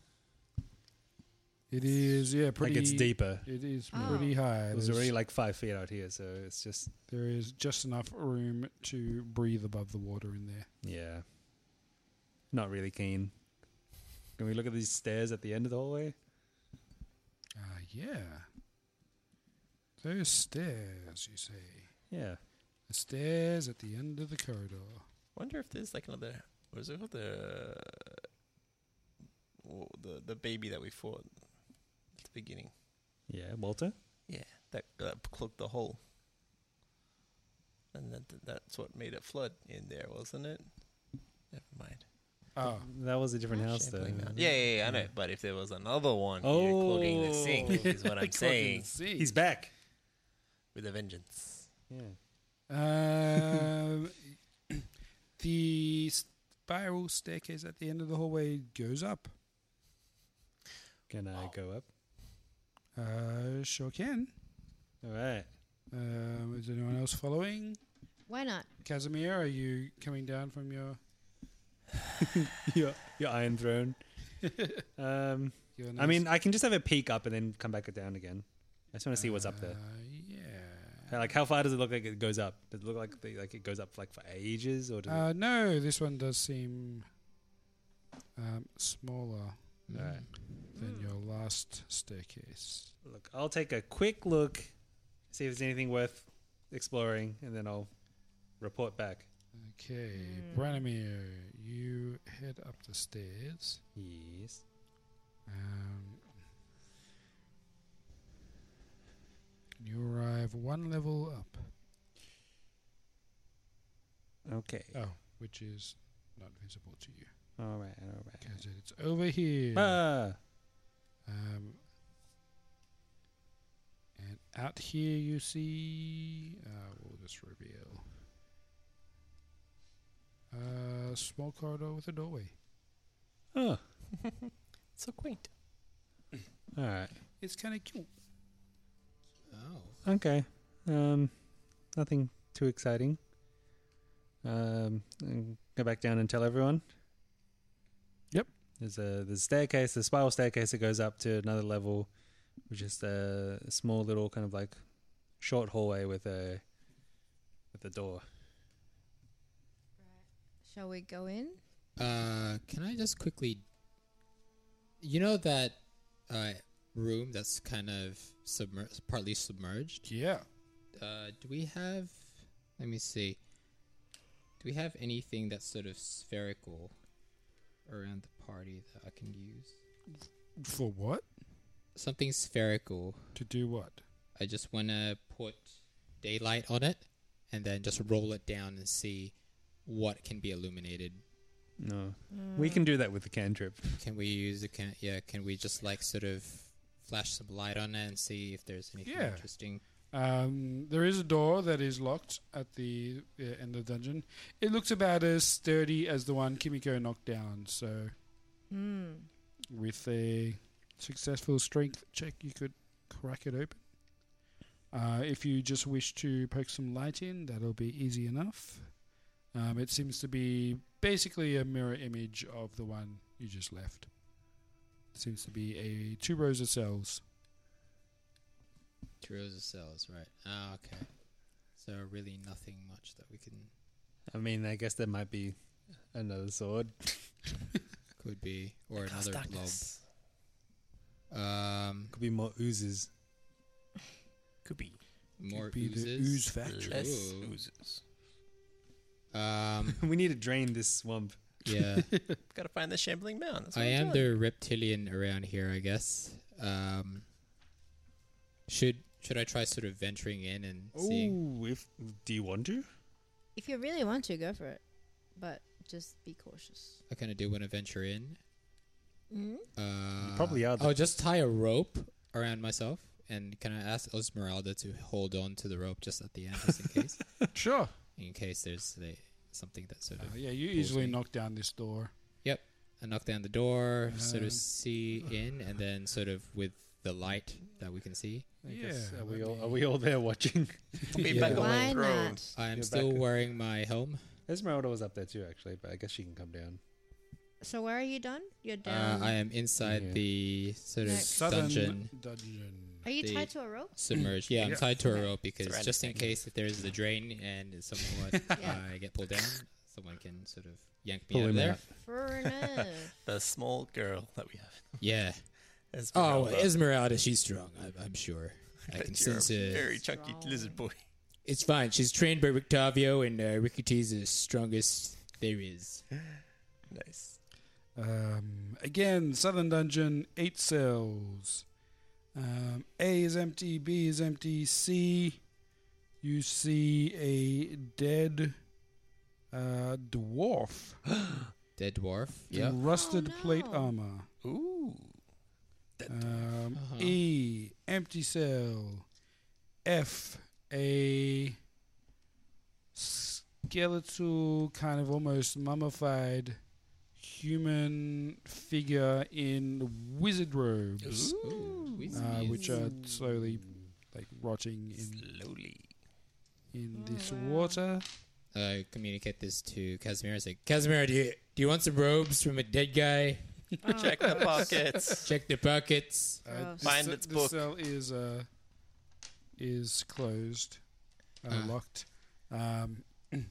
[SPEAKER 1] it is yeah, pretty.
[SPEAKER 5] like it's deeper.
[SPEAKER 1] It is pretty high.
[SPEAKER 5] It was
[SPEAKER 1] There's-
[SPEAKER 5] already like five feet out here, so it's just
[SPEAKER 1] There is just enough room to breathe above the water in there.
[SPEAKER 5] yeah, not really keen. Can we look at these stairs at the end of the hallway?
[SPEAKER 1] Uh, yeah. Those stairs, you say.
[SPEAKER 5] Yeah.
[SPEAKER 1] The stairs at the end of the corridor.
[SPEAKER 4] Wonder if there's like another. What is it called? The wha- the the baby that we fought at the beginning.
[SPEAKER 5] Yeah, Walter.
[SPEAKER 4] Yeah, that that cloaked the hole. And that that's what made it flood in there, wasn't it? Never mind.
[SPEAKER 1] Oh,
[SPEAKER 5] that was a different house though.
[SPEAKER 4] Yeah, yeah, yeah, I know. But if there was another one,
[SPEAKER 5] Oh,
[SPEAKER 4] you're cloaking the sink,
[SPEAKER 3] Oh.
[SPEAKER 4] is what I'm saying.
[SPEAKER 5] He's back.
[SPEAKER 4] With a vengeance.
[SPEAKER 5] Yeah.
[SPEAKER 1] Um, the spiral staircase at the end of the hallway goes up.
[SPEAKER 5] Can I go up?
[SPEAKER 1] Uh, sure can.
[SPEAKER 5] All right.
[SPEAKER 1] Um, is anyone else following?
[SPEAKER 2] Why not?
[SPEAKER 1] Casimir, are you coming down from your?
[SPEAKER 5] your your Iron Throne. um,
[SPEAKER 1] Your
[SPEAKER 5] I
[SPEAKER 1] nice-
[SPEAKER 5] mean, I can just have a peek up and then come back down again. I just want to see what's up there.
[SPEAKER 1] Uh,
[SPEAKER 5] Yeah. Like, how far does it look like it goes up? Does it look like the, like it goes up like for ages, or does it-
[SPEAKER 1] Uh, no, this one does seem um, smaller
[SPEAKER 5] Alright.
[SPEAKER 1] than your last staircase.
[SPEAKER 5] look? I'll take a quick look, see if there's anything worth exploring, and then I'll report back.
[SPEAKER 1] Okay, Branimir, you head up the stairs.
[SPEAKER 5] Yes.
[SPEAKER 1] Um, you arrive one level up.
[SPEAKER 5] Okay.
[SPEAKER 1] Oh, which is not visible to you.
[SPEAKER 5] All right. All right.
[SPEAKER 1] Because it's over here.
[SPEAKER 5] Ah.
[SPEAKER 1] Um, and out here you see. Uh, we'll just reveal. Uh, small corridor with a doorway.
[SPEAKER 5] Oh.
[SPEAKER 4] so quaint.
[SPEAKER 5] All right.
[SPEAKER 1] It's kind of cute.
[SPEAKER 5] Okay. Um, nothing too exciting. Um, and go back down and tell everyone.
[SPEAKER 1] Yep.
[SPEAKER 5] There's a the staircase, the spiral staircase that goes up to another level, which is a small little kind of like short hallway with a with a door.
[SPEAKER 2] Shall we go in?
[SPEAKER 3] Uh, can I just quickly? You know that uh, room that's kind of submer- partly submerged.
[SPEAKER 1] Yeah.
[SPEAKER 3] Uh, do we have? Let me see. Do we have anything that's sort of spherical around the party that I can use?
[SPEAKER 1] For what?
[SPEAKER 3] Something spherical.
[SPEAKER 1] To do what?
[SPEAKER 3] I just want to put daylight on it, and then just roll it down and see what can be illuminated
[SPEAKER 5] No, we can do that with the cantrip.
[SPEAKER 3] Can we use the can? Yeah, can we just like sort of flash some light on it and see if there's anything
[SPEAKER 1] Yeah.
[SPEAKER 3] interesting?
[SPEAKER 1] Um, there is a door that is locked at the uh, end of the dungeon. It looks about as sturdy as the one Kimiko knocked down. So,
[SPEAKER 2] Hmm.
[SPEAKER 1] with a successful strength check, you could crack it open. Uh, if you just wish to poke some light in, that'll be easy enough. Um, it seems to be basically a mirror image of the one you just left. seems to be a two rows of cells.
[SPEAKER 3] Two rows of cells, right? Ah, okay. So really, nothing much that we can
[SPEAKER 5] I mean, I guess there might be another sword.
[SPEAKER 3] could be or
[SPEAKER 5] Cast
[SPEAKER 3] another
[SPEAKER 5] darkness.
[SPEAKER 3] blob. Um,
[SPEAKER 5] Could be more oozes.
[SPEAKER 6] Could be.
[SPEAKER 3] more
[SPEAKER 1] be the
[SPEAKER 3] oozes.
[SPEAKER 1] ooze factory.
[SPEAKER 6] Less
[SPEAKER 3] Ooh.
[SPEAKER 6] oozes.
[SPEAKER 3] Um,
[SPEAKER 5] we need to drain this swamp.
[SPEAKER 3] yeah.
[SPEAKER 4] Gotta find the shambling mound. That's what
[SPEAKER 3] I
[SPEAKER 4] we're
[SPEAKER 3] am
[SPEAKER 4] doing.
[SPEAKER 3] the reptilian around here, I guess. Um, Should should I try sort of venturing in and seeing?
[SPEAKER 5] Ooh, if do you want to?
[SPEAKER 2] If you really want to, go for it. But just be cautious.
[SPEAKER 3] I kind of do want to venture in.
[SPEAKER 2] Mm?
[SPEAKER 3] Uh,
[SPEAKER 5] probably are the-
[SPEAKER 3] I'll just tie a rope around myself, and can I ask Esmeralda to hold on to the rope just at the end, just in case?
[SPEAKER 1] sure.
[SPEAKER 3] In case there's the, something that sort of.
[SPEAKER 1] Uh, yeah, you
[SPEAKER 3] pulls
[SPEAKER 1] easily
[SPEAKER 3] me.
[SPEAKER 1] knock down this door.
[SPEAKER 3] Yep. I knock down the door, sort
[SPEAKER 1] Um,
[SPEAKER 3] of see in, and then sort of with the light that we can see.
[SPEAKER 5] I guess,
[SPEAKER 1] Yeah,
[SPEAKER 5] are we
[SPEAKER 1] let
[SPEAKER 5] all
[SPEAKER 1] me-
[SPEAKER 5] are we all there watching?
[SPEAKER 4] Be back on my Why throne. not?
[SPEAKER 3] I am
[SPEAKER 5] You're
[SPEAKER 3] still
[SPEAKER 5] back.
[SPEAKER 3] wearing my helm.
[SPEAKER 5] Esmeralda was up there too, actually, but I guess she can come down.
[SPEAKER 2] So where are you done? You're
[SPEAKER 3] Uh,
[SPEAKER 2] down.
[SPEAKER 3] I am inside the sort of
[SPEAKER 2] Next.
[SPEAKER 1] Southern
[SPEAKER 3] dungeon.
[SPEAKER 1] dungeon.
[SPEAKER 2] Are you
[SPEAKER 3] the-
[SPEAKER 2] tied to a rope?
[SPEAKER 3] Submerged. Yeah, I'm
[SPEAKER 1] Yeah.
[SPEAKER 3] tied to a
[SPEAKER 2] Okay.
[SPEAKER 3] rope because
[SPEAKER 4] Surrounded
[SPEAKER 3] just in
[SPEAKER 4] by-
[SPEAKER 3] case if there's the drain and it's someone
[SPEAKER 2] Yeah.
[SPEAKER 3] I get pulled down, someone can sort of yank me
[SPEAKER 5] Pull
[SPEAKER 3] out of
[SPEAKER 5] him
[SPEAKER 3] there.
[SPEAKER 5] out.
[SPEAKER 2] Fair enough.
[SPEAKER 4] The small girl that we have.
[SPEAKER 3] Yeah. Oh,
[SPEAKER 4] Esmeralda.
[SPEAKER 3] Esmeralda, she's strong. I, I'm sure. I
[SPEAKER 4] But
[SPEAKER 3] can
[SPEAKER 4] you're a
[SPEAKER 3] sense it.
[SPEAKER 4] Very chunky lizard boy.
[SPEAKER 3] It's fine. She's trained by Rictavio, and uh, Ricky T's the strongest there is.
[SPEAKER 4] Nice.
[SPEAKER 1] Um, again, Southern Dungeon, eight cells. Um, A is empty, B is empty, C. You see a dead uh, dwarf
[SPEAKER 3] Dead dwarf.
[SPEAKER 1] in rusted plate armor.
[SPEAKER 4] Ooh.
[SPEAKER 1] Um,
[SPEAKER 3] Uh-huh.
[SPEAKER 1] E, empty cell. F, a skeletal, kind of almost mummified human figure in wizard robes, uh, which are slowly like rotting in,
[SPEAKER 4] Slowly.
[SPEAKER 1] in this water.
[SPEAKER 3] I Uh, communicate this to Casimir. I say, Casimir, do you, do you want some robes from a dead guy?
[SPEAKER 4] Check the pockets.
[SPEAKER 3] Check the pockets.
[SPEAKER 2] Oh.
[SPEAKER 1] Uh, this
[SPEAKER 4] Find
[SPEAKER 1] ce-
[SPEAKER 4] its
[SPEAKER 1] this
[SPEAKER 4] book.
[SPEAKER 1] cell is uh, is closed, uh,
[SPEAKER 3] Ah.
[SPEAKER 1] locked. Um,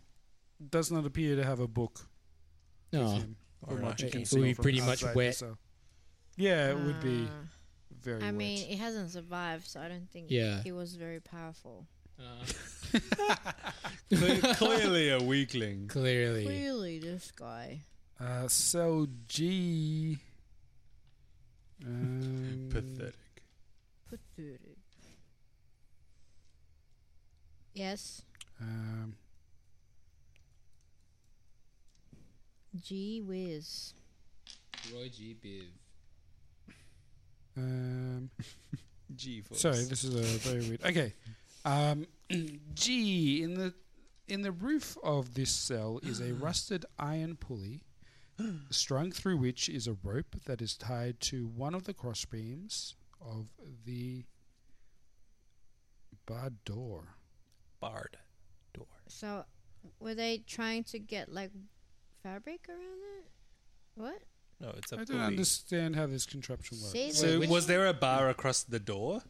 [SPEAKER 1] does not appear to have a book. with
[SPEAKER 5] Ah.
[SPEAKER 3] No.
[SPEAKER 1] him,
[SPEAKER 4] Or
[SPEAKER 1] from
[SPEAKER 4] not.
[SPEAKER 1] what you
[SPEAKER 3] It
[SPEAKER 1] can
[SPEAKER 3] would
[SPEAKER 1] see
[SPEAKER 3] be
[SPEAKER 1] from
[SPEAKER 3] pretty much
[SPEAKER 1] outside the
[SPEAKER 3] wet.
[SPEAKER 1] cell. Yeah, it would be
[SPEAKER 2] Ah.
[SPEAKER 1] very.
[SPEAKER 2] I
[SPEAKER 1] wet.
[SPEAKER 2] mean, it hasn't survived, so I don't think
[SPEAKER 3] Yeah.
[SPEAKER 2] he was very powerful.
[SPEAKER 5] Cle- Clearly a weakling.
[SPEAKER 3] Clearly.
[SPEAKER 2] Clearly, this guy.
[SPEAKER 1] uh, cell G. Um,
[SPEAKER 5] Pathetic.
[SPEAKER 2] Pathetic. Yes.
[SPEAKER 1] Um,
[SPEAKER 2] Gee whiz.
[SPEAKER 3] Roy G. Biv.
[SPEAKER 1] um,
[SPEAKER 5] G force.
[SPEAKER 1] Sorry, this is a very weird. Okay, um, G in the in the roof of this cell is a rusted iron pulley, strung through which is a rope that is tied to one of the crossbeams of the barred door.
[SPEAKER 4] Barred door.
[SPEAKER 2] So, were they trying to get like fabric around it? What?
[SPEAKER 4] No, it's a
[SPEAKER 1] I don't
[SPEAKER 4] pulley.
[SPEAKER 1] understand how this contraption works.
[SPEAKER 2] Say that,
[SPEAKER 5] So was there a bar across the door?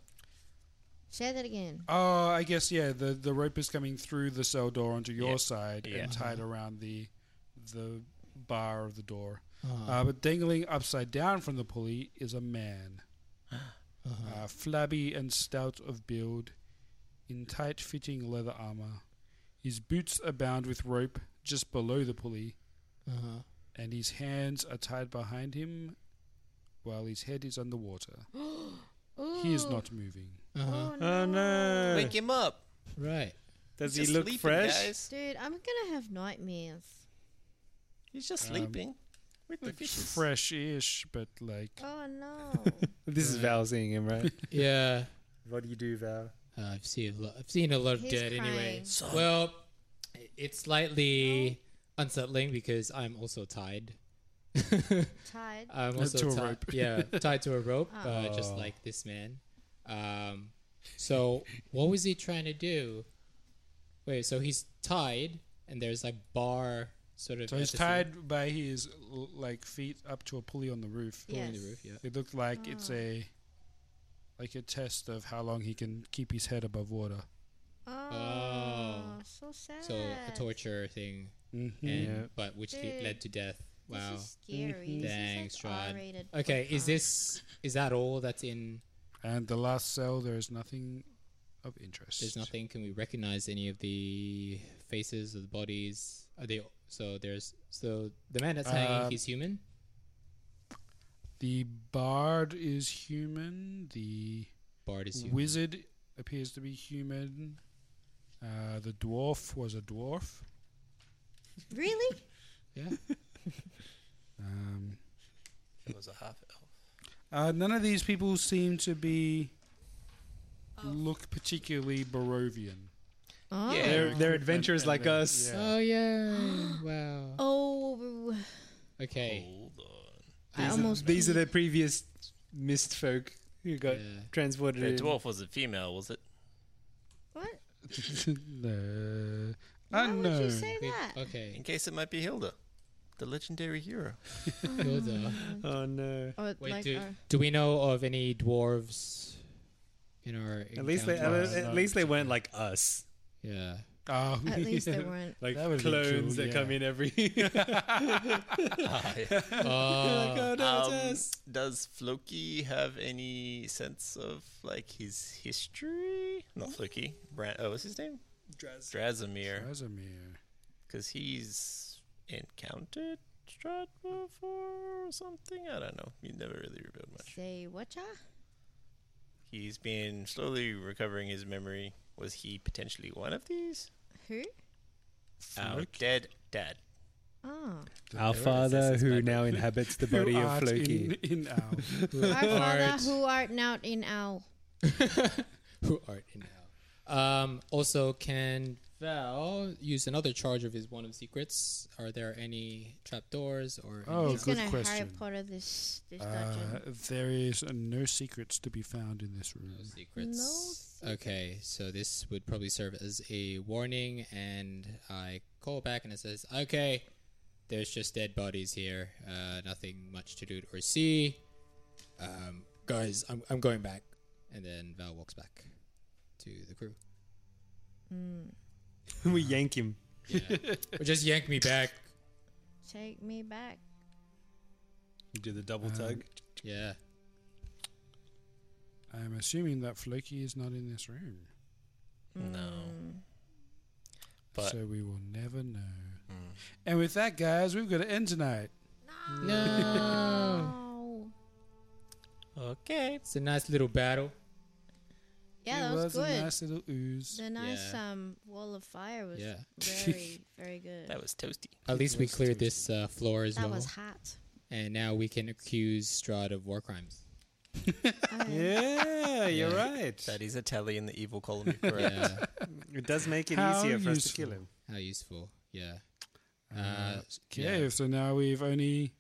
[SPEAKER 2] say that again.
[SPEAKER 1] Oh, I guess yeah. The the rope is coming through the cell door onto your
[SPEAKER 4] Yeah.
[SPEAKER 1] side
[SPEAKER 4] Yeah.
[SPEAKER 1] and tied around the the bar of the door. Uh, but dangling upside down from the pulley is a man,
[SPEAKER 4] Uh-huh.
[SPEAKER 1] uh, flabby and stout of build, in tight-fitting leather armor. His boots are bound with rope just below the pulley, and his hands are tied behind him, while his head is underwater. he is not moving.
[SPEAKER 2] Oh no,
[SPEAKER 5] Oh no!
[SPEAKER 4] Wake him up.
[SPEAKER 3] Right.
[SPEAKER 5] Does
[SPEAKER 4] He's
[SPEAKER 5] he
[SPEAKER 4] just
[SPEAKER 5] look
[SPEAKER 4] sleeping,
[SPEAKER 5] fresh?
[SPEAKER 4] Guys.
[SPEAKER 2] dude, I'm gonna have nightmares.
[SPEAKER 4] He's just
[SPEAKER 1] Um,
[SPEAKER 4] sleeping. With the fishes.
[SPEAKER 1] Looks fresh-ish, but like
[SPEAKER 2] Oh no.
[SPEAKER 5] This is Val seeing him, right?
[SPEAKER 3] Yeah.
[SPEAKER 5] what do you do, Val?
[SPEAKER 3] Uh, I've seen a lot. I've seen a lot of
[SPEAKER 2] He's
[SPEAKER 3] dead anyway.
[SPEAKER 2] crying.
[SPEAKER 3] Well, i- it's slightly unsettling because I'm also tied.
[SPEAKER 2] Tied.
[SPEAKER 3] I'm
[SPEAKER 1] Uh,
[SPEAKER 3] also
[SPEAKER 1] to a
[SPEAKER 3] ti-
[SPEAKER 1] rope.
[SPEAKER 3] yeah, tied to a rope, uh, just
[SPEAKER 5] Oh.
[SPEAKER 3] like this man. Um, so what was he trying to do? Wait, so he's tied, and there's like bar sort of.
[SPEAKER 1] So he's
[SPEAKER 3] at the side-
[SPEAKER 1] tied by his l- like feet up to a pulley on the roof.
[SPEAKER 2] Pulley on the Oh. Yes.
[SPEAKER 3] roof, yeah.
[SPEAKER 1] It looked like it's a like a test of how long he can keep his head above water.
[SPEAKER 2] Oh,
[SPEAKER 3] Oh.
[SPEAKER 2] so sad.
[SPEAKER 3] So a torture thing,
[SPEAKER 1] Mm-hmm.
[SPEAKER 3] and, but which le-
[SPEAKER 2] Dude.
[SPEAKER 3] led to death.
[SPEAKER 2] This
[SPEAKER 3] Wow.
[SPEAKER 2] is scary. This
[SPEAKER 3] Thanks,
[SPEAKER 2] is like
[SPEAKER 3] Strahd.
[SPEAKER 2] R-rated
[SPEAKER 3] Okay, is
[SPEAKER 2] podcast.
[SPEAKER 3] this is that all that's in?
[SPEAKER 1] And the last cell, there is nothing of interest.
[SPEAKER 3] There's nothing. Can we recognize any of the faces or the bodies? Are they so? There's so the man that's hanging.
[SPEAKER 1] Um,
[SPEAKER 3] he's human.
[SPEAKER 1] The bard is human. The
[SPEAKER 3] Bard is human.
[SPEAKER 1] Wizard appears to be human. Uh, the dwarf was a dwarf.
[SPEAKER 2] Really?
[SPEAKER 1] Yeah. um,
[SPEAKER 4] It was a half elf.
[SPEAKER 1] uh, none of these people seem to be look particularly Barovian.
[SPEAKER 2] Oh.
[SPEAKER 5] Yeah, they're- they're adventurers like us.
[SPEAKER 3] Oh yeah! wow.
[SPEAKER 2] Oh.
[SPEAKER 3] Okay.
[SPEAKER 5] Oh.
[SPEAKER 2] I
[SPEAKER 5] These,
[SPEAKER 2] almost
[SPEAKER 5] are, these are the previous mist folk who got transported.
[SPEAKER 4] The
[SPEAKER 5] in.
[SPEAKER 4] dwarf was a female, was it?
[SPEAKER 2] What?
[SPEAKER 1] no.
[SPEAKER 4] Why
[SPEAKER 1] Unknown.
[SPEAKER 4] would you say
[SPEAKER 2] that?
[SPEAKER 3] Okay.
[SPEAKER 4] In case it might be Hilda, the legendary hero.
[SPEAKER 3] Hilda.
[SPEAKER 5] Oh no!
[SPEAKER 2] Oh,
[SPEAKER 3] uh, Wait,
[SPEAKER 2] like
[SPEAKER 3] do,
[SPEAKER 2] our-
[SPEAKER 3] do we know of any dwarves in our?
[SPEAKER 5] At least they at,
[SPEAKER 3] encounters?
[SPEAKER 5] at least they weren't like us.
[SPEAKER 3] Yeah.
[SPEAKER 1] Oh.
[SPEAKER 2] At least they weren't.
[SPEAKER 5] like
[SPEAKER 1] That would be
[SPEAKER 5] clones
[SPEAKER 1] cool,
[SPEAKER 5] that come
[SPEAKER 1] yeah.
[SPEAKER 5] in every.
[SPEAKER 4] Uh,
[SPEAKER 3] Uh,
[SPEAKER 5] Like, oh, no, it's
[SPEAKER 4] um,
[SPEAKER 5] us.
[SPEAKER 4] does Floki have any sense of like his history? Not Floki. Bran- oh, what's his name?
[SPEAKER 5] Draz-
[SPEAKER 4] Drazimir.
[SPEAKER 1] Drazimir.
[SPEAKER 4] Because he's encountered Strahd before or something. I don't know. He never really revealed much.
[SPEAKER 2] Say whatcha?
[SPEAKER 4] He's been slowly recovering his memory. Was he potentially one of these?
[SPEAKER 2] Who?
[SPEAKER 4] Our dead dad.
[SPEAKER 2] Oh.
[SPEAKER 5] Our father who now inhabits the body of
[SPEAKER 1] art
[SPEAKER 5] Floki.
[SPEAKER 1] in- in our-
[SPEAKER 2] Our father
[SPEAKER 3] Art.
[SPEAKER 2] who art not in owl.
[SPEAKER 3] Who art in hell? Um, also, can Val use another charge of his one of secrets? Are there any trapdoors or?
[SPEAKER 1] Oh,
[SPEAKER 3] anything
[SPEAKER 2] He's
[SPEAKER 3] else?
[SPEAKER 1] good
[SPEAKER 2] gonna Harry
[SPEAKER 1] question.
[SPEAKER 2] Potter this this
[SPEAKER 1] Uh,
[SPEAKER 2] dungeon.
[SPEAKER 1] there is uh, no secrets to be found in this room.
[SPEAKER 3] secrets. Okay, so this would probably serve as a warning, and I call back and it says, "Okay, there's just dead bodies here. Uh, nothing much to do or see. Um, guys, I'm I'm going back." And then Val walks back to the crew.
[SPEAKER 5] we yank him.
[SPEAKER 3] Yeah. Or just yank me back.
[SPEAKER 2] Take me back.
[SPEAKER 5] You do the double
[SPEAKER 1] Um,
[SPEAKER 5] tug.
[SPEAKER 3] Yeah.
[SPEAKER 1] I'm assuming that Floki is not in this room,
[SPEAKER 4] No. But
[SPEAKER 1] so we will never know.
[SPEAKER 5] Hmm.
[SPEAKER 1] And with that, guys, we've got to end tonight.
[SPEAKER 3] No.
[SPEAKER 2] Oh.
[SPEAKER 4] okay.
[SPEAKER 3] It's a nice little battle.
[SPEAKER 2] Yeah,
[SPEAKER 1] it
[SPEAKER 2] that was
[SPEAKER 1] was
[SPEAKER 2] good.
[SPEAKER 1] a nice little ooze.
[SPEAKER 2] the nice
[SPEAKER 3] Yeah.
[SPEAKER 2] um wall of fire was
[SPEAKER 3] Yeah.
[SPEAKER 2] very very good.
[SPEAKER 4] That was toasty.
[SPEAKER 3] At least we cleared this uh, floor as
[SPEAKER 2] That
[SPEAKER 3] well,
[SPEAKER 2] was hot.
[SPEAKER 3] and now we can accuse Strahd of war crimes.
[SPEAKER 5] Yeah, you're right.
[SPEAKER 4] That is a tally in the evil column. You're correct.
[SPEAKER 3] Yeah.
[SPEAKER 5] It does make it
[SPEAKER 1] How
[SPEAKER 5] easier for us to kill
[SPEAKER 1] useful.
[SPEAKER 5] him.
[SPEAKER 3] How useful. Yeah. Uh,
[SPEAKER 1] Okay,
[SPEAKER 3] yeah.
[SPEAKER 1] so now we've only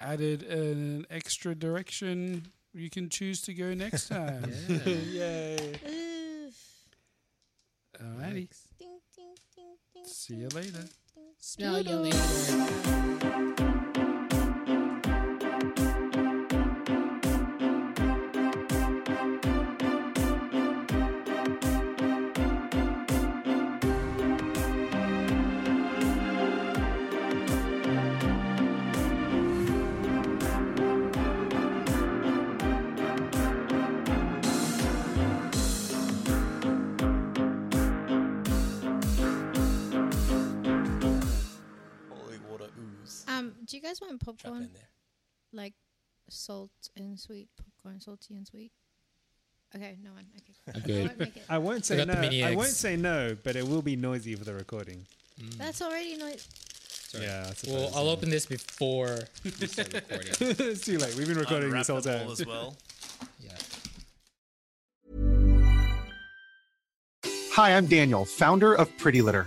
[SPEAKER 1] added an extra direction you can choose to go next time.
[SPEAKER 5] Yay.
[SPEAKER 2] Oof.
[SPEAKER 1] Alrighty,
[SPEAKER 2] Ding, ding, ding, ding,
[SPEAKER 1] see you later.
[SPEAKER 3] Smell you later.
[SPEAKER 4] Holy water ooze.
[SPEAKER 2] Um, do you guys want
[SPEAKER 4] Drop
[SPEAKER 2] popcorn?
[SPEAKER 4] in there.
[SPEAKER 2] Like salt and sweet popcorn, salty and sweet. Okay, no one. Okay,
[SPEAKER 3] I'm
[SPEAKER 2] I
[SPEAKER 3] good.
[SPEAKER 2] won't make it.
[SPEAKER 5] I won't say
[SPEAKER 3] got the
[SPEAKER 5] no.
[SPEAKER 3] mini
[SPEAKER 5] I
[SPEAKER 3] eggs.
[SPEAKER 5] won't say no, but it will be noisy for the recording.
[SPEAKER 2] That's already nice.
[SPEAKER 3] Sorry.
[SPEAKER 5] Yeah, I
[SPEAKER 3] Well,
[SPEAKER 5] suppose,
[SPEAKER 3] I'll
[SPEAKER 5] yeah.
[SPEAKER 3] open this before we start recording.
[SPEAKER 5] it's too late. We've been recording
[SPEAKER 4] Unwrap
[SPEAKER 5] this whole
[SPEAKER 4] the
[SPEAKER 5] time.
[SPEAKER 4] ball as well.
[SPEAKER 3] Yeah.
[SPEAKER 8] Hi, I'm Daniel, founder of Pretty Litter.